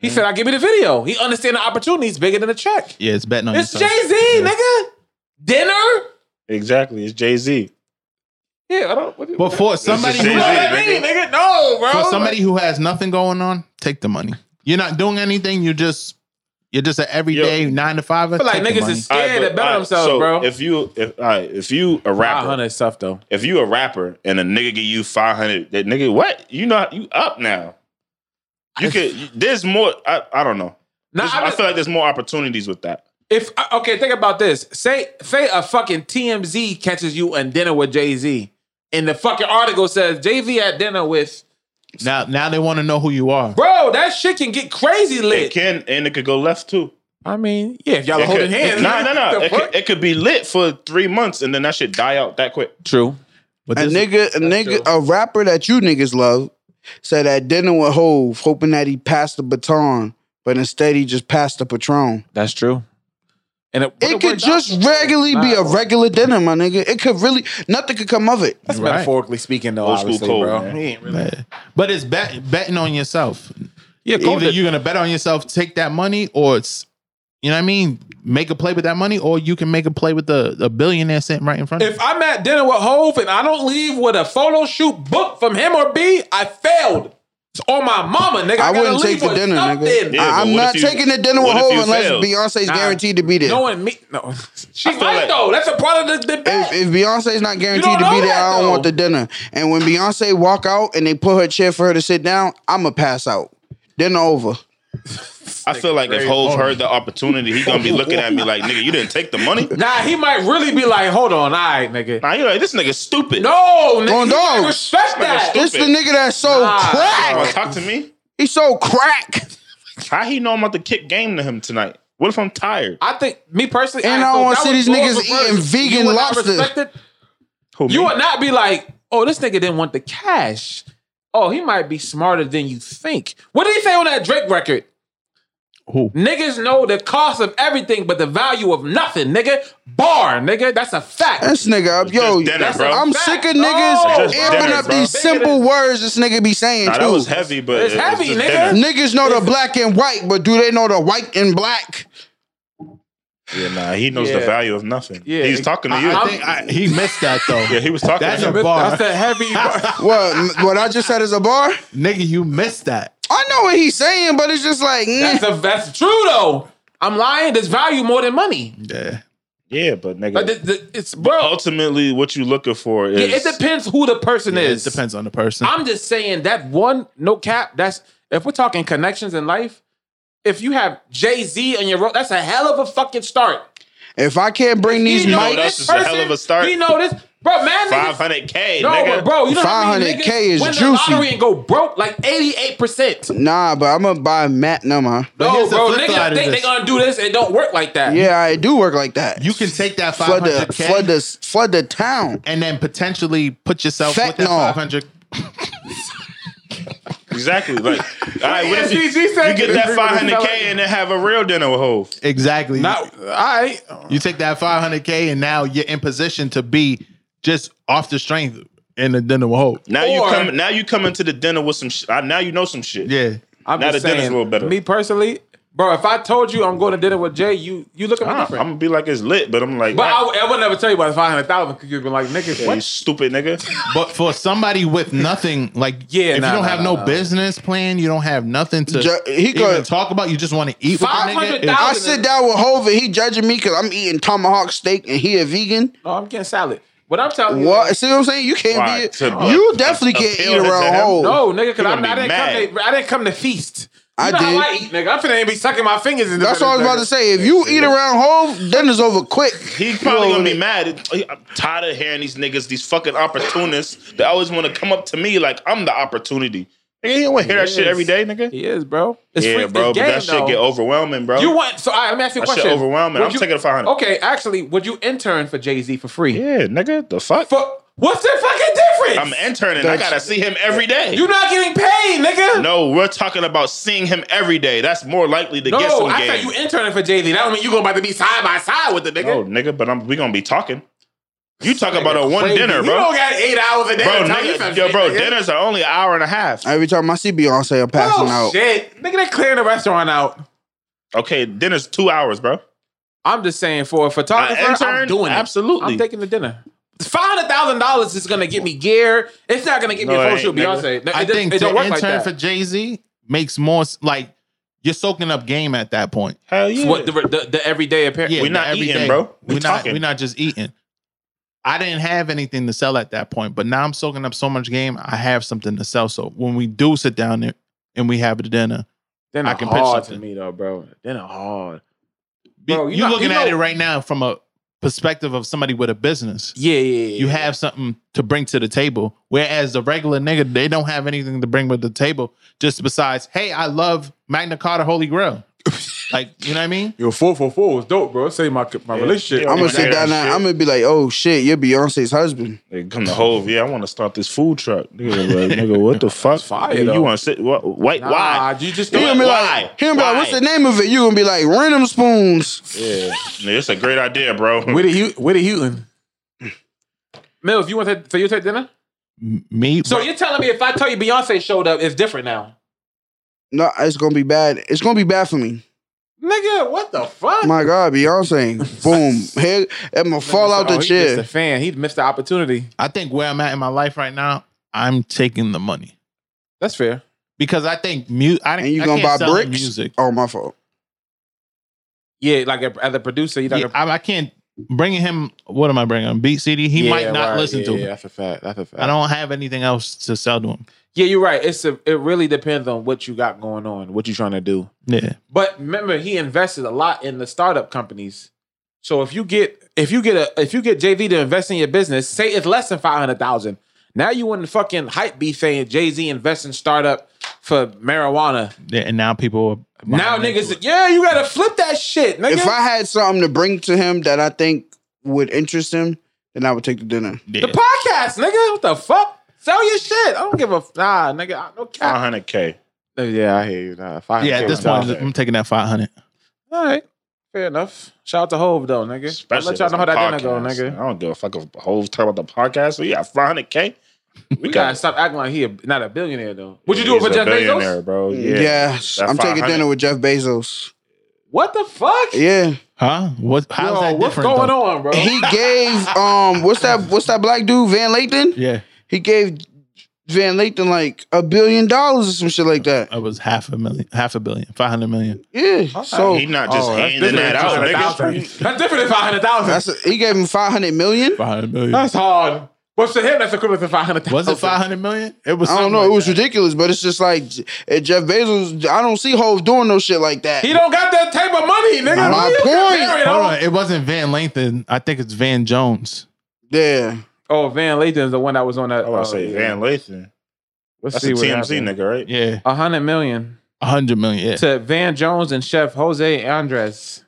He said, I'll give you the video. He understand the opportunity is bigger than a check.
Yeah, it's betting on
It's Jay
yourself.
Z, nigga. Dinner?
Exactly, it's Jay Z.
Yeah, I don't. What,
But
what,
for somebody
you
who
know what
Jay-Z,
I mean, nigga? No, bro.
for somebody who has nothing going on, take the money. You're not doing anything, you're just you're just an everyday 9 to 5
But, like, niggas is scared to bet themselves,
so
bro.
If you if all right, if you a rapper,
500 stuff, though.
if you a rapper and a nigga give you five hundred, that nigga what? You know you up now. You could there's more. I, I don't know.
Nah,
There's-
I'm
I
just-
feel like there's more opportunities with that.
If uh, okay, think about this. Say say a fucking TMZ catches you in dinner with Jay Z, and the fucking article says Jay Z at dinner with
now now they want to know who you are.
bro. That shit can get crazy
It
lit.
can and it could go left too.
I mean, yeah, if y'all
It
are holding
could-
hands,
No, no, no.
the
It
fuck?
could, it could be lit for three months and then that shit die out that quick.
True.
But
A
this,
nigga, a nigga, a rapper that you niggas love said at dinner with Hove, hoping that he passed the baton, but instead he just passed the patron.
That's true. And it,
It could just regularly be a regular dinner, my nigga. It could really nothing could come of it.
That's
Right.
metaphorically speaking, though.
Old school
obviously,
code,
bro.
man.
He ain't really-
but it's bet, betting on yourself.
Yeah, code
Either
that-
you're going to bet on yourself, take that money or it's you know what I mean? Make a play with that money, or you can make a play with the, the billionaire sitting right in front of you.
If I'm at dinner with Hove and I don't leave with a photo shoot book from him or B, I failed. It's on my mama, nigga.
I
gotta
wouldn't
leave
take the
with
dinner, nigga.
something.
Yeah,
I-
but
I'm
what
not
if you-
taking the dinner with
what if
Hove
you
unless
fail?
Beyonce's
Nah.
guaranteed to be there.
Knowing me, no, she
feel
might
like-
though. That's a part of the
If,
debate.
if Beyonce's not
You
guaranteed
don't
to be
know
there,
that,
I don't want
though.
the dinner. And when Beyonce walk out and they put her chair for her to sit down, I'ma pass out. Dinner over.
I feel like if Hove heard the opportunity, he gonna be looking at me like, nigga, you didn't take the
*laughs*
money.
nah, he might really be like, hold on, all right, nigga.
Nah, you like this nigga stupid.
No, nigga,
On
you gotta
dogs.
respect that.
This the nigga that sold
Nah,
crack.
Wanna Uh, talk to me.
He sold crack.
How he know I'm about to kick game to him tonight? What if I'm tired?
I think me personally,
And
all
I
right, so
wanna
that
see these
was laws
niggas
reversed.
eating vegan
you would not
lobster.
respect it?
Who,
You
me?
would not be like, oh, this nigga didn't want the cash. Oh, he might be smarter than you think. What did he say on that Drake record?
Who?
Niggas know the cost of everything, but the value of nothing, nigga. Bar, nigga. That's a fact.
This nigga up, yo.
just dinner,
that's-
bro.
I'm
Fact.
sick of
No.
niggas
It's just
amping
dinner,
up
bro.
these simple words this nigga be saying
Nah,
too.
that was heavy, but
It's heavy,
just
nigga.
dinner.
Niggas know the black and white, but do they know the white and black?
Yeah, nah, he knows the
Yeah.
value of nothing.
Yeah.
he's talking to you.
I- I
think I, he missed that
*laughs*
though.
yeah, he was talking
That's
to
a
you.
bar,
That's that heavy.
*laughs*
bar.
What m- what I just said is a bar?
nigga. You missed that.
I know what he's saying, but it's just like mm.
That's a, that's true though. I'm lying. There's value more than money.
Yeah,
Yeah, but nigga,
Like, the, the, it's bro.
ultimately, what you looking for is
Yeah, it depends who the person
it
is.
depends on the person.
I'm just saying that one no cap. That's if we're talking connections in life. If you have Jay Z on your road, that's a hell of a fucking start.
if I can't bring these
know
mics-
mics,
That's just a hell of a start.
He know this, bro. Man,
five
niggas,
hundred k,
no,
nigga.
bro. You know how many
500K
niggas
is
win
juicy.
The lottery and go broke like eighty eight percent.
nah, but I'm gonna buy Matt number.
But
No,
here's the
bro.
flip side
Niggas
of
think they
this.
gonna do this. It don't work like that.
Yeah, I do work like that.
you can take that
flood the
500k
flood the flood the town.
and then potentially put yourself with that
Fentanyl.
500.
Exactly.
*laughs*
Like, all right, what if you,
SGG
you
said
get
it.
that
Agree with
five hundred
the
k and then have a real dinner with Hov?
Exactly.
Not, all right.
you take that 500k and now you're in position to be just off the strength in the dinner with hope.
Now you
Or-
come. Now you come into the dinner with some. Sh- uh, now you know some shit.
Yeah.
I'm
Now
just
the dinner's
saying,
a little better.
Me personally, bro. If I told you I'm going to dinner with Jay, you you look at me
Nah, I'm
different.
gonna be like it's lit, but I'm like,
but I,
nah,
would- I would never tell you about five hundred thousand because you'd be like, nigga,
yeah, you
what?
stupid nigga.
But for somebody with nothing, like
Yeah,
if
nah,
you don't
nah,
have
nah,
no
nah.
business plan, you don't have nothing to
Ju- he
even
could-
talk about. You just want to eat with the nigga.
500,000
It-
I sit down with Hova, he judging me because I'm eating tomahawk steak and he a vegan.
No, Oh, I'm getting salad. What I'm telling you,
What? See what I'm saying? You can't
Why?
be.
To-
you definitely can't
appeal
eat
to
around
him?
Hov.
No, nigga,
You
because I'm
gonna
I
be
didn't come.
mad.
To, I didn't come to feast. You
I
know how
did.
I eat, nigga. I'm finna be sucking my fingers in. the
That's what I was
middle,
about
nigga.
to say. If you eat around Hov, dinner's over quick.
He probably gonna be mad. I'm tired of hearing these niggas, these fucking opportunists. They always want to come up to me like I'm the opportunity. Nigga, you don't want to hear that shit
Yes.
every day, nigga.
He is, bro. It's
yeah,
freak
bro,
the
but
game,
that shit
though.
get overwhelming, bro.
You want? So all right, let me ask you a
That shit
question.
overwhelming.
Would
I'm taking the 500.
Okay, actually, would you intern for Jay Z for free?
yeah, nigga, the fuck?
For what's the fucking difference?
I'm interning. I gotta see him every day.
You're not getting paid, nigga.
no, we're talking about seeing him every day. That's more likely to get
No,
some
I
game.
said you interning for Jay Z. That don't mean you gonna about to be side by side with the nigga.
No, nigga, but I'm, we gonna be talking. You talk about a one
Crazy.
dinner,
You
bro.
don't got eight hours a day.
Bro,
to tell me
nigga,
some
yo,
shit,
bro,
nigga.
dinners are only an hour and a half.
Every time I see Beyonce, I'm passing
Oh
out.
shit, nigga, they clearing the restaurant out.
Okay, dinner's two hours, bro.
I'm just saying for a photographer,
An intern?
I'm doing it.
Absolutely.
I'm taking the dinner. Five hundred thousand dollars is gonna get me gear. It's not gonna get me
No,
a
it
photo
ain't,
shoot,
nigga.
Beyonce. No, It,
I
does-
think
it
to
don't work
intern
like that.
for Jay Z makes more s- like you're soaking up game at that point.
Hell yeah.
What the, the, the everyday appearance?
Yeah,
We not
every
eating,
day.
bro.
We're
We
not
talking.
we're not just eating. I didn't have anything to sell at that point, but now I'm soaking up so much game. I have something to sell. So when we do sit down there and we have the dinner,
Dinner
I can pitch
hard to
something.
me though, bro. Dinner hard.
Be-
Bro, you
you're
not-
looking
you
at
know-
it right now from a perspective of somebody with a business.
Yeah, yeah, yeah.
You have something to bring to the table, whereas the regular nigga they don't have anything to bring with the table. Just besides, hey, I love Magna Carta Holy *laughs* Grail. like you know what I mean?
Yo, four four four was dope, bro. Say my my relationship.
Yeah.
I'm gonna
Every
sit
day
down
that
there.
shit.
I'm gonna be like, oh shit, you're Beyonce's husband.
Nigga, come to Hove. Yeah, I want to start this food truck. Nigga,
*laughs*
like, nigga what the fuck?
fire,
Nigga,
though.
you want to sit? What, wait,
Nah,
why?
You just
He gonna be
Why?
like, he gonna be like, what's
Why?
the name of it? You gonna be like, random spoons.
Yeah. Nigga, it's a great idea,
*laughs*
bro.
*laughs* Whitty Hu- Whitty Houghton. Mills, you want to so you take dinner?
M- Me,
So you're telling me if I tell you Beyonce showed up, it's different now.
No, it's gonna be bad. It's gonna be bad for me.
Nigga, what the fuck?
My God, Beyonce. Boom. Head, I'm gonna fall out the
Oh, He missed
chair.
a fan. He missed the opportunity.
I think where I'm at in my life right now, I'm taking the money
That's fair.
because I think mu- I,
And you
I
gonna buy
can't sell the
bricks?
music.
Oh, my fault.
Yeah, like a, as a producer, you
Yeah, I, I can't bringing him. What am I bringing? him? Beat CD. He might not listen to
yeah,
it.
That's a fact. That's a fact.
I don't have anything else to sell to him.
Yeah, you're right. It's a, it really depends on what you got going on, what you're trying to do.
Yeah.
But remember, he invested a lot in the startup companies. So if you get if you get a if you get JV to invest in your business, say it's less than five hundred thousand. Now you in the fucking hype be saying Jay Z invest in startup for marijuana.
Yeah, and now people are
now
buying into
niggas,
it.
yeah, you gotta flip that shit, nigga.
If I had something to bring to him that I think would interest him, then I would take the dinner.
Yeah.
the podcast, nigga, what the fuck? Sell your shit. I don't give a f- nah, nigga. I- No cap. Uh,
500K.
Yeah, I hear you. Nah,
yeah, at this point, I'm taking that 500.
all right, fair enough. Shout out to Hove though, nigga. I'll
Especially
let y'all know how
if it's
that
a
dinner go,
podcast.
nigga.
I don't give a fuck if Hove talk about the podcast. So yeah, 500K.
*laughs* We gotta stop acting like he a, not a billionaire though. Would you do it
He's
for
a
Jeff
billionaire,
Bezos?
bro? Yeah.
Yes.
That
I'm taking
500.
dinner with Jeff Bezos.
What the fuck?
Yeah.
Huh? What? How's
Yo,
that
what's
different?
going
though?
on, bro?
He gave *laughs* um what's that what's that black dude Van Lathan?
Yeah,
He gave Van Lathan like a billion dollars or some shit like that.
it was half a million, half a billion, five hundred million.
Yeah. So
He not
Oh,
just handing that out,
*laughs*
nigga.
That's different than five hundred thousand.
that's he gave him five hundred million.
Five hundred million.
That's hard. What's to him? That's equivalent to five hundred thousand.
was it five hundred million? It was.
I don't
something
know.
like
it was
that.
ridiculous, but it's just like eh, Jeff Bezos. I don't see Hove doing no shit like that.
He don't got that type of money, nigga.
My
Why you
point.
comparing
Hold
all-
on, it wasn't Van Lathan. I think it's Van Jones.
yeah.
Oh, Van Lathan is the one that was on that.
I was about to
oh,
say
yeah.
Van Lathan.
Let's
That's a
see what
TMZ
happened.
nigga, right?
Yeah,
A hundred million
a hundred million. Yeah,
to Van Jones and Chef Jose Andres.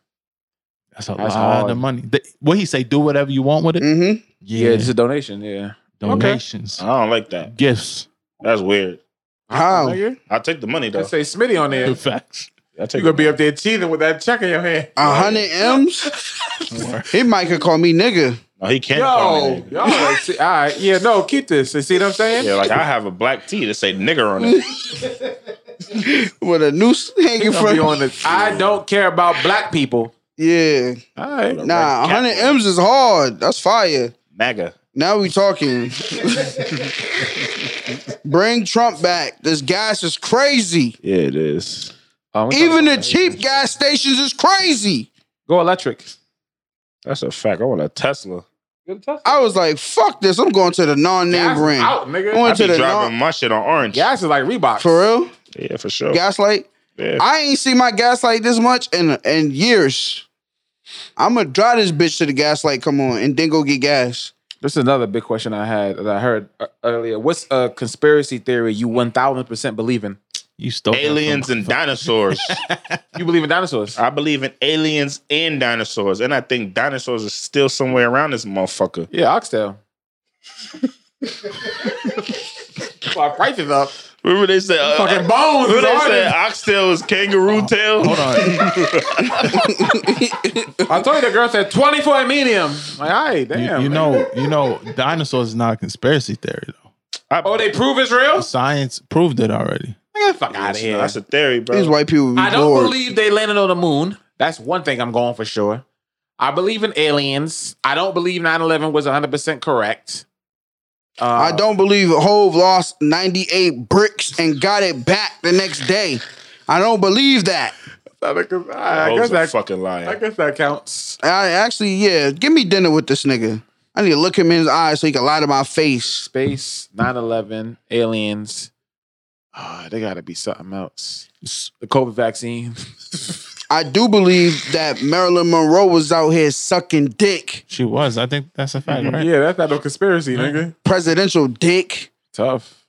that's a
that's
lot
hard.
of money. The, what he say? Do whatever you want with it.
Mm-hmm.
Yeah, it's a donation. Yeah.
donations,
I don't like that.
gifts.
That's weird.
How?
I take the money though.
I say Smitty on there.
Good facts.
I take
You gonna be up there cheating with that check in your hand?
A hundred M's? he might could call me nigga.
No, he can't. call me
Yo,
nigga.
yo, see, all right, yeah, no, keep this. You see what I'm saying?
Yeah, like I have a black tee that say nigger on
*laughs*
it.
With a noose *laughs* hanging
He gonna
from
be on this. I don't care about black people.
Yeah.
All right,
Nah, a
cat
hundred M's is hard. That's fire.
MAGA.
Now we talking. Bring Trump back. This gas is crazy.
Yeah, it is.
Oh, we
Even
talking
the
about-
cheap gas stations is crazy.
go electric.
That's a fact. I want a Tesla.
I was like, fuck this. I'm going to the non-name
Gas is
brand.
out,
I
nigga.
went
I
to
be
the
driving
non-
my shit on orange.
Gas is like Reebok.
for real.
Yeah, for sure.
Gaslight.
Yeah.
I ain't seen my gaslight this much in in years. I'm gonna drive this bitch to the gaslight. Come on, and then go get gas.
This is another big question I had that I heard uh, earlier. What's a conspiracy theory you 1,000% believe in?
You stole that from-
aliens
*laughs*
and dinosaurs.
You believe in dinosaurs?
I believe in aliens and dinosaurs, and I think dinosaurs are still somewhere around this motherfucker.
Yeah, *laughs* oxtail. My price is up.
Remember they said, uh,
Fucking bones.
*laughs* remember
is
they
hard
said
as-
oxtail was
Oh,
kangaroo tail.
Hold on,
I told you the girl said 20 for a medium. Like, all right,
you,
damn.
you know, you know, dinosaurs is not a conspiracy theory though.
Oh, they prove it's real?
Science proved it already.
Get the fuck out of
No,
here.
that's a theory, bro.
These white people be
I don't
bored.
believe they landed on the moon. That's one thing I'm going for sure. I believe in aliens. I don't believe 9 11 was 100% correct. Uh,
I don't believe Hove lost 98 bricks and got it back the next day. I don't believe that.
I guess
Hoes are
that,
fucking lying.
I guess that counts.
I actually, yeah, give me dinner with this nigga. I need to look him in his eyes so he can lie to my face.
Space, 9 11, aliens. Ah, they got to be something else. The COVID vaccine.
I do believe that Marilyn Monroe was out here sucking dick,
She was. I think that's a fact, right?
*laughs* Yeah, that's not no conspiracy, nigga.
presidential dick.
Tough.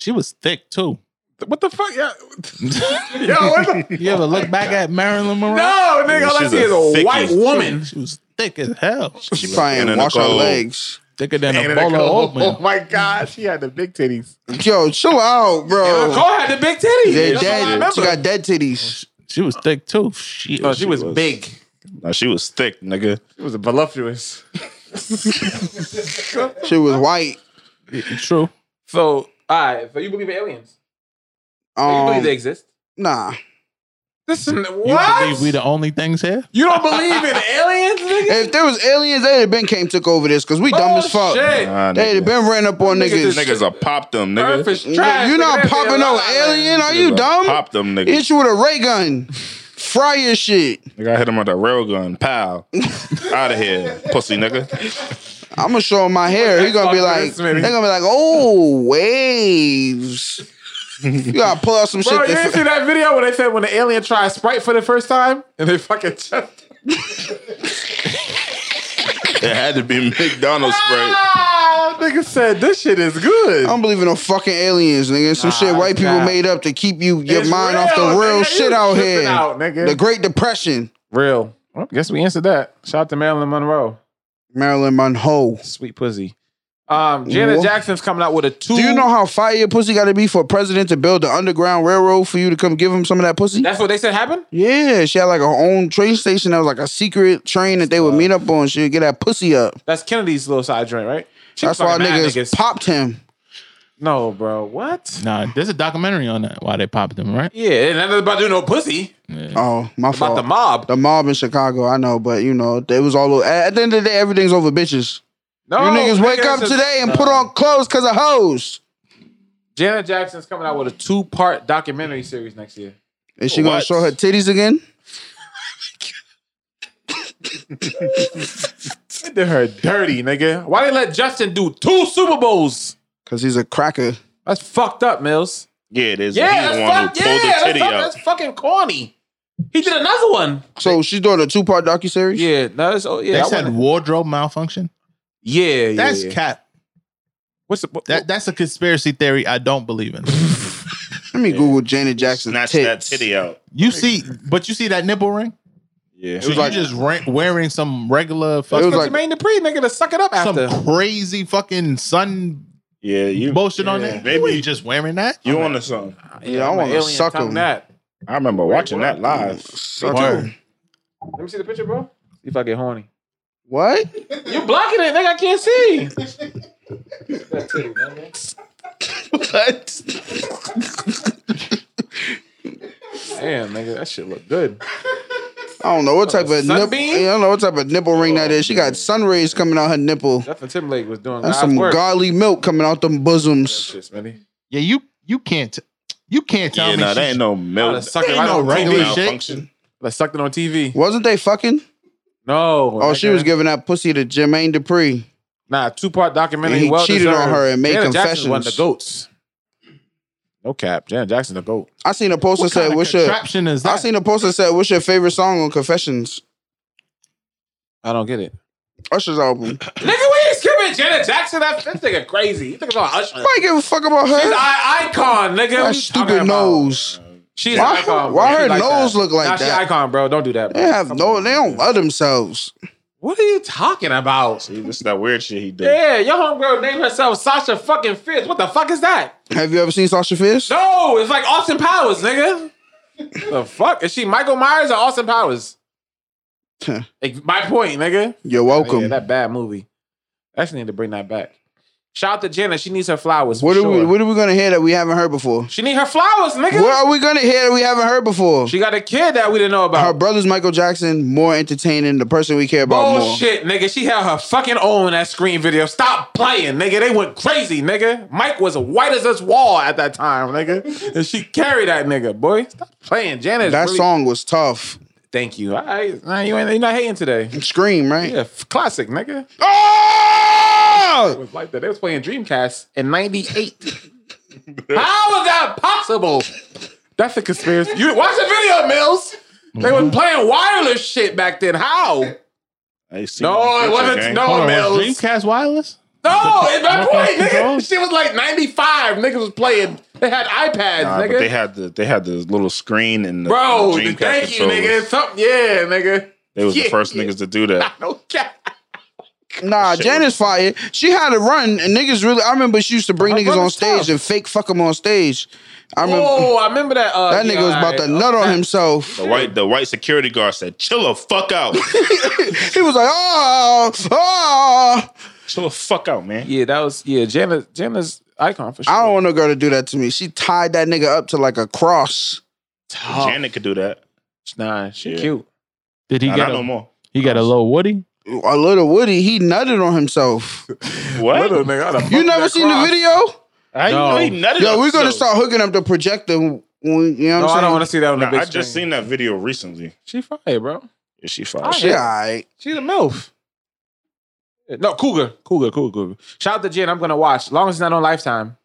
She was thick too.
What the fuck?
*laughs*
Yeah. Yo, what the?
You ever look back at Marilyn Monroe?
No, nigga, all I
she's
see
a
is a
thick
white
as-
woman.
She was thick as hell.
She probably
Anna
ain't wash her
Nicole.
legs.
Thicker than a
Anna
bowl
Nicole. *laughs*
of
Oh
oatmeal.
my god, she had the big titties.
Yo, chill out,
Anna
bro.
Nicole had the big titties.
They're
That's all I
dead.
remember.
She got dead titties.
She was thick too. She,
no, Oh, she was
was.
big.
Nah, she was thick, nigga.
She was voluptuous.
She was white.
true.
So, all right. So you believe in aliens? So you believe
Um,
they exist?
nah.
Listen,
You
what? You,
believe we the only things here?
don't believe in aliens, nigga?
If there was aliens, they'd have been came took over this because we dumb as fuck.
Oh, Shit.
Nah,
They'd have
nigga.
been ran up on
Niggas
niggas.
is
Niggas will pop them,
Earth
nigga.
is trash.
You're not
Nigga,
popping no
alive.
alien. Are
Niggas
you
will
dumb?
Pop them, nigga.
Hit you with a ray gun. Fry your shit.
Nigga, I hit him with a
*laughs*
railgun. Pow. Out of here, pussy nigga.
I'm gonna show him my hair. He gonna be
Fuck
like,
this,
they're
man.
gonna be like, oh
*laughs*
waves. You gotta pull out some shit.
Bro, you
that-
didn't see that video where they said when the alien tried Sprite for the first time and they fucking *laughs* chucked
It had to be McDonald's spray.
Ah, nigga said this shit is good.
I don't believe in no fucking aliens, nigga. It's Some shit white people
nah.
made up to keep you your
It's
mind off the
real,
real
nigga.
shit
You
out
tripping
here.
out, nigga.
The Great Depression.
Real. Well, guess we answered that. Shout out to Marilyn Monroe.
Marilyn Monroe.
Sweet pussy. Um, Janet
Wha-
Jackson's coming out with a two.
Do you know how fire your pussy got to be for a president to build an underground railroad for you to come give him some of that pussy?
That's what they said happened.
Yeah, she had like her own train station that was like a secret train that they would meet up on. She'd get that pussy up.
That's Kennedy's little side joint, right? She
That's
was
why
fucking mad
niggas, popped him.
No, bro. What?
Nah, there's a documentary on that. Why they popped him, right?
Yeah, it ain't nothing about doing no pussy.
Oh, my fault.
About the mob.
The mob in Chicago, I know, but you know, it was all over. At at the end of the day, everything's over bitches.
No,
you niggas wake
Oh, nigga,
up
it's a-
today and
no.
put on clothes because of hoes.
Janet Jackson's coming out with a two part documentary series next year.
Is she gonna
What?
show her titties again?
They did her dirty, nigga. Why they let Justin do two Super Bowls?
Because he's a cracker.
That's fucked up, Mills.
Yeah, it is.
Yeah,
He's the
that's,
one who
fuck, yeah
pulled the
that's,
titty
fuck-
out.
that's fucking corny. He did another one.
So she's doing a two part docuseries?
Yeah, no, that's oh yeah.
They
I
said
wanna-
wardrobe malfunction.
yeah, yeah,
That's
yeah.
cap.
What's the, what,
That that's a conspiracy theory I don't believe in.
Let me Google Janet Jackson.
Snatched that titty out.
You see, but you see that nipple ring?
Yeah.
So you
like-
just ra- wearing some regular
It
fucking
was like-
what like, Jermaine Dupri nigga to suck it up
some
after?
crazy fucking sun
Yeah, you.
bullshit on
yeah.
there.
Maybe-
Maybe you just wearing that.
You on to something?
Yeah, I
I'm
wanna
an alien,
suck
tongue
him.
That.
I remember watching that live.
Word.
Let me see the picture, bro. See if I get horny.
What?
You blocking it, nigga. I can't see.
What?
Damn, nigga, that shit look good.
I don't know what type of nipple.
sunbeam?
I don't know what type of nipple ring that is. She got sun rays coming out her nipple.
Justin Timberlake was doing
That's
God's
some
work.
godly milk coming out them bosoms.
Shit, Smitty.
Yeah, you you can't t- you can't tell
Yeah,
me
nah,
she-
that ain't no
I'd
milk.
have sucked it
ain't
right
no
on
regular
TV.
shit.
Function.
I sucked it on TV.
Wasn't they fucking?
No.
Oh, she
nigga.
was giving that pussy to Jermaine Dupri.
Nah, two part documentary.
And he
well
cheated on her and made
Janet Jackson one of the
confessions.
goats. No cap, Janet Jackson the goat.
I seen a poster
What kind
said,
of
"What's your?"
contraption is
I
that?
seen a poster said, "What's your favorite song on Confessions?"
I don't get it.
Usher's
*clears throat*
album. I
Nigga, we ain't skipping Janet Jackson. That this nigga crazy. You think about Usher?
ain't give a fuck about
She's an
her.
i- icon, nigga. What
That
you talking
stupid
about?
nose.
She's
Why-
an icon. bro.
why
She
her
like
nose
that.
look like
nah, She
that?
icon, bro. Don't do that. Bro.
They have
Come
no.
on,
They don't
nigga.
love themselves.
What are you talking about?
See, this is that weird shit he did.
Yeah, your homegirl named herself Sasha fucking Fierce. What the fuck is that?
Have you ever seen Sasha Fierce?
No, it's like Austin Powers, nigga. the fuck is she? Michael Myers or Austin
*laughs*
Powers? Like, my point, nigga.
You're welcome.
Oh, Yeah, that bad movie. I actually need to bring that back. Shout out to Jenna. She needs her flowers.
what
for
are
sure.
we? What are we gonna hear that we haven't heard before?
She need her flowers, nigga.
What are we gonna hear that we haven't heard before?
She got a kid that we didn't know
Her
about.
brother's Michael Jackson, more entertaining. The person we care about more.
Bullshit, nigga. She had her fucking own that screen video. Stop playing, nigga. They went crazy, nigga. Mike was white as this wall at that time, nigga. And she carried that nigga, boy. Stop playing. Janet.
That
really-
song was tough.
Thank you. All right. Nah, you ain't you not hating today.
Scream, right?
Yeah, f- classic, nigga. It
Oh!
was like that. They was playing Dreamcast in '98. How is that possible? That's a conspiracy. You watch the video, Mills. They was playing wireless shit back then. How?
I see
No,
the
it wasn't.
picture, gang.
No,
Hold on,
Mills.
was Dreamcast wireless?
No, it's my point, nigga.
controls?
Shit was like 95. Niggas was playing. They had iPads,
Nah,
nigga.
but they had the they had the little screen and the
Bro,
the Dreamcast
thank you,
controllers.
nigga. Something, yeah, nigga.
They was
Yeah,
the first
yeah.
niggas to do
*laughs*
that.
No cap.
Nah,
Shit.
Janice fired. She had to run, and niggas really. I remember she used to bring
Her
niggas on
brother's
stage
tough.
and fake fuck them on stage. I remember
Oh, I remember that. Uh,
that
yeah,
nigga was about to
alright.
nut on himself.
The white the white security guard said, "Chill the fuck
*laughs*
out,
He was like, oh, oh.
chill the fuck out, man."
Yeah, that was yeah. Jenna, Jenna's icon for sure.
I don't want no girl to do that to me. She tied that nigga up to like a cross.
Janet could do that.
Nah, she
Yeah.
cute.
Did he
Nah,
get
not
a,
no more.
he got a little Woody?
A little Woody, he nutted on himself.
What?
nigga,
You never seen the video?
I
No.
know he nutted.
Yo, we're gonna
himself.
start hooking up the projector. When, you know
No,
what
I
I'm
don't
saying?
want to see that on the
Nah,
big
I just
screen. Ah,
seen that video recently.
She fire, bro.
Yeah, she fine.
Shit, all right.
She's a MILF. Eh, No, Cougar. Cougar, Cougar, Cougar. Shout out to Jen. I'm gonna watch. Long as it's not on Lifetime.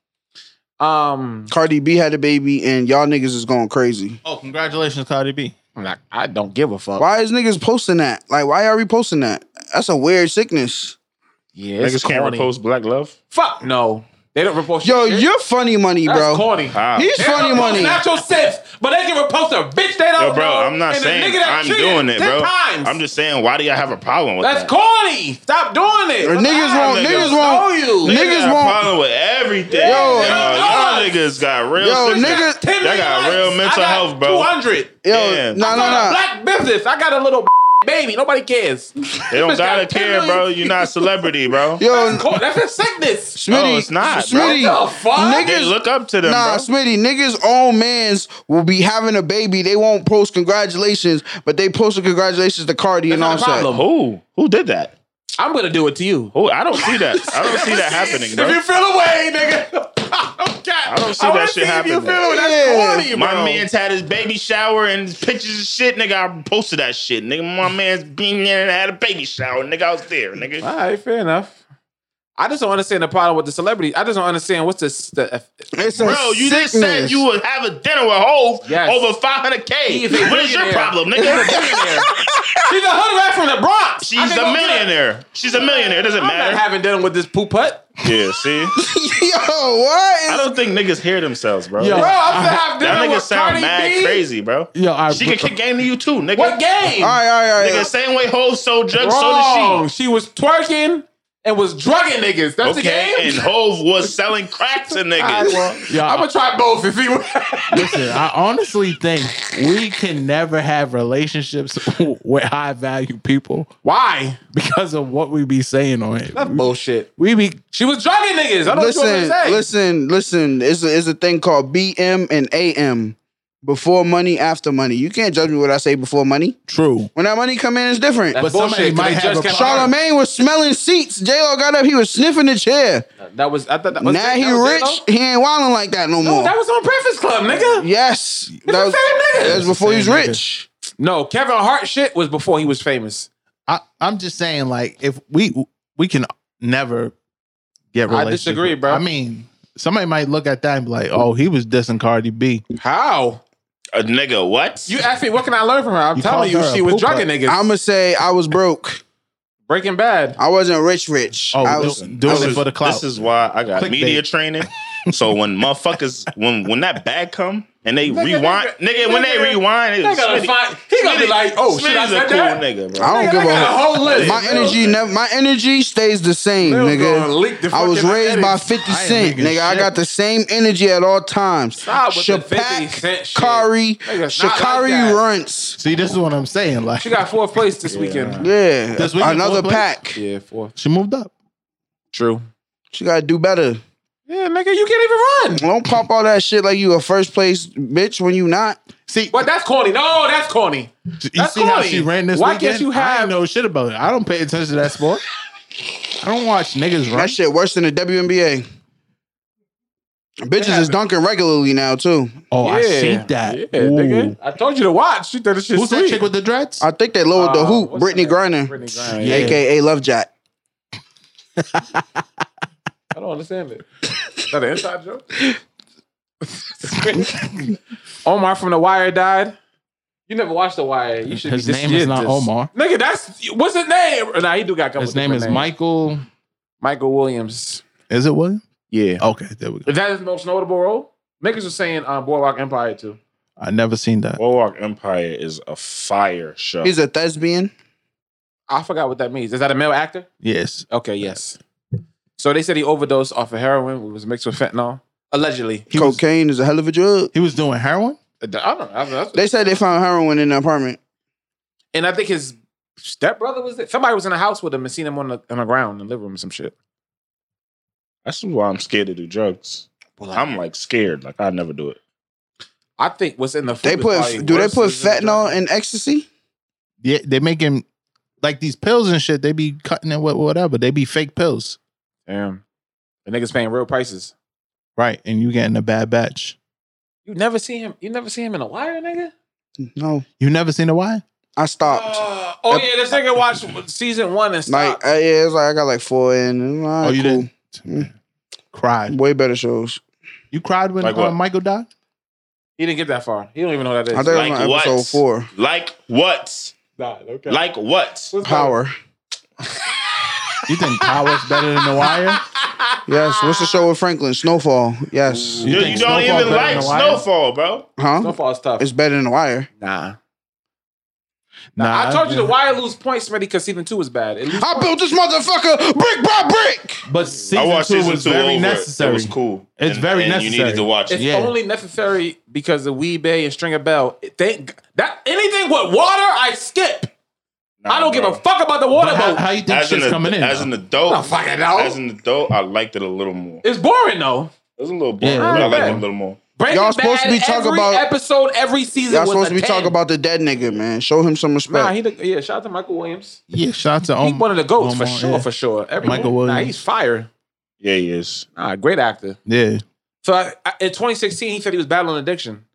Um
Cardi B had a baby, and y'all niggas is going crazy.
Oh, congratulations, Cardi B.
I'm like, I don't give a fuck.
Why is niggas posting that? Like, why are we posting that? That's a weird sickness.
Yeah, it's
Niggas can't
corny.
repost Black Love.
Fuck no. They don't repost
Yo,
shit.
you're funny money,
That's
bro.
corny.
How?
He's
They don't
funny
repost
money.
Natural sense, but they can repost a bitch they don't
Yo, bro,
know
I'm not
and a
saying
nigga that
I'm
cheated
doing it,
10
bro.
times.
I'm just saying, why do y'all have a problem with
That's
that?
corny. Stop doing it.
Or
Relax,
niggas won't- niggas
Know
won't-
you.
niggas
Niggas got
won't-
a problem with everything. Yo,
Yo,
y'all niggas got real.
Yo,
sickness.
niggas-
Ten
Y'all got
million
real
likes.
mental
I got
health, bro.
200.
Yo,
Yeah.
no, no,
I got a
no.
black business. I got a little *laughs* baby.
*laughs*
Nobody cares.
They don't gotta care, bro. You're not a celebrity, bro.
Yo,
That's, cold. That's
*laughs*
a sickness.
Smitty,
No, it's not, bro.
Smitty,
What the fuck?
They
niggas,
look up to them,
nah,
bro.
Smitty, niggas' own mans will be having a baby. They won't post congratulations, but they posted congratulations to Cardi and
not a
Offset.
problem.
Who? Who did that?
I'm gonna do it to you.
Who? I don't see that. I don't
*laughs*
see that happening,
If
bro.
you feel away, nigga. *laughs* I
don't see that
wanna
shit
if You
happening.
feel away. That's
Yeah.
corny, bro.
My man's had his baby shower and pictures and shit, nigga. I posted that shit, nigga. My man's been there and had a baby shower, nigga. I was there, nigga.
All right, fair enough. I just don't understand the problem with the celebrities. I just don't understand what's this. The,
It's a
Bro, you
sickness.
*laughs*
just said you would have a dinner with Hove
Yes.
over 500K.
He is a
What is your
billionaire.
problem,
She's a
nigga?
millionaire. *laughs* She's a hood rat from the Bronx. I
*laughs* She's
can
a
go get her.
millionaire. She's a millionaire. It doesn't
I'm not
matter.
having dinner with this poop putt.
Yeah, see?
*laughs* Yo, what?
I
Is,
don't think niggas hear themselves, bro.
Yo,
Bro, I'm gonna have
That
dinner
nigga
with
sound
Cardi
mad
B.
crazy, bro.
Yo, I-
she can kick game to you too, nigga.
What game?
all right, all right, all right.
Nigga, same way Hov sold drugs, so
Wrong.
did she.
She was twerking and was drugging niggas. That's the
Okay,
game.
and Uh-uh. Hove was selling crack
*laughs*
to niggas.
Yo,
I'm gonna try both if he.
*laughs*
Listen, I honestly think we can never have relationships *laughs* with high value people
Why?
because of what we be saying on it.
That's bullshit.
We be
She was drugging niggas. I don't know what you
listen,
want me to say.
listen, listen. It's a, it's a thing called BM and AM. Before money, after money. You can't judge me what I say before money.
true.
When that money come in, it's different.
That's
But
bullshit.
somebody
'cause
might
they
have
just
a
kept-
Charlemagne was smelling seats. J Lo got up, he was sniffing the chair.
That was. I thought that was.
now
that
he
was it,
rich. He ain't wilding like that no,
though?
more.
No, that was on Breakfast Club, nigga.
yes,
It's the same niggas.
that's before he was
Same niggas.
rich.
No, Kevin Hart shit was before he was famous.
I, I'm just saying, like, if we we can never get
I
relationships.
disagree, bro.
I mean, somebody might look at that and be like, "Oh, he was dissing Cardi B."
How?
A nigga, what?
You asked me what can I learn from her? I'm
You
telling
called
you,
her a
she was
poop
drugging niggas.
I'ma say I was broke.
Breaking Bad.
I wasn't rich, rich.
Oh,
I
do-
was,
doing
This
it
is-
for the clout.
This is why I got
Clickbait.
media training.
*laughs*
So when motherfuckers, when when that bag come and they rewind, nigga, when they rewind,
They gonna
Smitty-
find- he gonna be like, oh, should I
Smitty's a
said
cool
that?
nigga, bro.
I don't
Nigga,
give
I got a
a.
whole list.
My energy never. My energy stays the same,
Lil gonna leak
nigga.
the
I was
fucking
raised by
edits.
Fifty
I ain't
Cent,
leaking
nigga. I
shit.
got the same energy at all times.
Stop with the 50 Cent
Shapak,
shit.
Kari,
Niggas not like
Shakari
that.
Runts.
See, this is what I'm saying. Like,
She got fourth place this weekend.
Yeah,
This weekend,
another
fourth place?
pack.
Yeah, fourth.
she moved up.
True.
She gotta do better.
Yeah, nigga, you can't even run.
Don't pop all that shit like you a first place bitch when you not.
See,
But that's corny. No, that's corny.
you
that's
see how
corny.
she ran this
Why
weekend?
can't you
I
have-
ain't know shit about it. I don't pay attention to that sport. I don't watch niggas run.
That shit worse than the WNBA. Bitches is
happened.
dunking regularly now too.
Oh, I
Yeah.
see that.
Yeah,
Ooh.
nigga. I told you to watch. She thought this shit
Who's
sweet.
that chick with the dreads?
I think they lowered the
Uh,
hoop.
what's her
Brittany
name?
Griner,
Brittany Griner.
Yeah.
aka Love Jack.
I don't understand it. Is that an inside joke? *laughs* Omar from The Wire died. You never watched The Wire. You should.
His
be
name is not
disgusted.
Omar.
Nigga, that's what's his name? Nah, he do got a couple.
His name
different
is
names.
Michael.
Michael Williams.
Is it William?
Yeah.
Okay, there we go.
Is that his most notable role? Niggas were saying um, Boardwalk Empire too.
I never seen that.
Boardwalk Empire is a fire show.
He's a thespian.
I forgot what that means. Is that a male actor?
Yes.
Okay, yes. So they said he overdosed off of heroin, which was mixed with fentanyl, allegedly.
He was,
Cocaine is a hell of a drug.
he was doing heroin?
Uh, I don't know. That's-
They said they found heroin in the apartment.
And I think his stepbrother was there. Somebody was in the house with him and seen him on the on the ground in the living room, or some shit.
That's why I'm scared to do drugs. I'm like scared. Like I never do it.
I think what's in the food
They
is probably
put do they
worse
put
than the
fentanyl
drug.
in ecstasy?
Yeah, they make him like these pills and shit. They be cutting it with whatever. They be fake pills,
Damn, the niggas paying real prices.
right? And you getting a bad batch.
You never see him. You never see him in a wire, nigga.
No,
You never seen a wire?
I stopped.
oh yeah, this
uh,
nigga watched season one and
like
stopped.
uh, yeah, it's like I got like four in.
Oh,
Oh,
you
cool.
didn't. Cried.
Way better shows.
You cried when
Like
uh,
what?
Michael died.
he didn't get that far. He don't even know what that is.
I think it was
Like
on
what?
episode four.
Like what?
Nah, okay.
Like what?
Power.
You think Power's better than the wire?
*laughs*
Yes. What's the show with Franklin? Snowfall. Yes.
Yo, you
think Snowfall
don't
better
even
than
like
The Wire?
Snowfall, bro.
Huh?
Snowfall's tough.
It's better than The Wire.
nah.
Nah,
I told you the wire lose points, Smitty, because season two was bad. It lose-
I built this motherfucker brick by brick.
But
I
season
watched
two
season
was
two
very
over.
necessary.
It was cool.
It's very
You
necessary.
needed to watch
It's
it.
Yeah.
only necessary because of Wee Bay and Stringer Bell. Thank that anything with water, I skip. I don't give a fuck about the water
How,
boat.
how you think
As an,
shit's
ad-
coming in?
as
though?
an adult,
Not fucking adult.
as an adult, I liked it a little more.
it's boring though.
It was a little boring,
Yeah,
but I
not
liked
bad.
it a little more.
Breaking
Y'all supposed to
Bad,
be talking
every
about-
episode, every season.
Y'all
was
supposed
a
to be
10.
talking about the dead nigga, man. Show him some respect.
Nah, he the, yeah. Shout out to Michael Williams.
yeah, shout out to
He
um,
one of the goats for
Omar,
sure,
yeah.
for sure. Every,
Michael
Nah,
Williams.
he's fire.
Yeah, he is.
Nah, great actor.
Yeah,
So I, I, in 2016, he said he was battling addiction.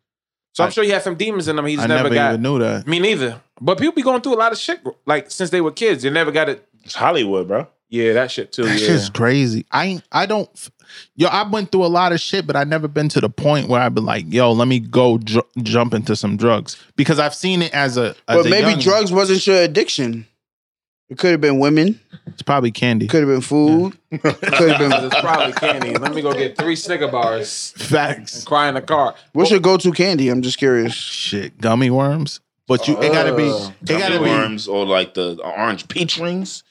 So I'm
I-
sure he had some demons in him. He's
I
never,
never,
got.
even knew that.
Me neither. But people be going through a lot of shit like since they were kids. They never got it.
It's Hollywood, bro.
Yeah, that shit too.
That
yeah.
shit's crazy. I ain't, I don't. f- Yo, I went through a lot of shit, but I never been to the point where I've been like, yo, let me go dr- jump into some drugs because I've seen it as a. As
but
a
maybe
young-
drugs wasn't your addiction. It could have been women.
It's probably candy.
It could have been food. It could have been.
It's probably candy. Let me go get three Snicker bars and
Facts.
cry in the car.
What's your go-to candy? I'm just curious.
Shit, gummy worms. But you, it gotta be,
Ugh.
it gotta be,
worms or like the orange peach rings.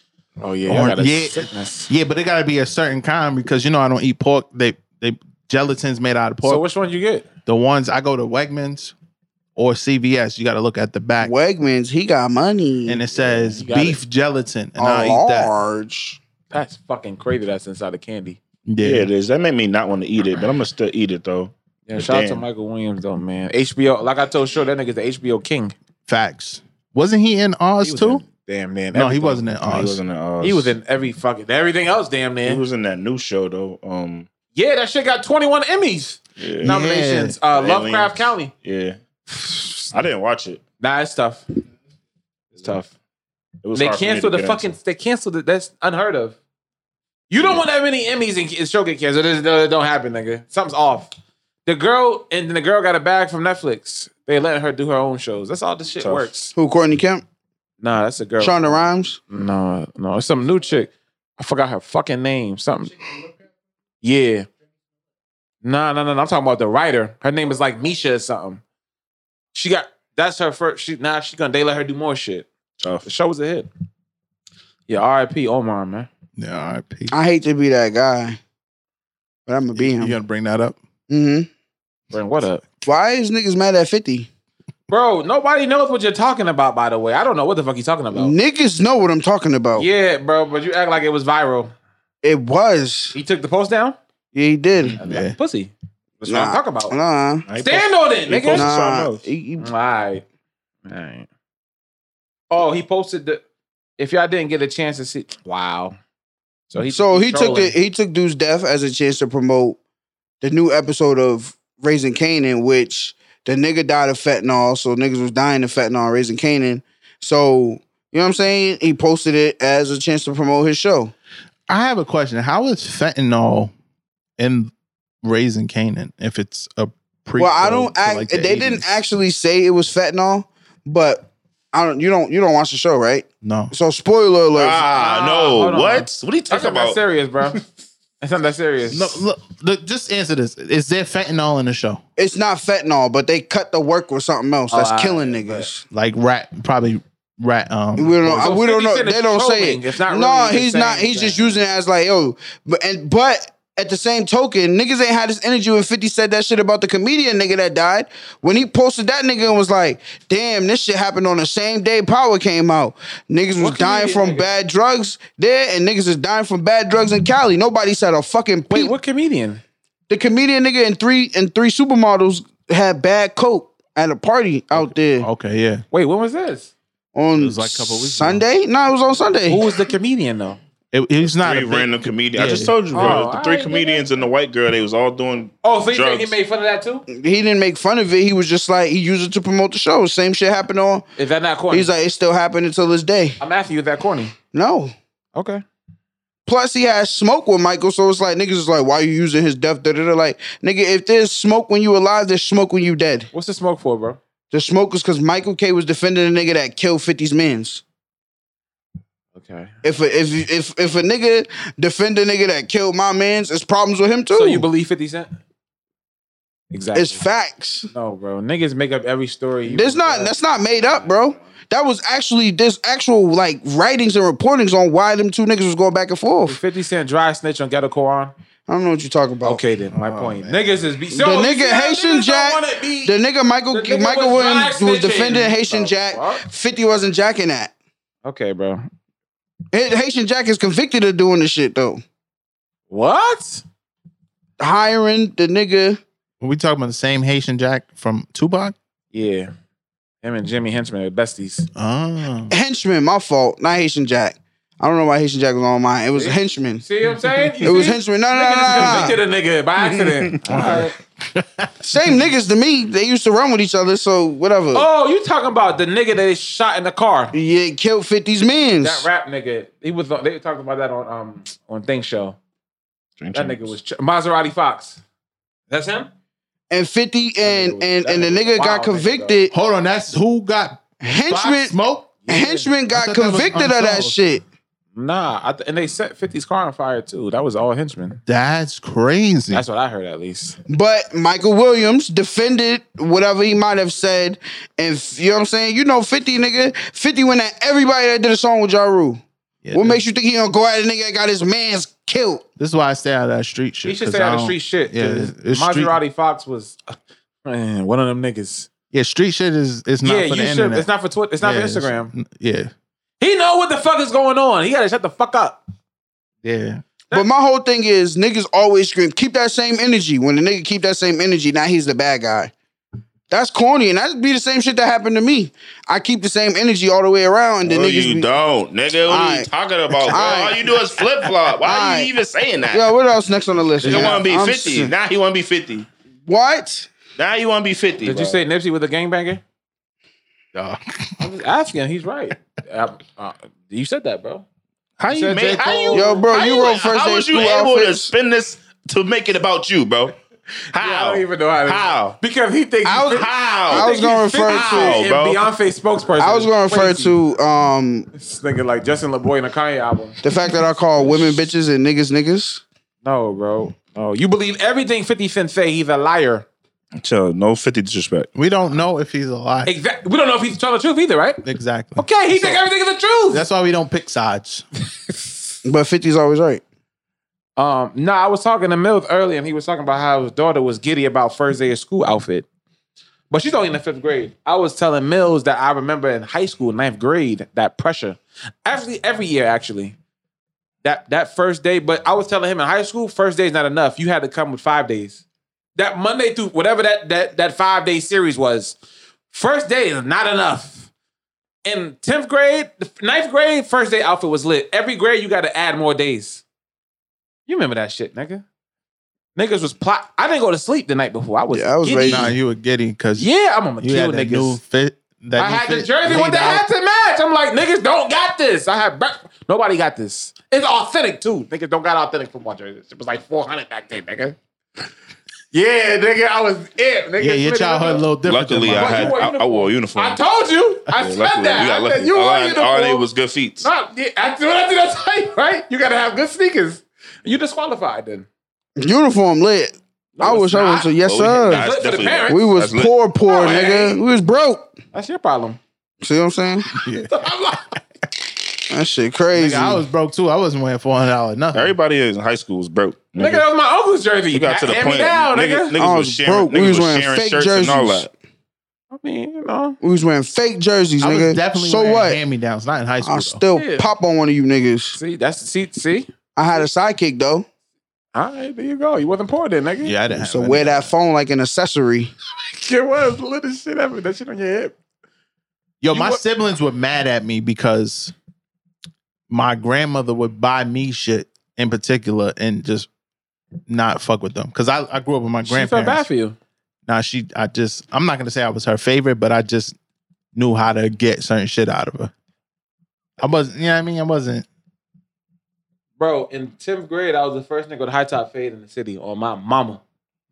Oh yeah,
Or-
I got a
yeah.
sickness.
yeah, but it gotta be a certain kind because you know I don't eat pork. They, they gelatin's made out of pork.
So which one you get?
the ones I go to Wegmans or CVS, you gotta look at the back,
Wegmans, he got money.
and it says
You got
beef gelatin, and
a
I eat that.
Oh, large.
That's fucking crazy. That's inside the candy.
Yeah.
Yeah,
it is. That made me not want to eat it, but I'm gonna still eat it though.
Yeah, shout out to
Damn.
Michael Williams though, man. HBO, like I told Short, that nigga's the HBO king.
facts. Wasn't he in Oz
He was
too?
in- damn man.
No, he
everything.
wasn't in
He
Oz.
was in that. Uh,
He was in every fucking everything else. Damn
He
man.
was in that new show though. Um.
yeah, that shit got 21 Emmys
Yeah.
nominations. Uh,
Aliens.
Lovecraft County.
*sighs*
Yeah. I didn't watch it.
Nah, it's tough. It's tough.
It was
They
hard for me to
canceled the
get
fucking.
into.
They canceled it. That's unheard of. You don't want that many Emmys and and show get canceled. It, don't- it don't happen, nigga. Something's off. The girl and then the girl got a bag from Netflix. They let her do her own shows. That's all this shit
Tough.
works.
Who? Courtney Kemp,
Nah, that's a girl.
Shonda Rhimes.
No, no, it's some new chick. I forgot her fucking name. Something. Yeah. No, no, no, no. I'm talking about the writer. Her name is like Misha or something. She got that's her first. She now she gonna they let her do more shit.
Tough.
The show was a hit. Yeah, R.I.P. Omar, man.
Yeah, R.I.P.
I hate to be that guy, but I'm gonna be
You
him.
gonna bring that up?
hmm
Bring what up,
Why is niggas mad at fifty?
bro? Nobody knows what you're talking about. By the way, I don't know what the fuck you talking about.
Niggas know what I'm talking about.
Yeah, bro, but you act like it was viral.
It was.
He took the post down.
Yeah, he did.
Yeah.
Pussy. That's what I'm
Nah.
talking about.
Nah,
I ain't
Stand on it,
He
nigga.
posted something
nah.
else.
He- he-
All right. All right. Oh, he posted the. If y'all didn't get a chance to see, wow. So he
so he took
trolling.
the, he took Dude's death as a chance to promote the new episode of Raising Canaan, which the nigga died of fentanyl, so niggas was dying of fentanyl raising Canaan. So you know what I'm saying? He posted it as a chance to promote his show.
I have a question. How is fentanyl in raising Canaan if it's a pre?
well, I don't act. they didn't actually say it was fentanyl, but I don't. You don't. You don't watch the show, right?
No,
So spoiler alert. uh,
hold
Ah, no.
on.
What? What are you
That's
talking
not that
about?
serious, bro. That's not that serious.
no. Look, look, just answer this. Is there fentanyl in the show?
It's not fentanyl, but they cut the work with something else that's
Oh, I-
killing niggas.
Like rat, probably rat. Um,
We don't.
So
we don't
50
know.
Cent is
They don't say
trolling.
it.
It's not
no,
really
he's
the
not.
same
He's just
thing.
using it as like, yo, but and but. At the same token, niggas ain't had this energy when 50 said that shit about the comedian nigga that died. When he posted that nigga and was like, damn, this shit happened on the same day Power came out. Niggas was
What
dying
comedian
from
nigga?
bad drugs there, and niggas is dying from bad drugs in Cali. Nobody said a fucking peep.
Wait, what comedian?
The comedian nigga and three and three supermodels had bad coke at a party out there
Oh,
okay, yeah.
Wait, when was this?
on
was like a couple weeks ago.
Sunday. No, it was on Sunday.
Who was the comedian though?
It, it's not
Three
a big-
random comedians. I
Yeah.
just told you,
Oh,
bro. the three
alright,
comedians and the white girl, they was all doing.
Oh, so you
drugs.
think he made fun of that too?
he didn't make fun of it. He was just like he used it to promote the show. Same shit happened on.
Is that not corny?
He's like it still happened until this day.
I'm asking you, is that corny?
No.
Okay.
Plus he had smoke with Michael, so it's like niggas is like, why you using his death? Da, da, da. Like nigga, if there's smoke when you alive, there's smoke when you dead.
What's the smoke for, bro?
The smoke is because Michael K was defending a nigga that killed 50's mans.
Okay.
If a, if if if a nigga defend a nigga that killed my mans, it's problems with him too.
So you believe 50 Cent? Exactly.
it's facts.
no, bro. Niggas make up every story. you-
That's not that's not made up, bro. That was actually there's actual like writings and reportings on why them two niggas was going back and forth.
50 Cent dry snitch on Ghetto Koran.
I don't know what you talking about.
Okay, then
Oh,
my point. Niggas is be- so
The
you see
nigga
how
Haitian
niggas don't
Jack,
wanna be-
the nigga Michael
The nigga
Michael
was
Williams was
black
defending
snitching.
Haitian
The
Jack.
fuck?
Fifty wasn't jacking that.
Okay, bro.
H- Haitian Jack is convicted of doing this shit though.
What?
Hiring the nigga.
Are we talking about the same Haitian Jack from Tupac?
Yeah. Him and Jimmy Henchman are besties.
Oh.
Henchman, my fault. Not Haitian Jack. I don't know why Haitian Jack was on mine. It was henchman.
See what I'm saying?
It was henchman. No, no, no, no, no.
convicted a nigga *laughs* by accident.
Same niggas to me. They used to run with each other, so whatever.
Oh, you talking about the nigga that they shot in the car?
Yeah, killed 50's mans.
That rap nigga. He was. On, they talked about that on um on Thing Show. That nigga was ch- Maserati Fox. That's him.
And 50 and
was-
and,
that
and the
nigga
nigga
was
got
wild, nigga,
convicted.
Hold on, that's who got Box
henchman
smoke.
henchman
I
got
thought that was
convicted of that
unsolved.
shit.
Nah, I th- and they set 50's car on fire too. That was all henchmen.
That's crazy.
That's what I heard at least.
But Michael Williams defended whatever he might have said. And f- you know what I'm saying? You know 50 nigga. 50 went at everybody that did a song with Ja Rule.
Yeah,
what
this,
makes you think he gonna go at a nigga that got his man's killed?
this is why I stay out of that street shit.
He should
'cause
stay
I
out of
don't-
street shit.
Yeah,
'cause
it's- it's street-
Maserati Fox was man, one of them niggas.
Yeah, street shit is is not
Yeah,
for the
you should.
internet.
It's not for Twitter. It's not
Yeah,
for Instagram.
it's- Yeah,
He know what the fuck is going on. He gotta shut the fuck up.
yeah.
But my whole thing is niggas always scream, keep that same energy. When the nigga keep that same energy, now he's the bad guy. That's corny, and that be the same shit that happened to me. I keep the same energy all the way around, and then
No,
niggas
you
be,
don't, nigga. What are you
Alright.
talking about? Bro?
Alright.
All you do is flip flop. Why are
Alright.
you even saying that?
Yo, what else next on the list?
you
man?
want to be
I'm
50.
sick.
Now he want to be 50.
What?
Now you want to be 50.
Did
bro.
you say Nipsey with a gangbanger?
Dog.
I'm just asking. He's right. *laughs* Uh, uh, you said that, bro.
How
You said
you?
J.
Man, how
Cole-
you,
Yo, bro,
how
you wrote first
How
day
was you
school
able to
outfits.
spin this to make it about you, bro?
I
How?
don't even know how. To,
How?
Because he thinks.
I was-
How?
I was gonna refer to.
Wow, bro.
Beyonce spokesperson.
I was gonna refer
Crazy.
to um
This nigga like Justin LeBoy in a Kanye album.
the fact that I call women bitches and niggas niggas.
No, bro. No, you believe everything Fifty Cent say. He's a liar.
Chill, no 50 disrespect.
We don't know if he's alive.
Exactly. We don't know if he's telling the truth either, right?
Exactly.
Okay, he think everything is the truth.
That's why we don't pick sides.
But 50's always right.
Um, no, I was talking to Mills earlier, and he was talking about how his daughter was giddy about first day of school outfit. But she's only in the fifth grade. I was telling Mills that I remember in high school, ninth grade, that pressure. Actually, every year, actually. That that first day, but I was telling him in high school, first day is not enough. You had to come with five days. That Monday through whatever that that that five day series was, first day is not enough. In 10th grade, the ninth grade, first day outfit was lit. Every grade, you gotta add more days. You remember that shit, nigga? Niggas was plot. I didn't go to sleep the night before. I was.
Yeah, I was
giddy.
raised-
nah, you were giddy because
Yeah, I'm gonna
you
kill
had that new
niggas.
fit. That
I
new
had the
fit
jersey with
laid
the
out.
hat to match. I'm like, niggas don't got this. I had bra- nobody got this. It's authentic too. Niggas don't got authentic football jerseys. It was like 400 back then, nigga. Yeah, nigga, I was it. Nigga.
Yeah, your childhood a little different. than
Luckily, I
mine.
had
wore
I, I wore a uniform.
I told you. I
Yeah,
said
luckily,
that.
we got
I said,
lucky.
you
all,
wore
I, all I
uniform.
needed was good feet.
No, yeah, I, what I did I tell you, right? You gotta have good sneakers. You disqualified then.
Uniform lit. I
it's
wish I went
not.
to yes
But we-
sir.
nah, it's
Good for the
definitely-
parents.
we was
that's lit.
poor, poor
No, it
nigga.
ain't.
We was broke.
That's your problem. *laughs*
See what I'm saying?
I'm like,
That shit crazy.
Nigga, I was broke too. I wasn't wearing four hundred dollars nothing.
Everybody in high school was broke.
nigga, that was my uncle's jersey.
You got to the
Hand
point.
Me down, nigga.
niggas, niggas
I
was
was
sharing,
broke.
Niggas
We was
was
wearing
sharing
fake
shirts and all
jerseys.
that.
I mean, you know.
we was wearing fake jerseys,
I
nigga.
was definitely
so
wearing
what?
hand me downs, not in high school.
I
though.
still
Yeah.
pop on one of you niggas.
See, that's see, see.
I had a sidekick though,
All right, there you go. You wasn't poor then, nigga.
yeah, I didn't.
so
have
wear
any.
that phone like an accessory.
*laughs* it was lit as shit ever. That shit on your hip.
Yo, my
wa-
siblings were mad at me because my grandmother would buy me shit in particular and just not fuck with them. Cause I, I grew up with my
She felt bad
grandparents.
for you.
Now she, I just, I'm not gonna say I was her favorite, but I just knew how to get certain shit out of her. I wasn't, you know what I mean? I wasn't.
Bro, in 10th grade, I was the first nigga with a high top fade in the city on my mama.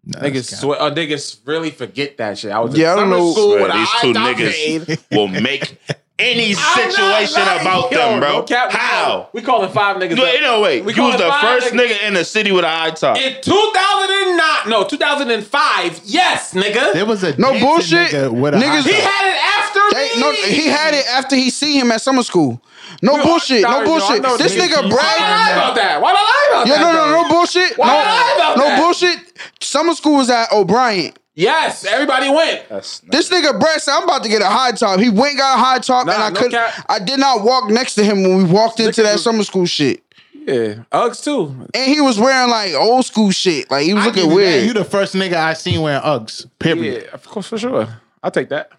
nah, that's
Niggas,
cap.
swear, uh, niggas really forget that shit. I was in
Yeah, I don't
summer
know-
school
Swear,
with a
these
high
two
top
niggas-
fade.
*laughs* Will make any
I'm not
situation
lying.
about
Yo, no
them, bro.
cap, we call-
How?
We calling five niggas.
No,
up.
no, wait.
We
You was the
qualified,
first
nigga.
nigga in the city with a high top.
In 2009, no, 2005, yes, nigga.
There was a
No
dancing
bullshit.
nigga with a
Niggas-
hot
he
dog.
had it after
They,
me.
no, he had it after he see him at summer school. No
Yo,
bullshit. No
sorry, yo, I
bullshit.
know
this
niggas-
nigga
Why did I lie
bragged.
about that? Why did I lie about
Yeah,
that?
no, no,
though?
no bullshit.
Why
no,
lie about
no
that?
bullshit. Summer school was at O'Brien.
Yes, everybody went.
That's
This nigga Brett said, I'm about to get a high top. He went got a high top,
Nah,
and I
no
couldn't.
cap.
I did not walk next to him when we walked into
Niggas
that
was-
summer school shit.
Yeah, Uggs too.
And he was wearing like old school shit. Like he was
give
looking
you that. You
weird.
the first nigga I seen wearing Uggs.
Yeah,
Period.
of course, for sure. I'll take that.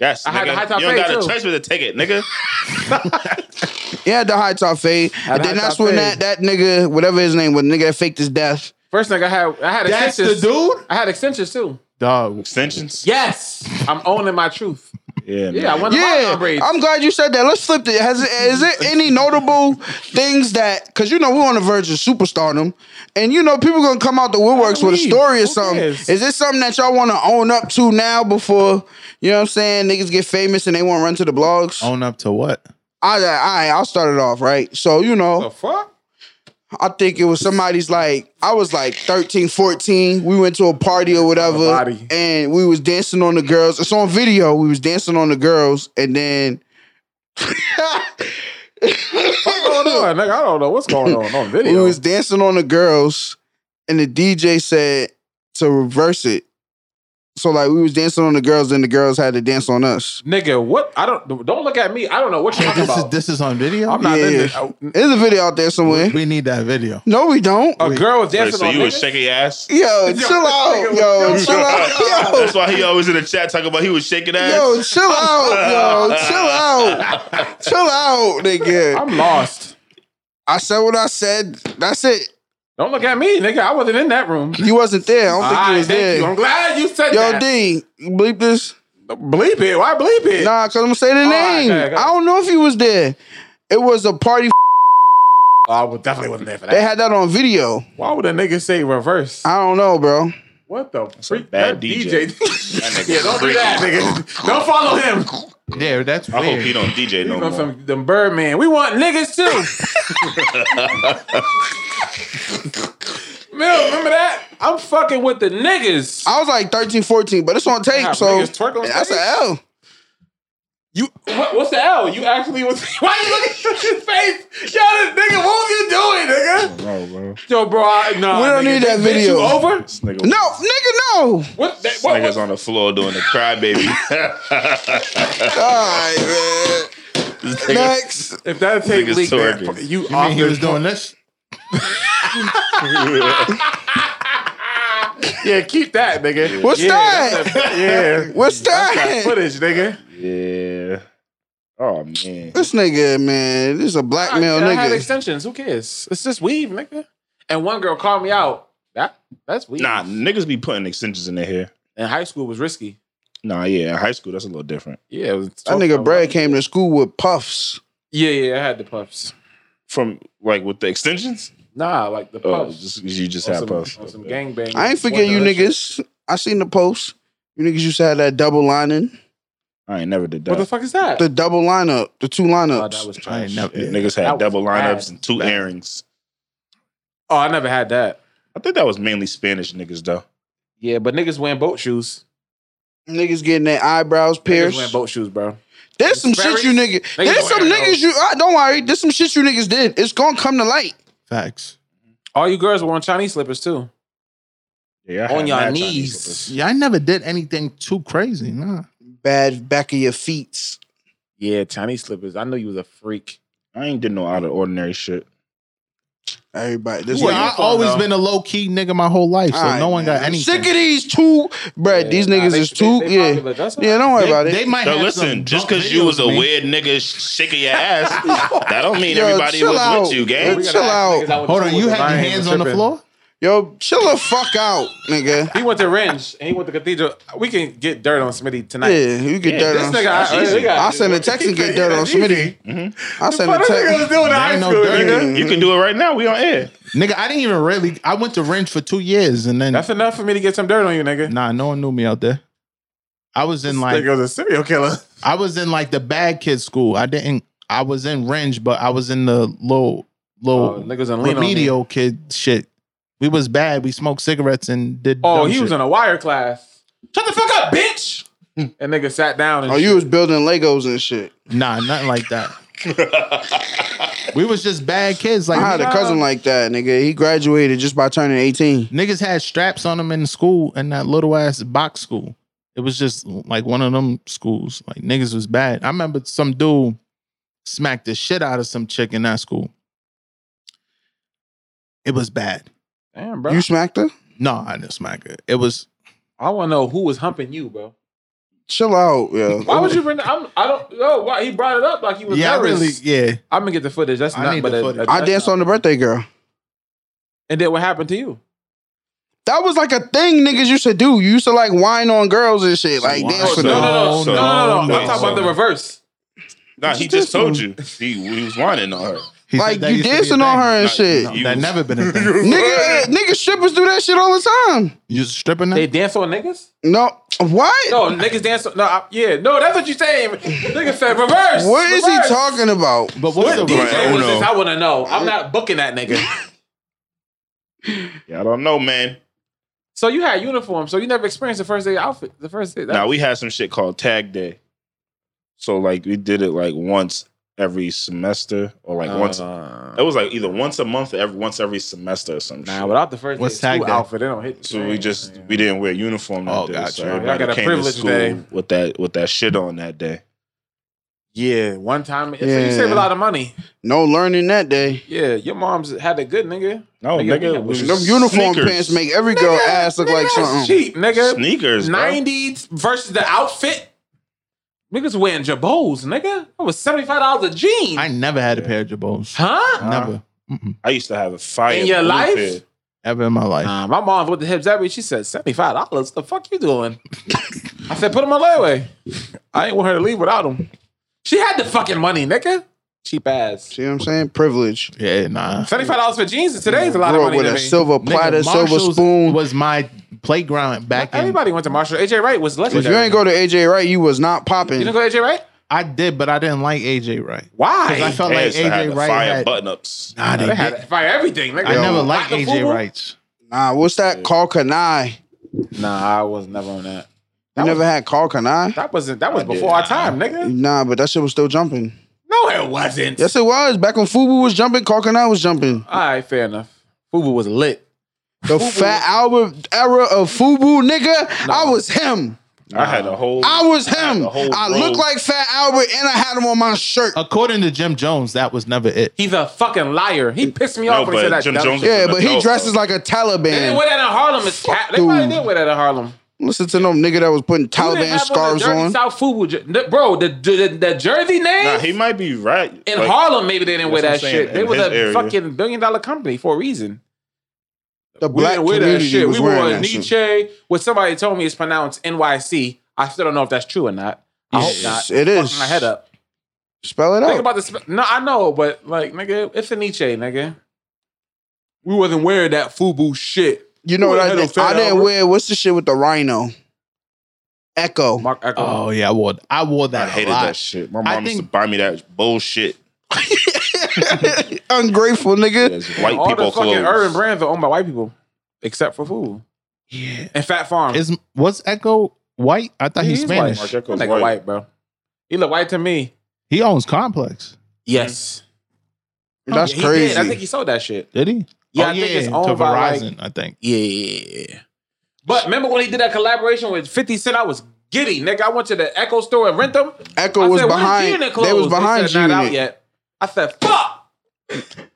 yes.
I had
nigga.
a high top
you don't
fade,
got a
too.
choice but to take it, nigga.
He had the high top fade.
Had
And
the
then
high
that's
top
when that,
fade.
that nigga, whatever his name was, nigga that faked his death.
First thing I had, I had
That's the
extensions.
dude.
I had extensions too.
Dog.
Extensions.
Yes, I'm owning my truth.
Yeah,
Yeah, I
man.
went to my
Yeah,
braids.
I'm glad you said that. Let's flip it. Has it, is it any notable things that because you know we're on the verge of superstardom, and you know people gonna come out the woodworks with a
mean?
story or
Who
something.
cares?
Is this something that y'all want to own up to now before you know what I'm saying? Niggas get famous and they want to run to the blogs.
Own up to what?
I, I I'll start it off right. So you know,
fuck?
I think it was somebody's like I was like 13, 14. We went to a party or whatever,
Body.
and we was dancing on the girls. It's on video. We was dancing on the girls, and then.
What's going on, nigga? I don't know what's going on on
We
video.
was dancing on the girls, and the DJ said to reverse it. So like we was dancing on the girls, then the girls had to dance on us.
Nigga, what? I don't. Don't look at me. I don't know what you're talking
*laughs* This is
about.
this is on video.
I'm not.
Yeah.
in this. I-
There's a video out there somewhere.
We need that video.
No, we don't.
A girl was
Wait,
dancing
so
on
you was
niggas?
shaking your ass?
Yo, chill out. Yo, chill out. Yo,
That's why he always in the chat talking about he was shaking ass.
yo, chill out. Yo, chill out. Chill out, nigga.
*laughs* I'm lost.
I said what I said. That's it.
Don't look at me, nigga. I wasn't in that room.
You wasn't there. I don't think
All
you
right,
was
thank you. I'm
there.
glad you said
Yo,
that.
D, you bleep this.
bleep it. Why bleep it?
Nah, cause I'm gonna say the
right,
name.
go ahead, go
I
ahead.
don't know if he was there. It was a party.
Oh, I was- definitely wasn't there for that.
They had that on video.
Why would a nigga say reverse?
I don't know, bro.
What the freak?
bad
That
DJ.
DJ. *laughs*
nigga
yeah, don't do
freaky.
that, nigga. Don't follow him.
Yeah, that's
I hope he
weird.
don't DJ no
From
more.
some them Birdman. We want niggas
*laughs*
too. Mill, remember that? I'm fucking with the niggas.
I was like 13, 14, but it's on tape,
Nah,
so
niggas twerk on
that's an
stage?
L.
You what, what's the L? You actually was *laughs* why you looking at your face? Yo, this nigga, what you doing, nigga? Yo, bro, I, nah,
We don't
nigga,
need that
bitch,
video.
You over?
This nigga,
No, nigga, no.
What? That,
this
what,
*laughs* nigga's
what
on the floor doing the *laughs* crybaby.
All right, man. Next.
if that take
Nigga's
leak, man,
twerking.
you,
You mean he was doing this?
Yeah, keep that, nigga.
What's
yeah,
that?
that's that- yeah,
What's
that
that?
footage, nigga.
*laughs* yeah. Oh man.
This nigga, man. This is a black
I,
male
and I had
nigga.
extensions. Who cares? It's just weave, nigga. And one girl called me out. That that's weave.
Nah, niggas be putting extensions in their hair.
In high school was risky.
Nah, yeah. In high school, that's a little different.
Yeah, it was
That nigga Brad came to school with puffs.
Yeah, yeah, I had the puffs.
From like with the extensions,
Nah, like the
oh,
puffs.
just, you just
On
have
some,
puffs.
on some gangbang.
I ain't forget you
What the-
niggas. I seen the post. You niggas used to have that double lining.
I ain't never did that.
What the fuck is that?
The double lineup. The two
oh, that
lineups.
was
I ain't
trash.
never.
Yeah, Niggas had
That
double
was
lineups
bad.
and two earrings.
Oh, I never had that.
I think that was mainly Spanish niggas though.
Yeah, but niggas wearing boat shoes.
Niggas getting their eyebrows
Niggas
pierced.
wearing boat shoes, bro.
There's some
Sperry's?
shit you niggas.
Niggas
There's
don't
some
wear
niggas
those.
you. I don't worry. There's some shit you niggas did. It's gonna come to light.
Facts.
All you girls were on Chinese slippers too.
Yeah, I
On
had
your
mad Chinese
knees.
slippers.
Yeah, I never did anything too crazy. Nah.
Bad back of your feet.
Yeah, Chinese slippers. I knew you was a freak.
I ain't did no out of ordinary shit.
Everybody. This
Yeah,
one.
I always
though.
been a low key nigga my whole life, so
Alright,
no one got
man.
anything.
Sick of these two, bruh.
Yeah,
these
nah,
niggas
they-
is
they-
too.
they
yeah,
popular. That's all.
yeah. Don't worry
They,
about it.
they might
So
have
listen,
some
just
drunk
because you was a
videos, man.
weird nigga shaking your ass, that don't mean
Yo,
everybody
chill
was
out.
with you,
Yo,
gang.
We gotta
chill
ask
out.
niggas I went to
Hold on,
school
you
with, 'cause
had
I
your
ain't
hands
even
on the
tripping.
floor?
Yo, chill the fuck out,
*laughs*
nigga.
He went to Renge and he went to Cathedral. We can get dirt on Smitty tonight.
Yeah, you get dirt
This
on.
nigga, I,
easy.
we gotta
I
do *laughs*
sent a
it.
text and get
Yeah,
dirt on
that's
Smitty.
easy.
Mm-hmm.
I sent a
What this nigga was
text.
doing in
There
high
ain't no
school,
dirt.
nigga?
You can do it right now. We on air.
Nigga, I didn't even really. I went to Rent for two years, and then
That's enough for me to get some dirt on you, nigga.
nah, no one knew me out there. I was in like Oh,
nigga was a serial killer.
I was in like the bad kid school. I didn't. I was in Renge, but I was in the low
Oh,
low
niggas on lean on me.
remedial kid shit. We was bad. We smoked cigarettes and did.
Oh,
dumb
he was
shit.
in a wire class. Shut the fuck
Hmm.
up, bitch. and nigga sat down and
Oh,
shit.
you was building Legos and shit. *laughs*
nah, nothing like that. we was just bad kids. Like
I had a cousin like that, nigga. He graduated just by turning 18.
niggas had straps on them in school in that little ass box school. It was just like one of them schools. Like niggas was bad. I remember some dude smacked the shit out of some chick in that school. It was bad.
Damn, bro.
You smacked her?
No, I didn't smack her. It was
I want to know who was humping you, bro.
Chill out, yo.
Why would you bring? I'm, I don't know why he brought it up like he was.
yeah, I
nervous.
really yeah.
I'm gonna get the footage. That's
I
not.
need
But
the
a-
footage.
a-
I danced on the birthday girl.
And then what happened to you?
That was like a thing niggas used to do. You used to like whine on girls and shit. Like
Wine.
dance with
No, no,
them.
no, no, no,
So-
no, no.
no,
I'm talking about
so-
the reverse.
Nah, he just told you. He, he was whining on her.
He said
Like
that
you
used to be a
dancing on
thing.
her and
Like,
shit.
no.
No, that never been a
*laughs*
thing.
Nigga, eh, nigga strippers do that shit all the time.
You stripping
They
that?
dance on niggas?
No, what?
No, niggas dance on. No, I, yeah, no, that's what you saying. Nigga said reverse.
What is
reverse.
he talking about?
But what's the
DJ
Right,
was
Uno.
this? I want to know. I'm not booking that
*laughs*
nigga.
Yeah, I don't know, man.
so you had uniform, so you never experienced the first day outfit. The first day. That,
Now we had some shit called Tag Day. So like we did it like once every semester or like once.
Uh.
It was like either once a month or every once every semester or some
Nah,
shit.
without the first
What's
day,
tag
school
day?
outfit, they don't hit. the
So
same.
we just we didn't wear uniform that
Oh,
day.
gotcha.
So
Y'all
everybody
got a
came
privilege
to school
day.
with that with that shit on that day.
yeah, one time. So you
Yeah.
save a lot of money.
No learning that day.
Yeah, your mom's had a good nigga.
No,
Nigga,
nigga,
nigga,
it was
Them uniform
sneakers.
pants make every girl ass look like
Nigga, that's
something.
cheap, nigga.
sneakers. bro.
Nineties versus the outfit. Niggas wearing jabos, nigga. That was seventy five dollars a jean.
I never had a pair of jabos.
huh?
Never. Mm-mm.
I used to have a fire
In your
blue
life?
pair.
Ever in my life.
Nah, my mom with the hips every. She said seventy five dollars. The fuck you doing? *laughs* I said put them on layaway. I ain't want her to leave without them. She had the fucking money, nigga. Cheap ass.
See what I'm saying? Privilege.
Yeah, nah.
Seventy five dollars for jeans is today's a lot
Grew
of
up
money.
with
to
a
me.
silver
Nigga,
platter, silver
Marshalls
spoon.
was my playground back in.
Everybody went to Marshall. AJ Wright was
if
legendary.
you ain't go to AJ Wright, you was not popping.
you didn't go to AJ Wright?
I did, but I didn't like AJ Wright.
Why?
'Cause I felt
Yeah, I
like
used to have
AJ
the
Wright
fire
had.
button ups.
Nah, they
they had
did.
it. Fire everything. Nigga.
I never liked
Lock the
AJ
Fubu?
Wright's.
Nah, what's that? Call Kanai.
Nah, I was never on that.
You never had Call Kanai?
That wasn't. That was before our time, nigga.
Nah, but that shit was still jumping.
No, it wasn't.
Yes, it was. Back when Fubu was jumping, Call Kanai was jumping.
All right, fair enough. Fubu was lit.
The Fat Albert era of Fubu, nigga. I was him.
I had a whole
I was him.
the whole
I
row.
looked like Fat Albert and I had him on my shirt.
According to Jim Jones, that was never it.
He's a fucking liar. He pissed me
No,
off when he said
but
that.
Jim
dumb
Jones-
shit.
Yeah,
an
but he
adult,
dresses
though.
like a
They didn't wear
Taliban.
that in Harlem. It's cat. They probably
dude.
did wear that in Harlem.
Listen to them nigga that was putting
You didn't
Taliban
have
scarves
the dirty
on.
South Fubu, jer- the- bro. The, the the jersey name
Nah, he might be right.
in
Like,
Harlem. Maybe they didn't wear that
That's what I'm
shit.
saying,
They
in
was
his
a
area.
fucking billion dollar company for a reason.
The
We
black
didn't wear that
community
shit.
was
We wore
wearing
a
that shit.
Nietzsche. What somebody told me is pronounced NYC. I still don't know if that's true or not. I hope not.
Yes, it
Fucking
is.
My head up.
Spell it
Think
out.
about this. No, I know, but like, nigga, it's a Nietzsche, nigga. We wasn't wearing that FUBU shit.
You know what
Who the
I
hell is
did?
Fat
I didn't
Albert?
wear what's the shit with the
*laughs*
rhino? Echo. *laughs*
Mark Echo.
Oh yeah, I wore. I wore
I
that.
hated
a lot.
that shit. My
I
mom used to
think-
buy me that
*laughs*
bullshit.
Ungrateful nigga.
That's white
All
people
the fucking
clothes.
urban brands are owned by white people, except for FUBU
Yeah.
and Fat Farm.
Is was Echo white? I thought he's, Spanish.
White.
Mark Echo's
That nigga
white.
white, bro. He look white to me.
He owns Complex.
Yes,
That's
Yeah, he
crazy.
Did. I think he sold that shit.
Did he? Oh,
Yeah, I think it's
to
owned by like,
Verizon. I think.
Yeah. But remember when he did that collaboration with 50 Cent? I was giddy, nigga. I went to the Echo store and rent them.
Echo
I
was
said, "Where the
behind.
G-Unit
They was
clothes?"
behind
said, "Not out
you.
yet. I said, fuck!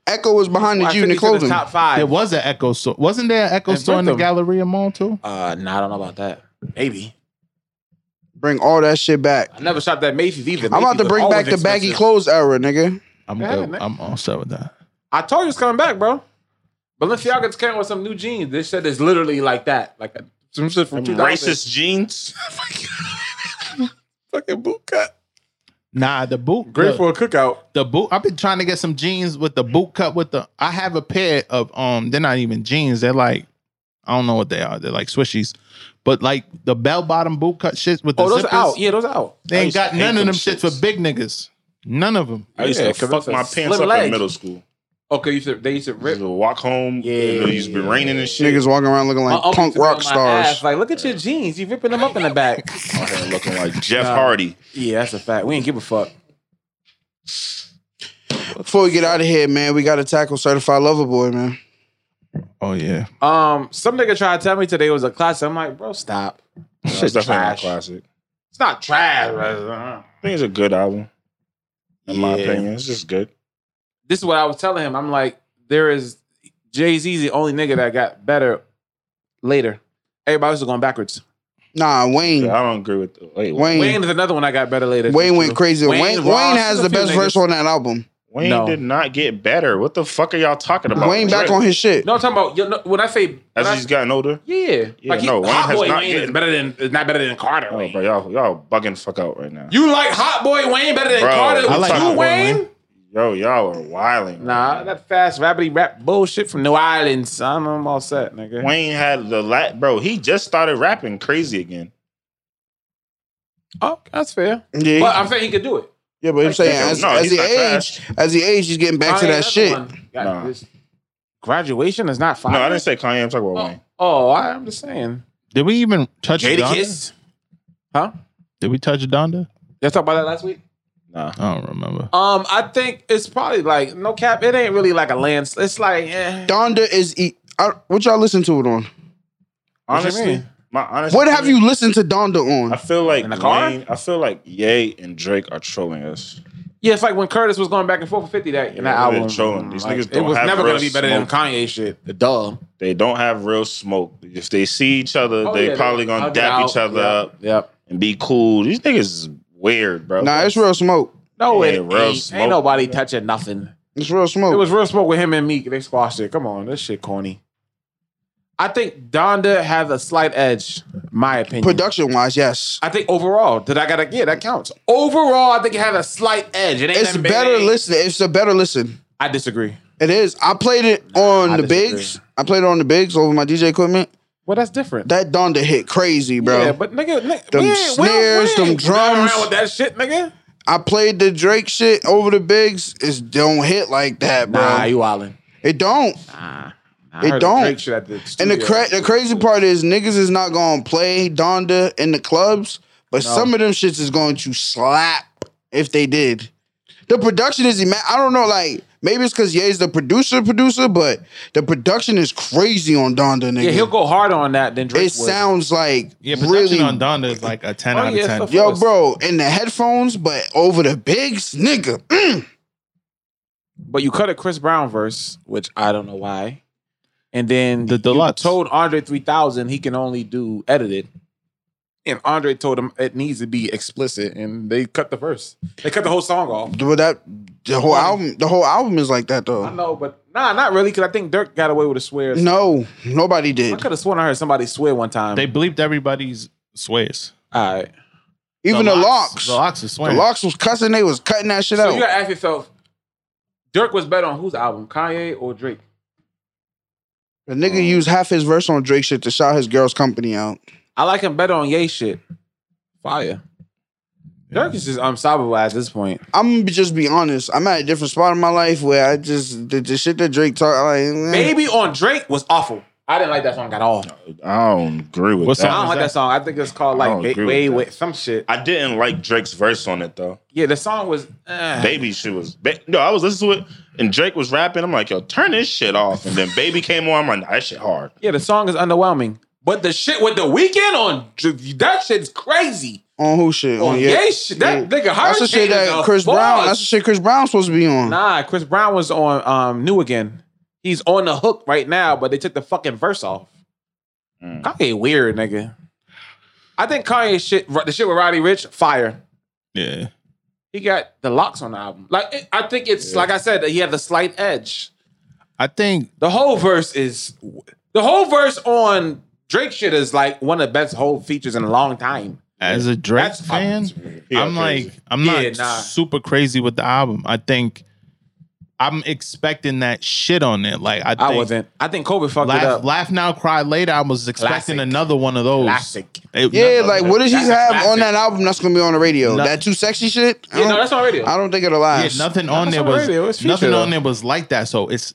Echo was behind the
Why
unit
50 Cent is
clothing.
Top five.
There was an Echo store. Wasn't there an Echo
And
store in the
Bentham.
Galleria Mall too?
Uh, nah, I don't know about that. Maybe.
Bring all that shit back.
I never shopped at Macy's either.
I'm about
Macy's
to
was
bring
always
back the baggy
expensive.
clothes era, nigga.
I'm
Yeah,
good.
man.
I'm all set with that.
I told you it's coming back, bro. Balenciaga's came with some new jeans. This shit is literally like that. Like some shit from 2000.
Racist jeans.
fucking boot cut.
Nah, the boot.
Great
look,
for a cookout.
the boot. I've been trying to get some jeans with the boot cut with the. I have a pair of um. They're not even jeans. They're like, I don't know what they are. They're like swishies, but like the bell bottom boot cut shits with the
Oh, those
zippers.
are out. Yeah, those are out.
They
I
ain't
used
got
to hate
none of
them
them shits
shits.
for big niggas. None of them.
I used
Yeah,
to
'cause
fuck
it's a
my pants
slim
up
leg.
in middle school.
Okay, you should, they used to
I used
rip
to walk home.
Yeah.
It used to be raining and shit.
Niggas walking around looking
My
like
uncle
punk
used to be
rock
on my ass,
stars.
Like, look at your jeans. You ripping them up in
*laughs*
the back.
*laughs*
Out here looking like Jeff Hardy.
yeah, that's a fact. We ain't give a fuck.
Before we get out of here, man, we got to tackle Certified Lover Boy, man.
Oh yeah.
Um, some nigga tried to tell me today was a classic. I'm like, bro, stop.
It's definitely not
trash.
classic.
It's not trash. but, uh,
I think it's a good album. In my
Yeah.
opinion, it's just good.
This is what I was telling him. I'm like, there is Jay Z's the only nigga that got better later. Everybody else is going backwards.
Nah, Wayne.
I don't agree with. Wait,
Wayne.
Wayne
Wayne,
is another one I got better later.
went crazy. Wayne, Wayne,
Ross,
has
a
the
few
best
niggas.
verse on that album.
Wayne
No.
did not get better. What the fuck are y'all talking about?
Wayne back
Drake,
on his shit.
No, I'm talking about you know, when I say when
*laughs* as
I-
he's gotten older.
yeah,
Yeah,
like he,
no, Wayne
Hot
has
Boy
not
Wayne
yet-
is better than is not better than Carter.
Oh,
Wayne.
bro, y'all y'all bugging fuck out right now.
You like Hot Boy Wayne better than
Bro,
Carter?
I
with
like
you,
Hot Boy
Wayne?
Yo, y'all are wilding.
Nah, that fast, rapidly rap bullshit from New Orleans. son. I'm all set, nigga.
Wayne had the lat, bro. He just started rapping crazy again.
Oh, that's fair.
Yeah,
But I'm saying he could do it.
yeah, but I'm saying as,
No,
as
he's
he
not
aged, as he aged, he's getting back to
Kanye,
that
that's the
shit.
one. Got
Nah.
this. Graduation is not fire.
No, I didn't say Kanye. I'm talking about Wayne.
Oh, I, I'm just saying.
Did we even touch Donda?
Huh?
Did we touch Donda?
Y'all talked about that last week?
Nah,
I don't remember.
Um, I think it's probably like no cap. It ain't really like a land. It's like eh.
Donda is. E- I, what y'all listen to it on?
What you
honestly,
mean?
my honest.
What have
opinion,
you listened to Donda
I
on?
feel like
In the car?
Wayne. I feel like Ye and Drake are trolling us.
yeah. It's like when Curtis was going back and forth for fifty that in that
Yeah, they're
album.
trolling. These
Like,
niggas
it
don't
was
have
never
real
gonna be better than
smoke.
Kanye shit. The duh.
They don't have real smoke. If they see each other,
Oh,
they
yeah,
probably
hug
gonna
it
dap
out.
each other
Yep,
up
Yep.
and be cool. These niggas is weird, bro.
Nah, it's real smoke.
No,
Yeah,
it
real
ain't.
smoke.
ain't nobody touching nothing.
It's real smoke.
It was real smoke with him and Meek. They squashed it. Come on, this shit corny. I think Donda has a slight edge, my opinion.
Production wise, yes.
I think overall, did I gotta yeah, that counts. Overall, I think it had a slight edge. It ain't
It's
nothing big, it
better
ain't-
listen. It's a better listen.
I disagree.
It is. I played it on
I
the
disagree.
bigs. I played it on the bigs over my DJ equipment.
Well, that's different.
That Donda hit crazy, bro.
Yeah, but nigga, nigga
Them
we ain't- we don't- we
snares,
ain't
them
running around
drums.
with that shit, nigga.
I played the Drake shit over the bigs. It don't hit like that, bro.
Nah, you wildin'.
it don't.
I
It
heard the
don't.
Drake shit at the
And the
studio.
cra- the crazy part is niggas is not gonna play Donda in the clubs, but some of them shits is going to slap if they did. The production is ima- I don't know, like maybe it's because Ye's the producer, producer, but the production is crazy on Donda, nigga.
yeah, he'll go harder on that than Drake.
it
would.
sounds like
Yeah,
really
production on Donda is like a ten
Oh,
out
yeah,
of ten.
so-
yo,
course.
bro, in the headphones, but over the bigs, nigga. *clears throat* Mm.
But you cut a Chris Brown verse, which I don't know why. And then
The
you
deluxe.
told Andre 3000 he can only do edited. And Andre told him it needs to be explicit. And they cut the verse. They cut the whole song off.
But that the whole album, the whole album is like that
I
though.
know, but nah, not really, because I think Dirk got away with a swear.
No, nobody
I
did.
could have sworn I heard somebody swear one time.
They bleeped everybody's swears.
All right.
Even the locks.
The locks is
The
swearing.
locks was cussing. They was cutting that shit
So
out.
you gotta ask yourself, Dirk was better on whose album, Kanye or Drake?
the nigga used half his verse on Drake shit to shout his girl's company out.
I like him better on Ye shit. Fire. Dirk is just unstoppable at this point.
I'm gonna just be honest. I'm at a different spot in my life where I just the, the shit that Drake talk like. eh.
Baby on Drake was awful. I didn't like that song at all.
I don't agree with
What's
that.
I don't
was
like
that?
that song. I think it's called
I don't
like
agree
ba-
with
way
that.
way some shit.
I didn't like Drake's verse on it though.
Yeah, the song was. eh.
Baby shit was ba- no. I was listening to it and Drake was rapping. I'm like, yo, turn this shit off. And then Baby came on. I'm like, nah, that shit hard.
Yeah, the song is underwhelming. But the shit with the weekend on Dr- that shit's crazy.
on who shit?
On
on
Oh, yeah,
Oh, yeah.
shit, that nigga
That's the shit
Hurricane is
that
a
Chris Brown.
boss.
That's the shit Chris Brown's supposed to be on.
nah, Chris Brown was on um New Again. He's on the hook right now, but they took the fucking verse off.
Mm.
Kanye weird nigga. I think Kanye shit the shit with Roddy Rich fire.
Yeah.
He got the locks on the album. Like it, I think it's like I said, he had the slight edge.
I think
The whole verse is the whole verse on Drake shit is like one of the best whole features in a long time.
as a Drake
That's-
fan,
Yeah,
I'm
crazy.
like, I'm
Yeah,
not
nah.
super crazy with the album. I think I'm expecting that shit on it. Like I, think
I wasn't. I think COVID fucked it
Laugh,
up.
laugh now, cry later. I was expecting
Classic.
another one of those.
Classic.
It-
yeah,
no-
like what does he
That's a
have
classic.
on that album that's gonna be on the radio?
No-
That too sexy shit. I
Yeah, no,
don't-
that's on radio.
I don't think it'll
Yeah,
last.
nothing on
That's
there
on
was
radio. It's
nothing
feature,
on
though.
there was like that. So it's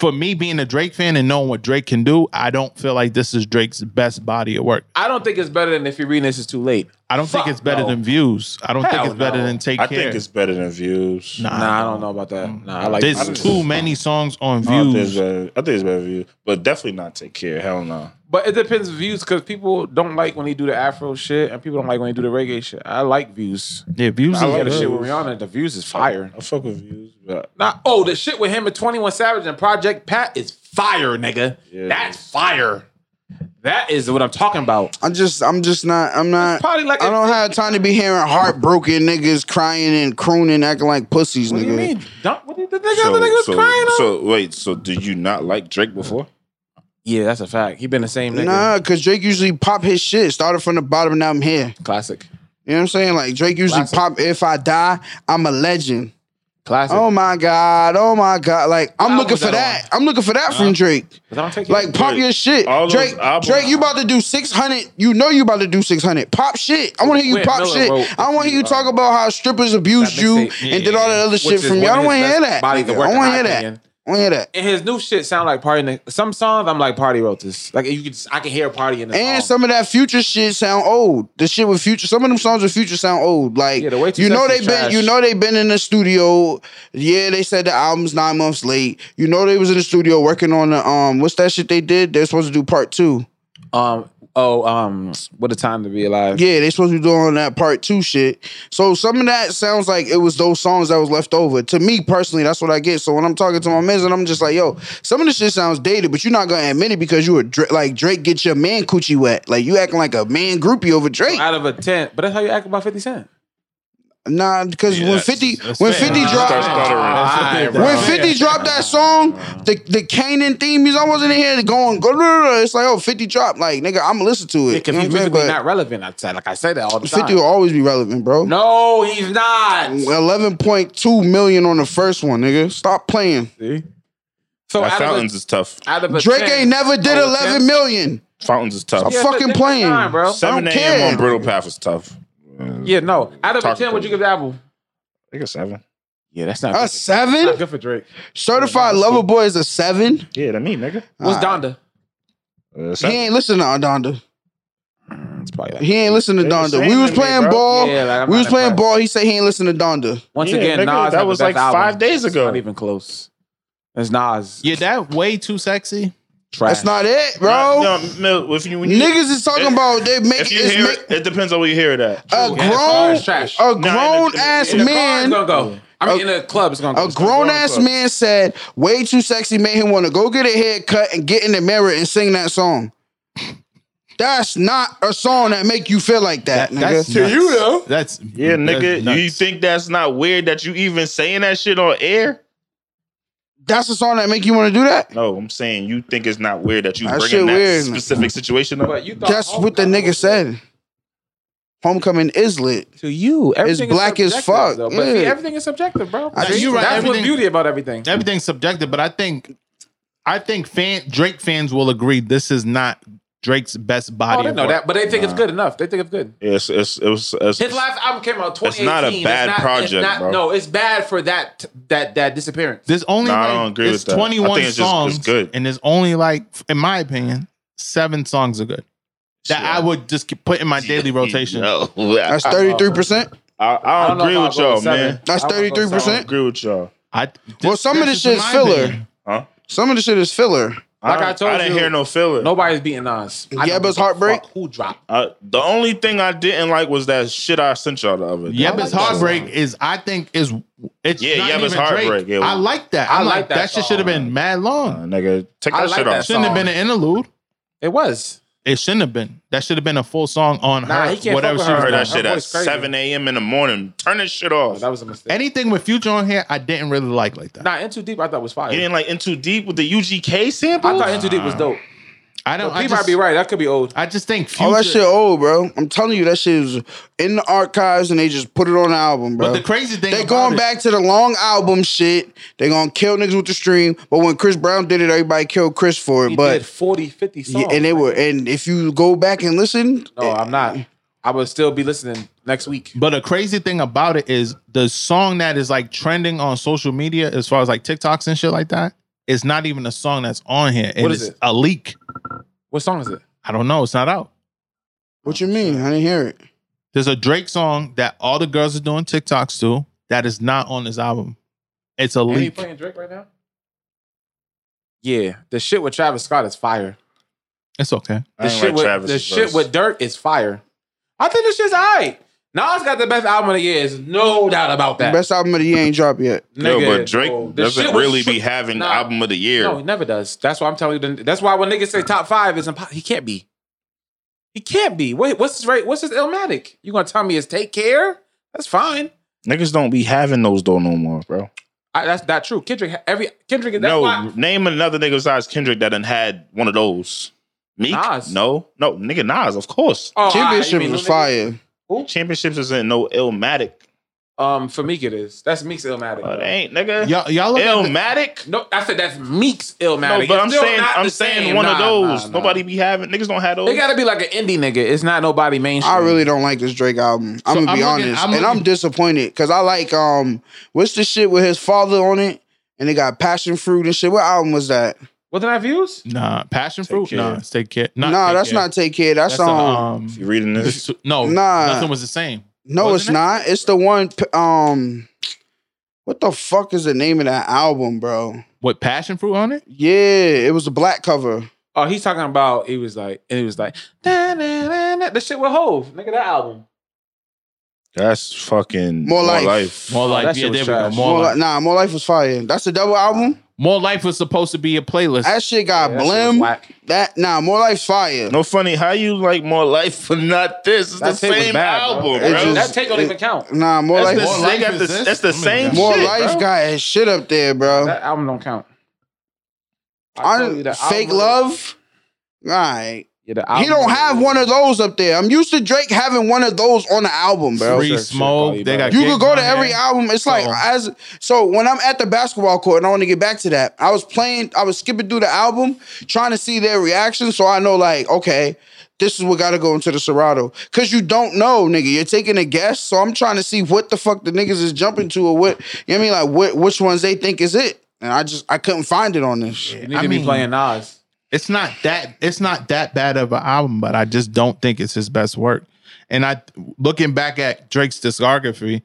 for me being a Drake fan and knowing what Drake can do. I don't feel like this is Drake's best body of work.
I don't think it's better than if you're reading this is too late.
I don't think
Fuck
it's better
no.
than views. I don't
Hell
think it's better
no.
than take
I
care.
think it's better than views.
nah.
Nah, I don't know about that. Nah, I like
There's
I just-
too many songs on
I don't think it's
views.
better. I think it's better than views, but definitely not take care. Hell no.
But it depends views because people don't like when they do the Afro shit and people don't like when they do the reggae shit. I like views.
Yeah, views.
I
is
like the
good.
shit with Rihanna. The views is fire.
I fuck with views, but
Not oh, the shit with him and Twenty One Savage and Project Pat is fire, nigga.
Yeah.
That's fire. That is what I'm talking about.
I'm just, I'm just not, I'm not.
Probably like
I don't have time to be hearing heartbroken niggas crying and crooning, acting like pussies,
What do
nigga.
you mean? Dump, what did the nigga,
so,
the nigga was
so,
crying on?
so wait, so did you not like Drake before?
yeah, that's a fact. He been the same nigga.
Nah, cause Drake usually pop his shit, started from the bottom, now I'm here.
Classic.
You know what I'm saying? Like Drake usually
Classic.
pop. If I die, I'm a legend.
Classic.
Oh my god! Oh my god! Like I'm
album
looking
was
for
that
that. I'm looking for that from Drake.
But I don't take
Like pop
Drake.
your shit,
All those
Drake.
albums-
Drake, you about to do 600. You know you about to do 600. Pop shit. I want to hear you
Whit
pop
Miller
shit.
wrote
I want to hear you
the,
talk
uh,
about how strippers abused
that
you and
mixtape.
did all that other shit
is
from you. I
one
don't
of
want
his
to hear
best
that.
bodies
nigga.
of
I
work,
don't want
in
to hear
my
that.
opinion.
I want to hear that.
and his new shit sound like party. Nigga. Some songs I'm like party wrote this. Like you could, just, I can hear party in the
And
song.
some of that future shit sound old. The shit with future, some of them songs with future sound old. Like
Yeah, the Way Too
you know
Sexy
they
is
been, you
trash.
know they been in the studio. Yeah, they said the album's nine months late. You know they was in the studio working on the um, what's that shit they did? They're supposed to do part two.
um, oh, um, what a time to be alive.
Yeah, they supposed to be doing that part two shit. So some of that sounds like it was those songs that was left over. To me personally, that's what I get. So when I'm talking to my mans and I'm just like, yo, some of this shit sounds dated, but you're not gonna admit it because you a Dra- like Drake get your man coochie wet. Like you acting like a man groupie over Drake.
Out of a ten, but that's how you act about Fifty Cent.
Nah, because when fifty
that's
when
fair.
fifty dropped
Start stuttering.
bro.
when fifty dropped that song, the the Kanan theme music, I wasn't in here going go. blah, blah, blah. It's like oh 50 dropped, like nigga, I'ma listen to it.
Because
You know what I'm
he's
saying?
musically
But
not relevant. I said, like I say that all the time.
Fifty will always be relevant, bro.
no, he's not.
Eleven point two million on the first one, nigga. Stop playing.
See? So
Now,
out
Fountains
of,
is tough.
a, out of a
Drake
10
ain't never did
Oh,
eleven
10?
million.
Fountains is tough.
Yeah.
but
fucking
nigga,
playing.
nah, bro.
Seven
I don't
a.m.
care.
on Brittle Path is tough.
Yeah, no. Out of a
Talk
ten, would you give the album?
I think a seven.
Yeah, that's not
A
good. That's not
seven?
good for Drake.
Certified Lover Boy is a seven.
Yeah, to me, nigga.
What's Donda?
Uh,
He
seven.
ain't listening to Donda.
Mm, It's probably like
He ain't listening to
They the
Donda.
same
We was
to me,
playing
bro.
ball.
Yeah, like, I'm
we
not
was playing
impressed.
ball. He said he ain't listening to Donda.
once
Yeah,
again,
nigga,
Nas.
that
had the
was
best
like
album.
five days ago.
It's not even close. It's Nas.
Yeah, that way too sexy.
trash.
That's not it, bro.
No, no, if you when you-
Niggas is talking
if-
about they make,
If you
it's
hear
make
it, it depends on where you hear it at.
a
Yeah, it's hard.
grown
It's trash.
a
the-
grown ass
in the
It's
man.
gonna go. I mean, in the club, it's gonna go.
A grown ass man said, "Way too sexy made him want to go get a haircut and get in the mirror and sing that song." That's not a song that make you feel like that, nigga.
That's to you though. That's
Yeah, nigga.
that's nuts.
You think that's not weird that you even saying that shit on air?
That's a song that make you want to do that.
No, I'm saying you think it's not weird that you
That shit
bringing that
weird.
specific situation up.
But you thought
That's what the
Homecoming
nigga
was
said. Homecoming is lit.
to you. Everything is
black as
subjective,
fuck,
Though, but see,
yeah.
everything is subjective, bro.
I
That's
think-
right,
That's what's
everything-
beauty about everything.
everything's subjective, but I think I think fan Drake fans will agree this is not Drake's best
Oh,
body.
they
of
know
work.
that, but they think it's good enough. They think it's good.
Yeah, it's, it's, it was it's,
His last album came out
It's
2018.
not a bad
it's
project,
it's not-
bro.
No, it's bad for that that that disappearance.
There's only
Nah, I
like,
don't agree
it's
with that. I
21
think it's just-
songs,
it's good.
and there's only like, in my opinion, seven songs are good that I would just keep- put in my daily rotation.
No, *laughs* I,
That's thirty three percent.
I, I don't,
know
agree
if I'll
with
go
y'all,
seven.
man.
That's
I won't go
33%.
I don't
seven.
agree with y'all.
I,
Well, some of
this
this shit's
is my
filler.
opinion.
Some of the shit is filler.
Like I
don't-
told
I didn't
you,
hear no filler.
Nobody's beating Nas. I
Yebba's
don't give a fuck
Heartbreak?
Who dropped?
Uh, the only thing I didn't like was that shit I sent y'all the other day.
Yep, it's heartbreak is I think is it's
Yeah,
not
Yep, it's
even Drake.
Heartbreak, yeah.
I like that.
I
I
like
like
that
that. shit
song.
should have been mad
Uh,
long.
nigga, take
I
that
like
shit
that
off.
song.
Shouldn't have been an interlude.
It was.
It shouldn't have been. That should have been a full song on
Nah,
her.
he can't
whatever
fuck with
she was
I
her.
heard
doing.
that shit at
voice crazy.
7 a.m. in the morning. Turn that shit off.
That was a mistake.
Anything with Future on here, I didn't really like like that.
Nah, In Too Deep, I thought was fire.
You didn't like In Too Deep with the UGK sample?
I thought In Too Deep was dope.
I don't.
But
I
P might
just,
be right. That could be old.
I just think Future.
All that shit old, bro. I'm telling you, that shit is in the archives and they just put it on the album, bro.
But the crazy thing
They
about
going
it-
back to the long album shit. They gonna kill niggas with the stream. But when Chris Brown did it, everybody killed Chris for it.
He did
but
40, 50 songs.
yeah, and they were and if you go back and listen,
No, I'm not. I will still be listening next week.
But the crazy thing about it is the song that is like trending on social media, as far as like TikToks and shit like that, it's not even a song that's on here.
What
it's
is it?
a leak.
What song is it?
I don't know. It's not out.
what you mean? I didn't hear it.
There's a Drake song that all the girls are doing TikToks to that is not on this album. It's a
Ain't he
leak.
playing Drake right now? Yeah, the shit with Travis Scott is fire.
It's okay.
I
The
ain't
shit
like
with
Travis's
the shit
verse.
with Dirk is fire. I think this shit's alright. Nas got the best album of the year. There's no doubt about that.
Best album of the year ain't dropped yet.
No,
Nigga,
but Drake
oh, the shit
doesn't
with
really
Tra-
be having
Nah.
album of the year.
No, he never does. That's why I'm telling you. That's why when niggas say top five is impossible, he can't be. He can't be. Wait, what's his rate? What's his Illmatic? You gonna tell me it's Take Care? That's fine.
Niggas don't be having those though no more, bro.
I, that's not true. Kendrick, ha- every Kendrick, that's
no,
why.
name another nigga besides Kendrick that done had one of those. Meek?
Nas.
No, no, nigga Nas, of course.
Oh,
Championship
alright, you mean
was
Illmatic?
fire.
Championships isn't no Illmatic.
Um, for Meek it is. That's Meek's Illmatic.
But it ain't nigga.
Y'all, y'all look at the-
Illmatic.
No, I said that's Meek's Illmatic.
No, but
It's
I'm
still
saying
not
I'm
the
saying
same.
one of
Nah,
those.
nah, nah.
Nobody be having niggas don't have those.
It gotta be like an indie nigga. It's not nobody mainstream.
I really don't like this Drake album. I'm gonna
So
be
I'm looking-
honest,
I'm
and
looking-
I'm disappointed because I like um, what's the shit with his father on it, and it got passion fruit and shit. What album was that?
Wasn't that views?
Nah, passion fruit.
Care.
Nah, it's take care. Not
nah,
Take
that's
Care.
not take care. That's,
a, uh,
um,
you reading *laughs* this?
This- no,
Nah.
nothing was the same.
no, it's
wasn't it?
not. It's the one p- um, what the fuck is the name of that album, bro?
What passion fruit on it?
Yeah, it was the black cover.
Oh, he's talking about. He was like, and he was like, da, da, da, da, the shit with Hove, nigga. That album.
That's fucking
More Life.
More life.
Oh, that
yeah,
shit was
there we go.
trash.
More,
More
life.
Li- nah, more life was fire. That's the double album.
More life was supposed to be a playlist.
That shit got
Yeah, that shit was
blim.
whack.
That nah, more life's fire.
No funny, how you like more life but not this? It's
That
the
tape was
same
bad, bro.
album,
It
bro.
just-
that take don't
it-
even count.
Nah, more
That's
life.
the
More
same-
Life
got
is
the-
this?
That's the
Let me
same.
go.
More
shit,
life
bro.
got his shit up there, bro.
That album don't count.
I
told you the album
fake
was-
love. All right.
Yeah, the
He
album
don't
was-
have one of those up there. I'm used to Drake having one of those on the album, bro.
Free
sure,
smoke.
probably,
they
bro.
got
You
Gigs
could go
on
to every
there.
album. It's like
So-
as so when I'm at the basketball court and I want to get back to that, I was playing, I was skipping through the album, trying to see their reaction. So I know like, okay, this is what gotta go into the Serato. Cause you don't know, nigga. You're taking a guess. So I'm trying to see what the fuck the niggas is jumping to or what you know what I mean? Like what which ones they think is it. And I just I couldn't find it on this.
You need
I
to
mean-
be playing Nas.
It's not that. It's not that bad of an album, but I just don't think it's his best work. And I, looking back at Drake's discography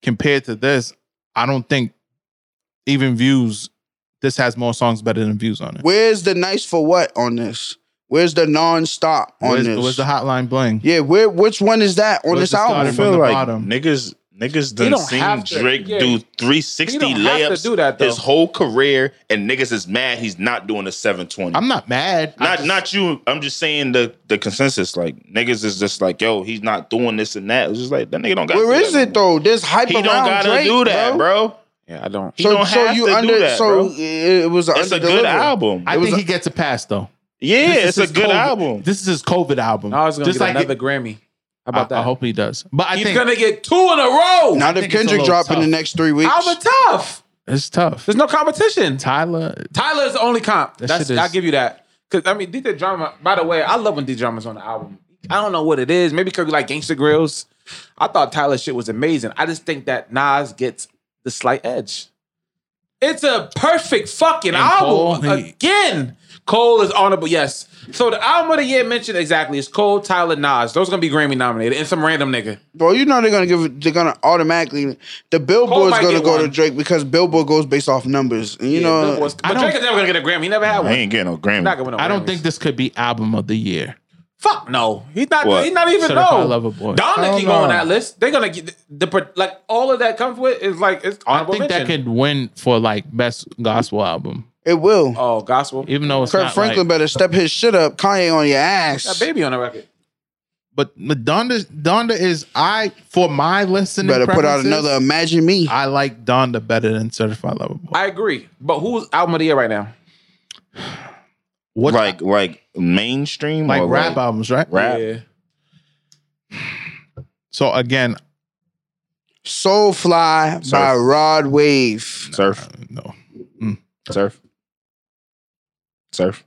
compared to this, I don't think even views. This has more songs better than views on it.
Where's the nice for what on this? Where's the non-stop on
Where's,
this?
where's the hotline bling?
yeah, where which one is that on
Where's
this
the starter
album?
from
feel
the
like
bottom.
niggas niggas
He
done
don't
seen
have to-
Drake
yeah,
do
he- he
360
don't have to
layups
do that, though.
his whole career, and niggas is mad he's not doing a 720.
I'm not mad. I
not
just-
not you. I'm just saying the the consensus. Like niggas is just like, yo, he's not doing this and that. It's just like that nigga don't got.
Where is it though? There's hype
He
around
don't gotta
Drake,
do that, bro.
Yeah, I don't.
He don't have to do that,
so
bro.
it was an
It's a
underdelivery.
good album.
I
was
think
a-
he gets a pass though.
Yeah,
This
it's
is
a
his
good
COVID
album.
This is his COVID album.
Nas is gonna
Just
get
like
another
it-
Grammy. How
I,
about that?
I hope he does. But I
He's
think
gonna get two in a row.
Not
I
if
think it's a
Kendrick
little
drop in the
tough.
next three weeks.
Album tough.
it's tough.
There's no competition.
Tyler,
Tyler is the only comp.
That
That's
shit is-
I'll give you that. Cause I mean, DJ Drama. By the way, I love when DJ Drama's on the album. I don't know what it is. Maybe because we like Gangsta Grills. I thought Tyler's shit was amazing. I just think that Nas gets the slight edge. It's a perfect fucking album
Cole, he-
again. Cole is honorable. Yes. So the album of the year mentioned exactly is Cole, Tyler, Nas. Those are gonna be Grammy nominated and some random nigga.
Bro, you know they're gonna give. They're gonna automatically. The
Cole
Billboard's
might
gonna
get
go to
one.
Drake because Billboard goes based off numbers. And you know,
Billboard's- but
don't-
Drake is never gonna get a Grammy. He never had
I
one. He's
ain't getting no Grammy.
not gonna win no
I don't
Grammys.
think this could be album of the year.
Fuck no. He's not.
What?
He's not even
Certified
no.
Lover Boy.
Donna
Hell
can go on
no.
that list. They're gonna get the, the like all of that comes with is like it's
I
honorable
think that
mention.
could win for like best gospel album,
it will.
oh gospel.
even though it's
Kurt
not
Franklin
like-
better step his shit up. Kanye on your
That
ass.
baby on the record.
but Donda, Donda is I for my listening.
Better put out
preferences,
another Imagine Me.
I like Donda better than Certified Lover Boy.
I agree. But who's album of the year right now?
What
like like mainstream
like
or
rap albums, right?
rap.
Yeah.
So again,
Soulfly by
Sorry.
Rod Wave.
Surf,
no.
surf, surf,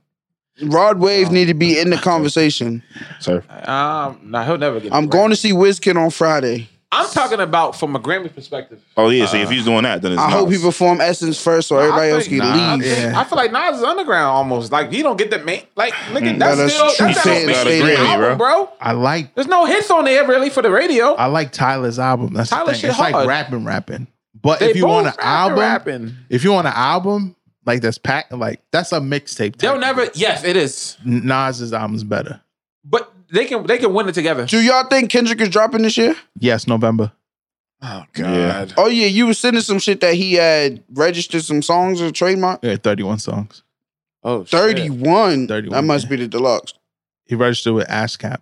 Rod Wave need to
*laughs*
be in the conversation.
surf.
Um, nah, he'll never get.
I'm
it
going to
right.
see Wizkid on Friday.
I'm talking about from a Grammy perspective.
Oh yeah, so if he's doing that, then it's
I
Nas.
hope he perform Essence first, so everybody
I
else can
think- nah,
leave.
I, think-
Yeah.
I feel like Nas is underground almost. Like he don't get the main. Like nigga, that's,
that's
still
true.
that's
Fair
still
enough.
main
Fair
album,
enough.
bro.
I like
There's no hits on there really for the radio.
I like Tyler's album. That's
Tyler
the thing.
shit
It's
hard.
like rapping, rapping. But
They
if you want an
both rapping,
album,
rapping.
if you want an album like that's packed, like that's a mixtape. type.
They'll never. Yes, it is.
Nas's album's better.
But they can they can win it together.
Do y'all think Kendrick is dropping this year?
Yes, November.
Oh
Yeah.
Oh yeah, you were sending some shit that he had registered some songs or trademark.
Yeah, 31 songs.
Oh, shit.
Thirty-one.
31,
That must
yeah.
be the deluxe.
He registered with ASCAP.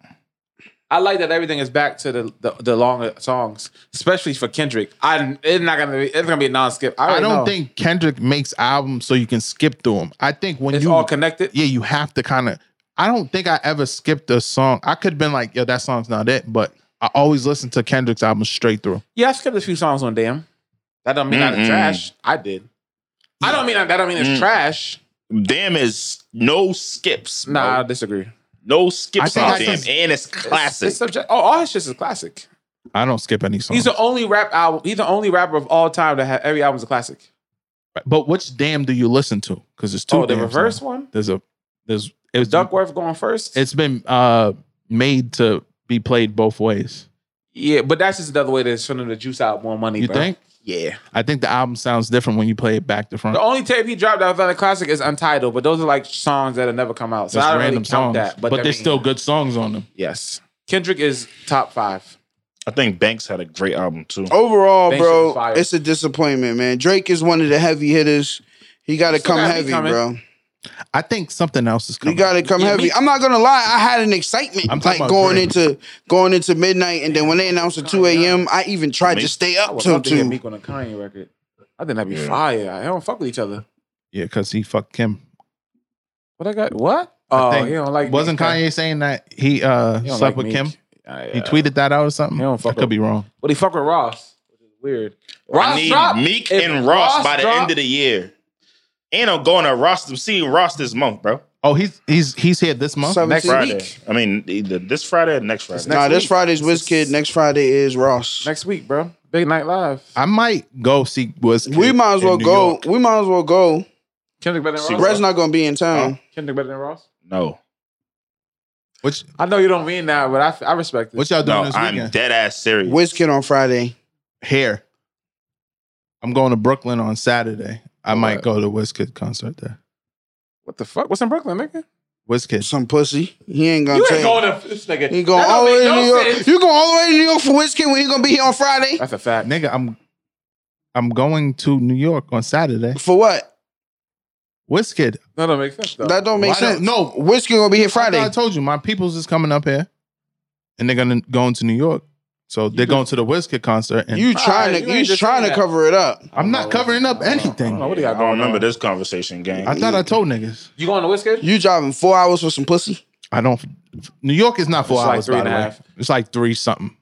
I like that everything is back to the the, the longer songs, especially for Kendrick. I it's not gonna be it's gonna be a non-skip. I,
I
already
don't
know.
think Kendrick makes albums so you can skip through them. I think when
it's
you
all connected.
yeah, you have to kind of. I don't think I ever skipped a song. I could have been like, yo, that song's not it, but I always listen to Kendrick's album straight through.
Yeah, I skipped a few songs on Damn. That don't mean that it's
Mm-mm.
trash. I did. I don't mean that. That don't mean it's
Mm.
trash.
Damn is no skips. bro.
Nah, I disagree.
no
I
skips
think
on
that's
damn,
just-
and it's classic.
It's subject- oh, all his shit is classic.
I don't skip any songs.
He's the only rap album. He's the only rapper of all time to have every album's a classic.
but which damn do you listen to? Because there's two.
Oh, the
damn
reverse
songs.
one.
There's a there's it was
Duckworth going first.
It's been uh made to be played both ways.
yeah, but that's just another way to send him the juice out more money.
You
bro.
think?
Yeah.
I think the album sounds different when you play it back to front.
The only tape he dropped that was not a classic is Untitled, but those are like songs that have never come out. So
Just
I don't
random
really count
songs,
that.
but,
But, I
there's
mean,
still good songs on them.
Yes, Kendrick is top five.
I think Banks had a great album too.
Oh, Overall,
Banks
bro,
is fire.
it's a disappointment, man. Drake is one of the heavy hitters. He got to
Still
come
gotta be
heavy,
coming.
bro.
I think something else is
You
coming.
got to come
Yeah,
heavy.
me-
I'm not gonna lie. I had an excitement
I'm
like
talking about
going
Drake.
into going into midnight, and then when they announced at 2 a.m., I even tried
Me-
to stay
I
up
would
till
love to hear
two.
Meek on a Kanye record. I think that'd be fire. I don't fuck with each other.
yeah, because he fucked Kim.
What I got? What? Oh,
think-
he don't like.
Wasn't
Meek, huh?
Kanye saying that he uh
He don't
slept
like
with
Meek.
Kim?
I,
He
uh,
tweeted that out or something.
He don't fuck
I could
with-
be wrong.
But he fuck with Ross, which is weird.
I need Meek and Ross, by the end of the year. And I'm going to Ross. I'm seeing Ross this month, bro.
Oh, he's he's he's here this month.
Seven-
next
This
Friday.
week.
I mean, either this Friday or next Friday.
Nah, this
week.
Friday's Wizkid. Next Friday is Ross.
Next week, bro. Big night live.
I might go see was
we might as well go. We might as well go.
Kendrick better than
See,
Ross.
Brett's not gonna be in town.
Kendrick better than Ross.
no,
Which
I know you don't mean that, but I, f- I respect it.
what y'all doing
no,
this
I'm
weekend?
dead ass serious.
Wizkid on Friday.
here. I'm going to Brooklyn on Saturday. I
Alright.
might go to Wizkid concert there.
What the fuck? What's in Brooklyn, nigga?
Wizkid.
Some pussy. He ain't gonna
You
take.
ain't going to this nigga.
he going
That don't
all the
make
way to
no
New York.
sense.
You going all the way to New York for Wizkid when he gonna be here on Friday?
That's a fact.
Nigga, I'm I'm going to New York on Saturday.
For what?
Wizkid.
That don't make sense though.
That don't make
Why
sense.
don't- no.
Wizkid gonna be here
I
Friday.
told you, my people's is coming up here, and they're gonna go into New York. So they're going to the Wizkid concert, and
You
Alright,
trying
you
to
ain't
you
just
trying
saying
to
that.
cover it up?
I'm not covering up
I don't know
Oh,
anything.
what do
I
y'all
don't
going
remember
on.
this conversation, gang.
I thought I told niggas.
You going to Whiskey?
You driving four hours for some pussy?
I don't. New York is not four
It's like
hours.
three
by
and
the
a
way.
half.
It's like three something.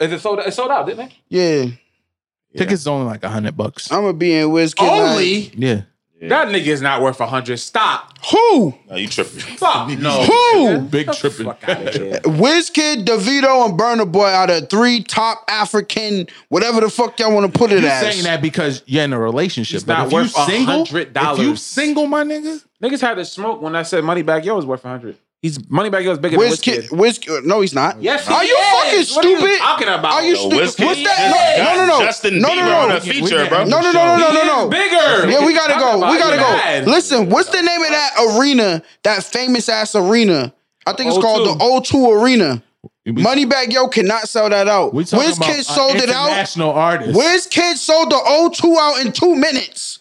Is it sold? It sold out, didn't it?
Yeah, Uh,
Tickets only like a hundred bucks.
I'm gonna be in Wizkid. night.
yeah.
That nigga is not worth a hundred. Stop.
who?
No, you tripping?
Fuck no.
Who?
Big tripping.
Fuck out
*laughs*
of here.
Wizkid, DeVito, and Burner Boy are the three top African, whatever the fuck y'all want to put it
You're
as.
saying that because you're in a relationship.
It's
but
not
if you
worth
single,
$100.
If you single, my nigga,
Niggas had to smoke when I said money back yo is worth a hundred. He's money back yo is bigger than
Wizkid,
Whiskey.
Wizkid, no, he's not.
Yes, he
Are you
is.
fucking
What are you
stupid?
talking about?
Are you
Yo,
stupid?
Wizkid
What's
just
that?
got
No, no, no, no.
Justin
no,
Bieber
no,
on
no.
a feature,
didn't-
bro.
No, no, no, no, no, no, no.
Bigger.
Yeah, we gotta go. We gotta
Mad.
go. Listen, what's the name of that arena? That famous ass arena. I think it's called the O2 Arena. Moneybag Yo cannot sell that out.
We talking about
Wizkid
an
sold it out.
International artist.
Wizkid sold the O2 out in two minutes.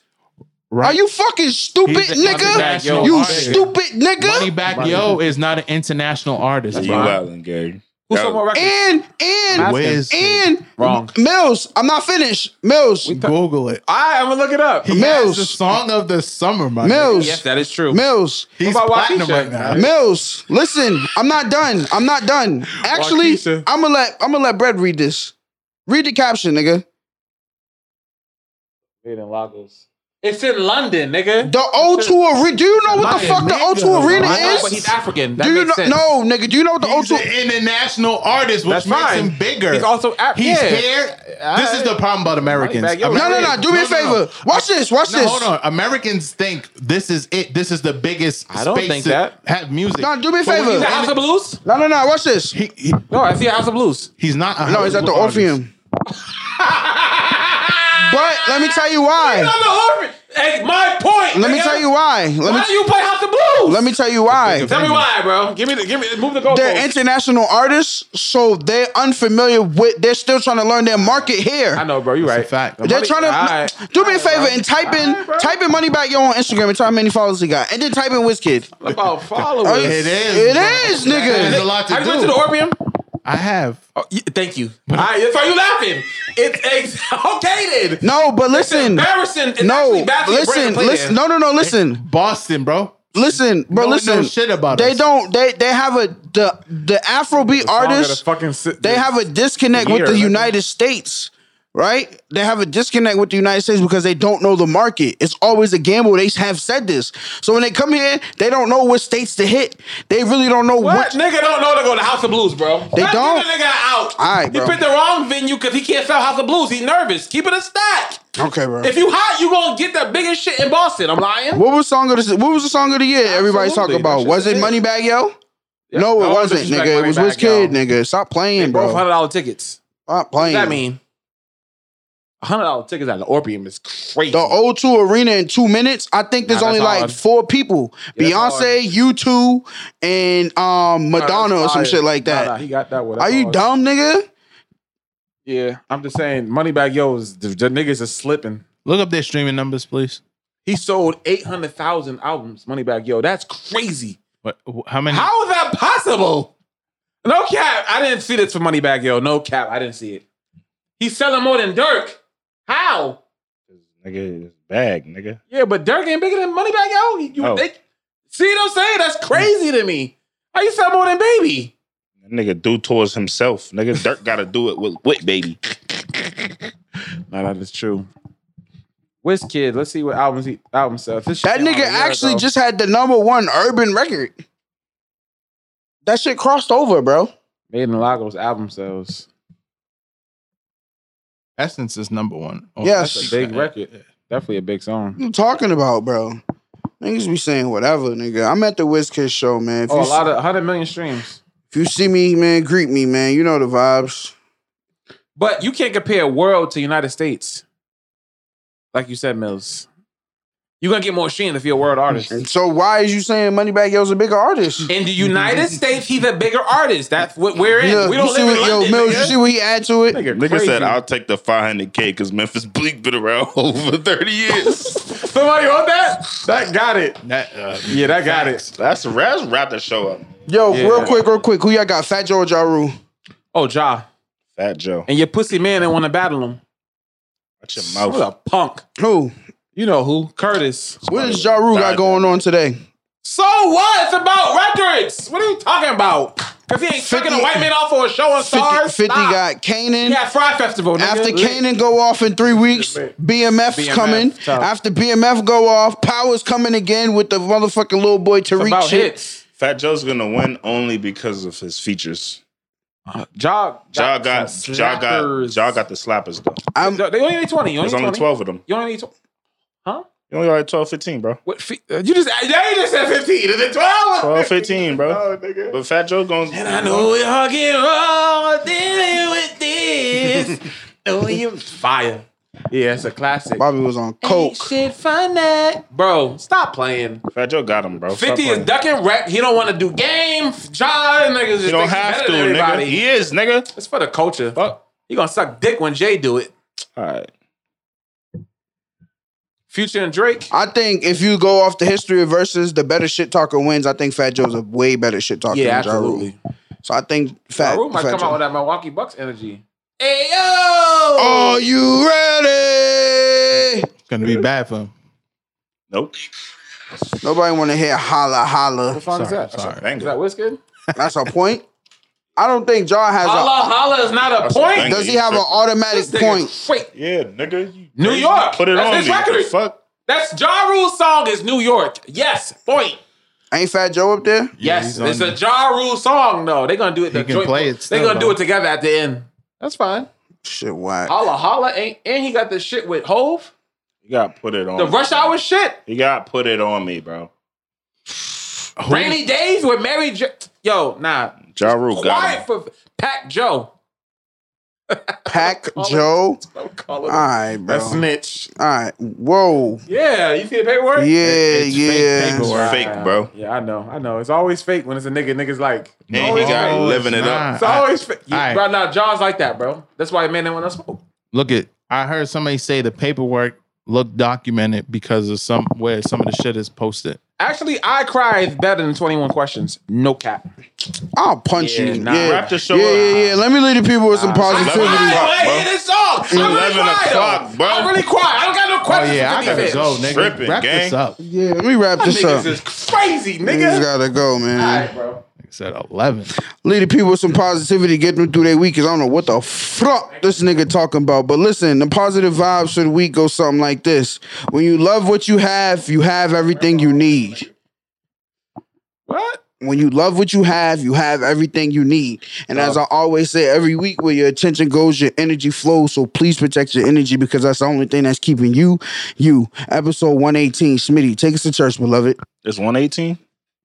Right.
Are you fucking stupid,
He's an
nigga?
international
You
artist.
stupid nigga.
Moneyback Yo is not an international artist.
You
bro.
wildin', gang.
Who
That-
sold more records?
And and
Wiz.
and
Wrong.
Mills. I'm not finished. Mills.
Google it.
I, I'm gonna look it up.
He has
Mills.
the song of the summer, my nigga.
Mills.
Yes, that is true.
Mills.
He's
What about
platinum
Waukesha?
right now.
Mills, listen, I'm not done. I'm not done. Actually,
Waukesha.
I'm gonna let I'm gonna let Brett read this. Read the caption, nigga.
Made in Lagos. It's in London, nigga.
The O2 Arena. Do you know what the fuck the O2 Arena
I know, but
is?
he's African. That
do you
makes
know?
sense.
No, nigga. Do you know what the
He's an
O2?
international artist, which
That's
makes
fine.
him bigger.
He's also Af-
he's
yeah.
here. This is the problem about Americans.
Right back, you're
No, no, no.
Americans-
Do me a
no, no, no.
favor. Watch this. Watch
No,
this.
hold on. Americans think this is it. This is the biggest.
I don't
space
think
to
that.
have music.
No, do me a
But when
favor.
Is
he's
that
a-
House of Blues?
No, no, no. Watch this.
He, he,
No, I see a House of Blues.
he's not. A
No, it's at the
Hollywood
*laughs*
artist.
Orpheum. but let me tell you why.
Hey, my point.
Let me
nigga.
tell you why. Let me
Why do you play House of Blues?
let me tell you why.
tell me why, bro. Give me the give me move the goalpost.
They're international artists, so they're unfamiliar with. They're still trying to learn their market here.
I know, bro. You right.
a fact.
They're trying to
Alright.
do me a favor
Alright,
and type in
Alright, bro.
type in money back yo on Instagram and tell how many followers he got, and then type in WizKid. *laughs*
about
Oh,
followers.
It is,
It
bro.
is,
There's a
nigga.
lot to
Have you
do.
been to the Orpheum?
I have.
Oh, y- thank you. All right, that's why you laughing. It's ex- *laughs* okay then.
No, but listen.
Embarrassing. It's actually
No,
bad for your brand
listen,
to play
listen.
there.
No, no, no. Listen,
Boston, bro.
listen, bro.
No one
Listen.
knows shit about
They
us.
don't. They they have a the the Afrobeat artists. they have a disconnect
year,
with the
I think.
United States, right? They have a disconnect with the United States because they don't know the market. It's always a gamble. They have said this. So when they come here, they don't know what states to hit. They really don't know
What?
what.
nigga don't know to go to House of Blues, bro. They
don't?
Get the nigga out.
All right, bro.
He picked the wrong venue because he can't sell House of Blues. He's nervous. Keep it a stack.
Okay, bro.
If you hot, you gonna get the biggest shit in Boston. I'm lying.
What was song of the What was the song of the year? Everybody's talking
Absolutely.
about.
That
Was it
shit is.
Moneybag Yo? No, it
No,
wasn't,
disrespect
nigga. It was
Moneybag
Wizkid,
Yo.
nigga. Stop playing,
Bro,
bro.
hundred dollar tickets.
Stop
What
playing.
does that mean? Hundred dollar tickets at the Orpheum is crazy.
The O2 Arena in two minutes. I think there's
Nah,
only
that's
like
hard.
four people:
Yeah, that's
Beyonce, you two, and um,
Nah, that's
Madonna or some
fire.
shit like that.
Nah, nah, he got that one.
Are
That's
you
all.
dumb, nigga?
Yeah, I'm just saying. Moneybag Yo is the, the niggas is slipping.
Look up their streaming numbers, please.
He sold eight hundred thousand albums. Moneybag Yo, that's crazy.
What, how many?
How is that possible? No cap. I didn't see this for Moneybag Yo. No cap. I didn't see it. He's selling more than Dirk. How?
Nigga, it's bag, nigga.
Yeah, but Dirk ain't bigger than Moneybag Yo. You would
Oh.
think? See what I'm saying? That's crazy to me. How you sell more than Baby?
That nigga do towards himself. Nigga, Dirk gotta do it with Wit Baby.
No, that is true. Whiz Kid, let's see what albums he album sells. This shit
That
came
nigga
out a year
actually
ago.
just had the number one urban record. That shit crossed over, bro.
Made in Lagos album sales.
Essence is number one. Oh,
Yes.
That's a big record. Definitely a big song.
What you talking about, bro? Niggas be saying whatever, nigga. I'm at the WizKid show, man. If,
Oh,
you,
a lot of 100 million streams.
if you see me, man, greet me, man. You know the vibes.
But you can't compare world to United States. Like you said, Mills. You're gonna get more streams if you're a
*laughs*
world artist.
And so why is you saying Moneybag Yo's a bigger artist?
In the United States, he's a bigger artist. That's what we're in.
Yeah,
we don't
you see
live in
what, yo,
London,
Mills,
nigga.
you see what he add to it?
Nigga,
Nigga
crazy.
said, I'll take the 500K because Memphis Bleak been around *laughs* over 30 years.
Somebody want that? That got it.
That, uh,
Yeah, that got it.
That's that's wrap the show up.
Yo,
Yeah.
real quick, real quick. Who y'all got? Fat Joe or Ja Rule?
Oh, Ja.
Fat Joe.
And your pussy man didn't want to battle him.
Watch your
What
mouth.
a punk.
Who?
You know who? Curtis.
What is Ja Rule got going on today?
So what? It's about records. What are you talking about? Because he ain't tricking a
50
white man off for a show on
50,
stars.
50
Stop.
got Kanan.
Yeah, Fry Festival. Nigga.
After
Lit.
Kanan go off in three weeks, BMF's
BMF,
coming.
tough.
After BMF go off, Power's coming again with the motherfucking little boy
It's
Tariq
about
shit.
hits.
Fat Joe's gonna win only because of his features.
Ja,
Ja got,
some
ja got,
slappers.
ja got the slappers though.
I'm,
They only need 20. You only
There's
need 20.
only 12 of them.
You only need 12.
You only like 12, 15, bro.
What, fe- uh, you just, you just said 15. Is it 12?
12, 15, *laughs* bro. But Fat Joe going.
And I know we're hugging wrong, dealing with this. *laughs* no, you fire. Yeah, it's a classic.
Bobby was on coke.
Ain't shit fun that. Bro, stop playing.
Fat Joe got him, bro. Stop
50 is
playing.
ducking rep. He don't want to do game. John, niggas just
You
think he
don't have
better
to,
than
nigga.
everybody.
He is, nigga.
It's for the culture.
Fuck.
He gonna suck dick when Jay do it.
All right.
Future and Drake.
I think if you go off the history of versus, the better shit talker wins. I think Fat Joe's a way better shit talker
Yeah,
than Ja Rule.
absolutely.
So I think
Ja
Fat,
Rule might
Fat
come
Joe.
out with that Milwaukee Bucks energy. Hey yo!
Are you ready?
it's gonna be bad for him.
Nope.
Nobody want to hear holla holla.
what the fuck is that?
sorry.
Is
Banger.
that Whiskey?
That's a point. I don't think Ja has
Holla holla is not a
That's a
point.
banger.
a. Does he have an
This
automatic
This nigga
point?
Wait,
Yeah, nigga. You
New York.
Put it
That's
on
his
me.
record.
Fuck.
That's Ja Rule's song is New York. Yes, point.
Ain't Fat Joe up there?
Yes,
he's on
it's a
the-
Ja Rule song though. They're gonna do it.
He
the
can play it
They're
still,
gonna do it
though.
together at the end. That's fine.
Shit, whack.
Holla holla ain't and he got the shit with Hove.
You got to put it on.
Oh,
The rush hour shit.
You got to put it on me, bro.
Rainy days with Mary J. Yo, nah.
Ja Rule got
Quiet
it.
for Pat Joe.
Pack
Call it-
Joe.
Don't call
All
it.
Ah,
right, bro. All
snitch.
right. Whoa.
Yeah, you see the paperwork?
Yeah,
it's fake
yeah.
paperwork.
Wow.
Fake, bro.
Yeah, I know. I know. It's always fake when it's a nigga. Niggas like.
And he
it's
got
fake.
living it up.
Nah.
It's always fake. You-
Alright.
Bro, now John's like that, bro. That's why man didn't want to smoke.
Look at I heard somebody say the paperwork looked documented because of some where some of the shit is posted.
Actually, I cried better than 21 questions. No cap.
I'll punch
Yeah,
you.
nah.
yeah.
Wrap the show
yeah,
up.
yeah, yeah. Let me leave the people with some
I cried.
positivity.
Why
o'clock,
do I
bro.
hear this song? I'm really
11
quiet,
o'clock,
though.
bro.
I'm really quiet. I don't got no
Oh
questions
yeah, I
for
gotta
these
go,
bitches.
nigga.
Tripping,
Wrap this
gang.
up.
Yeah, let me wrap this
Niggas
up.
is crazy,
Niggas
nigga.
gotta go, man.
All right, bro.
It's at eleven.
Leave the people with some positivity, get them through their week. Cause I don't know what the fuck this nigga talking about. But listen, the positive vibes for the week go something like this: When you love what you have, you have everything you need.
What?
When you love what you have, you have everything you need. And as I always say, every week where your attention goes, your energy flows. So please protect your energy because that's the only thing that's keeping you, you. Episode 118. Smitty, take us to church, beloved.
It's 118?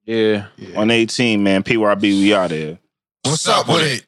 Yeah.
118, man. PYB, we out there.
What's up with it?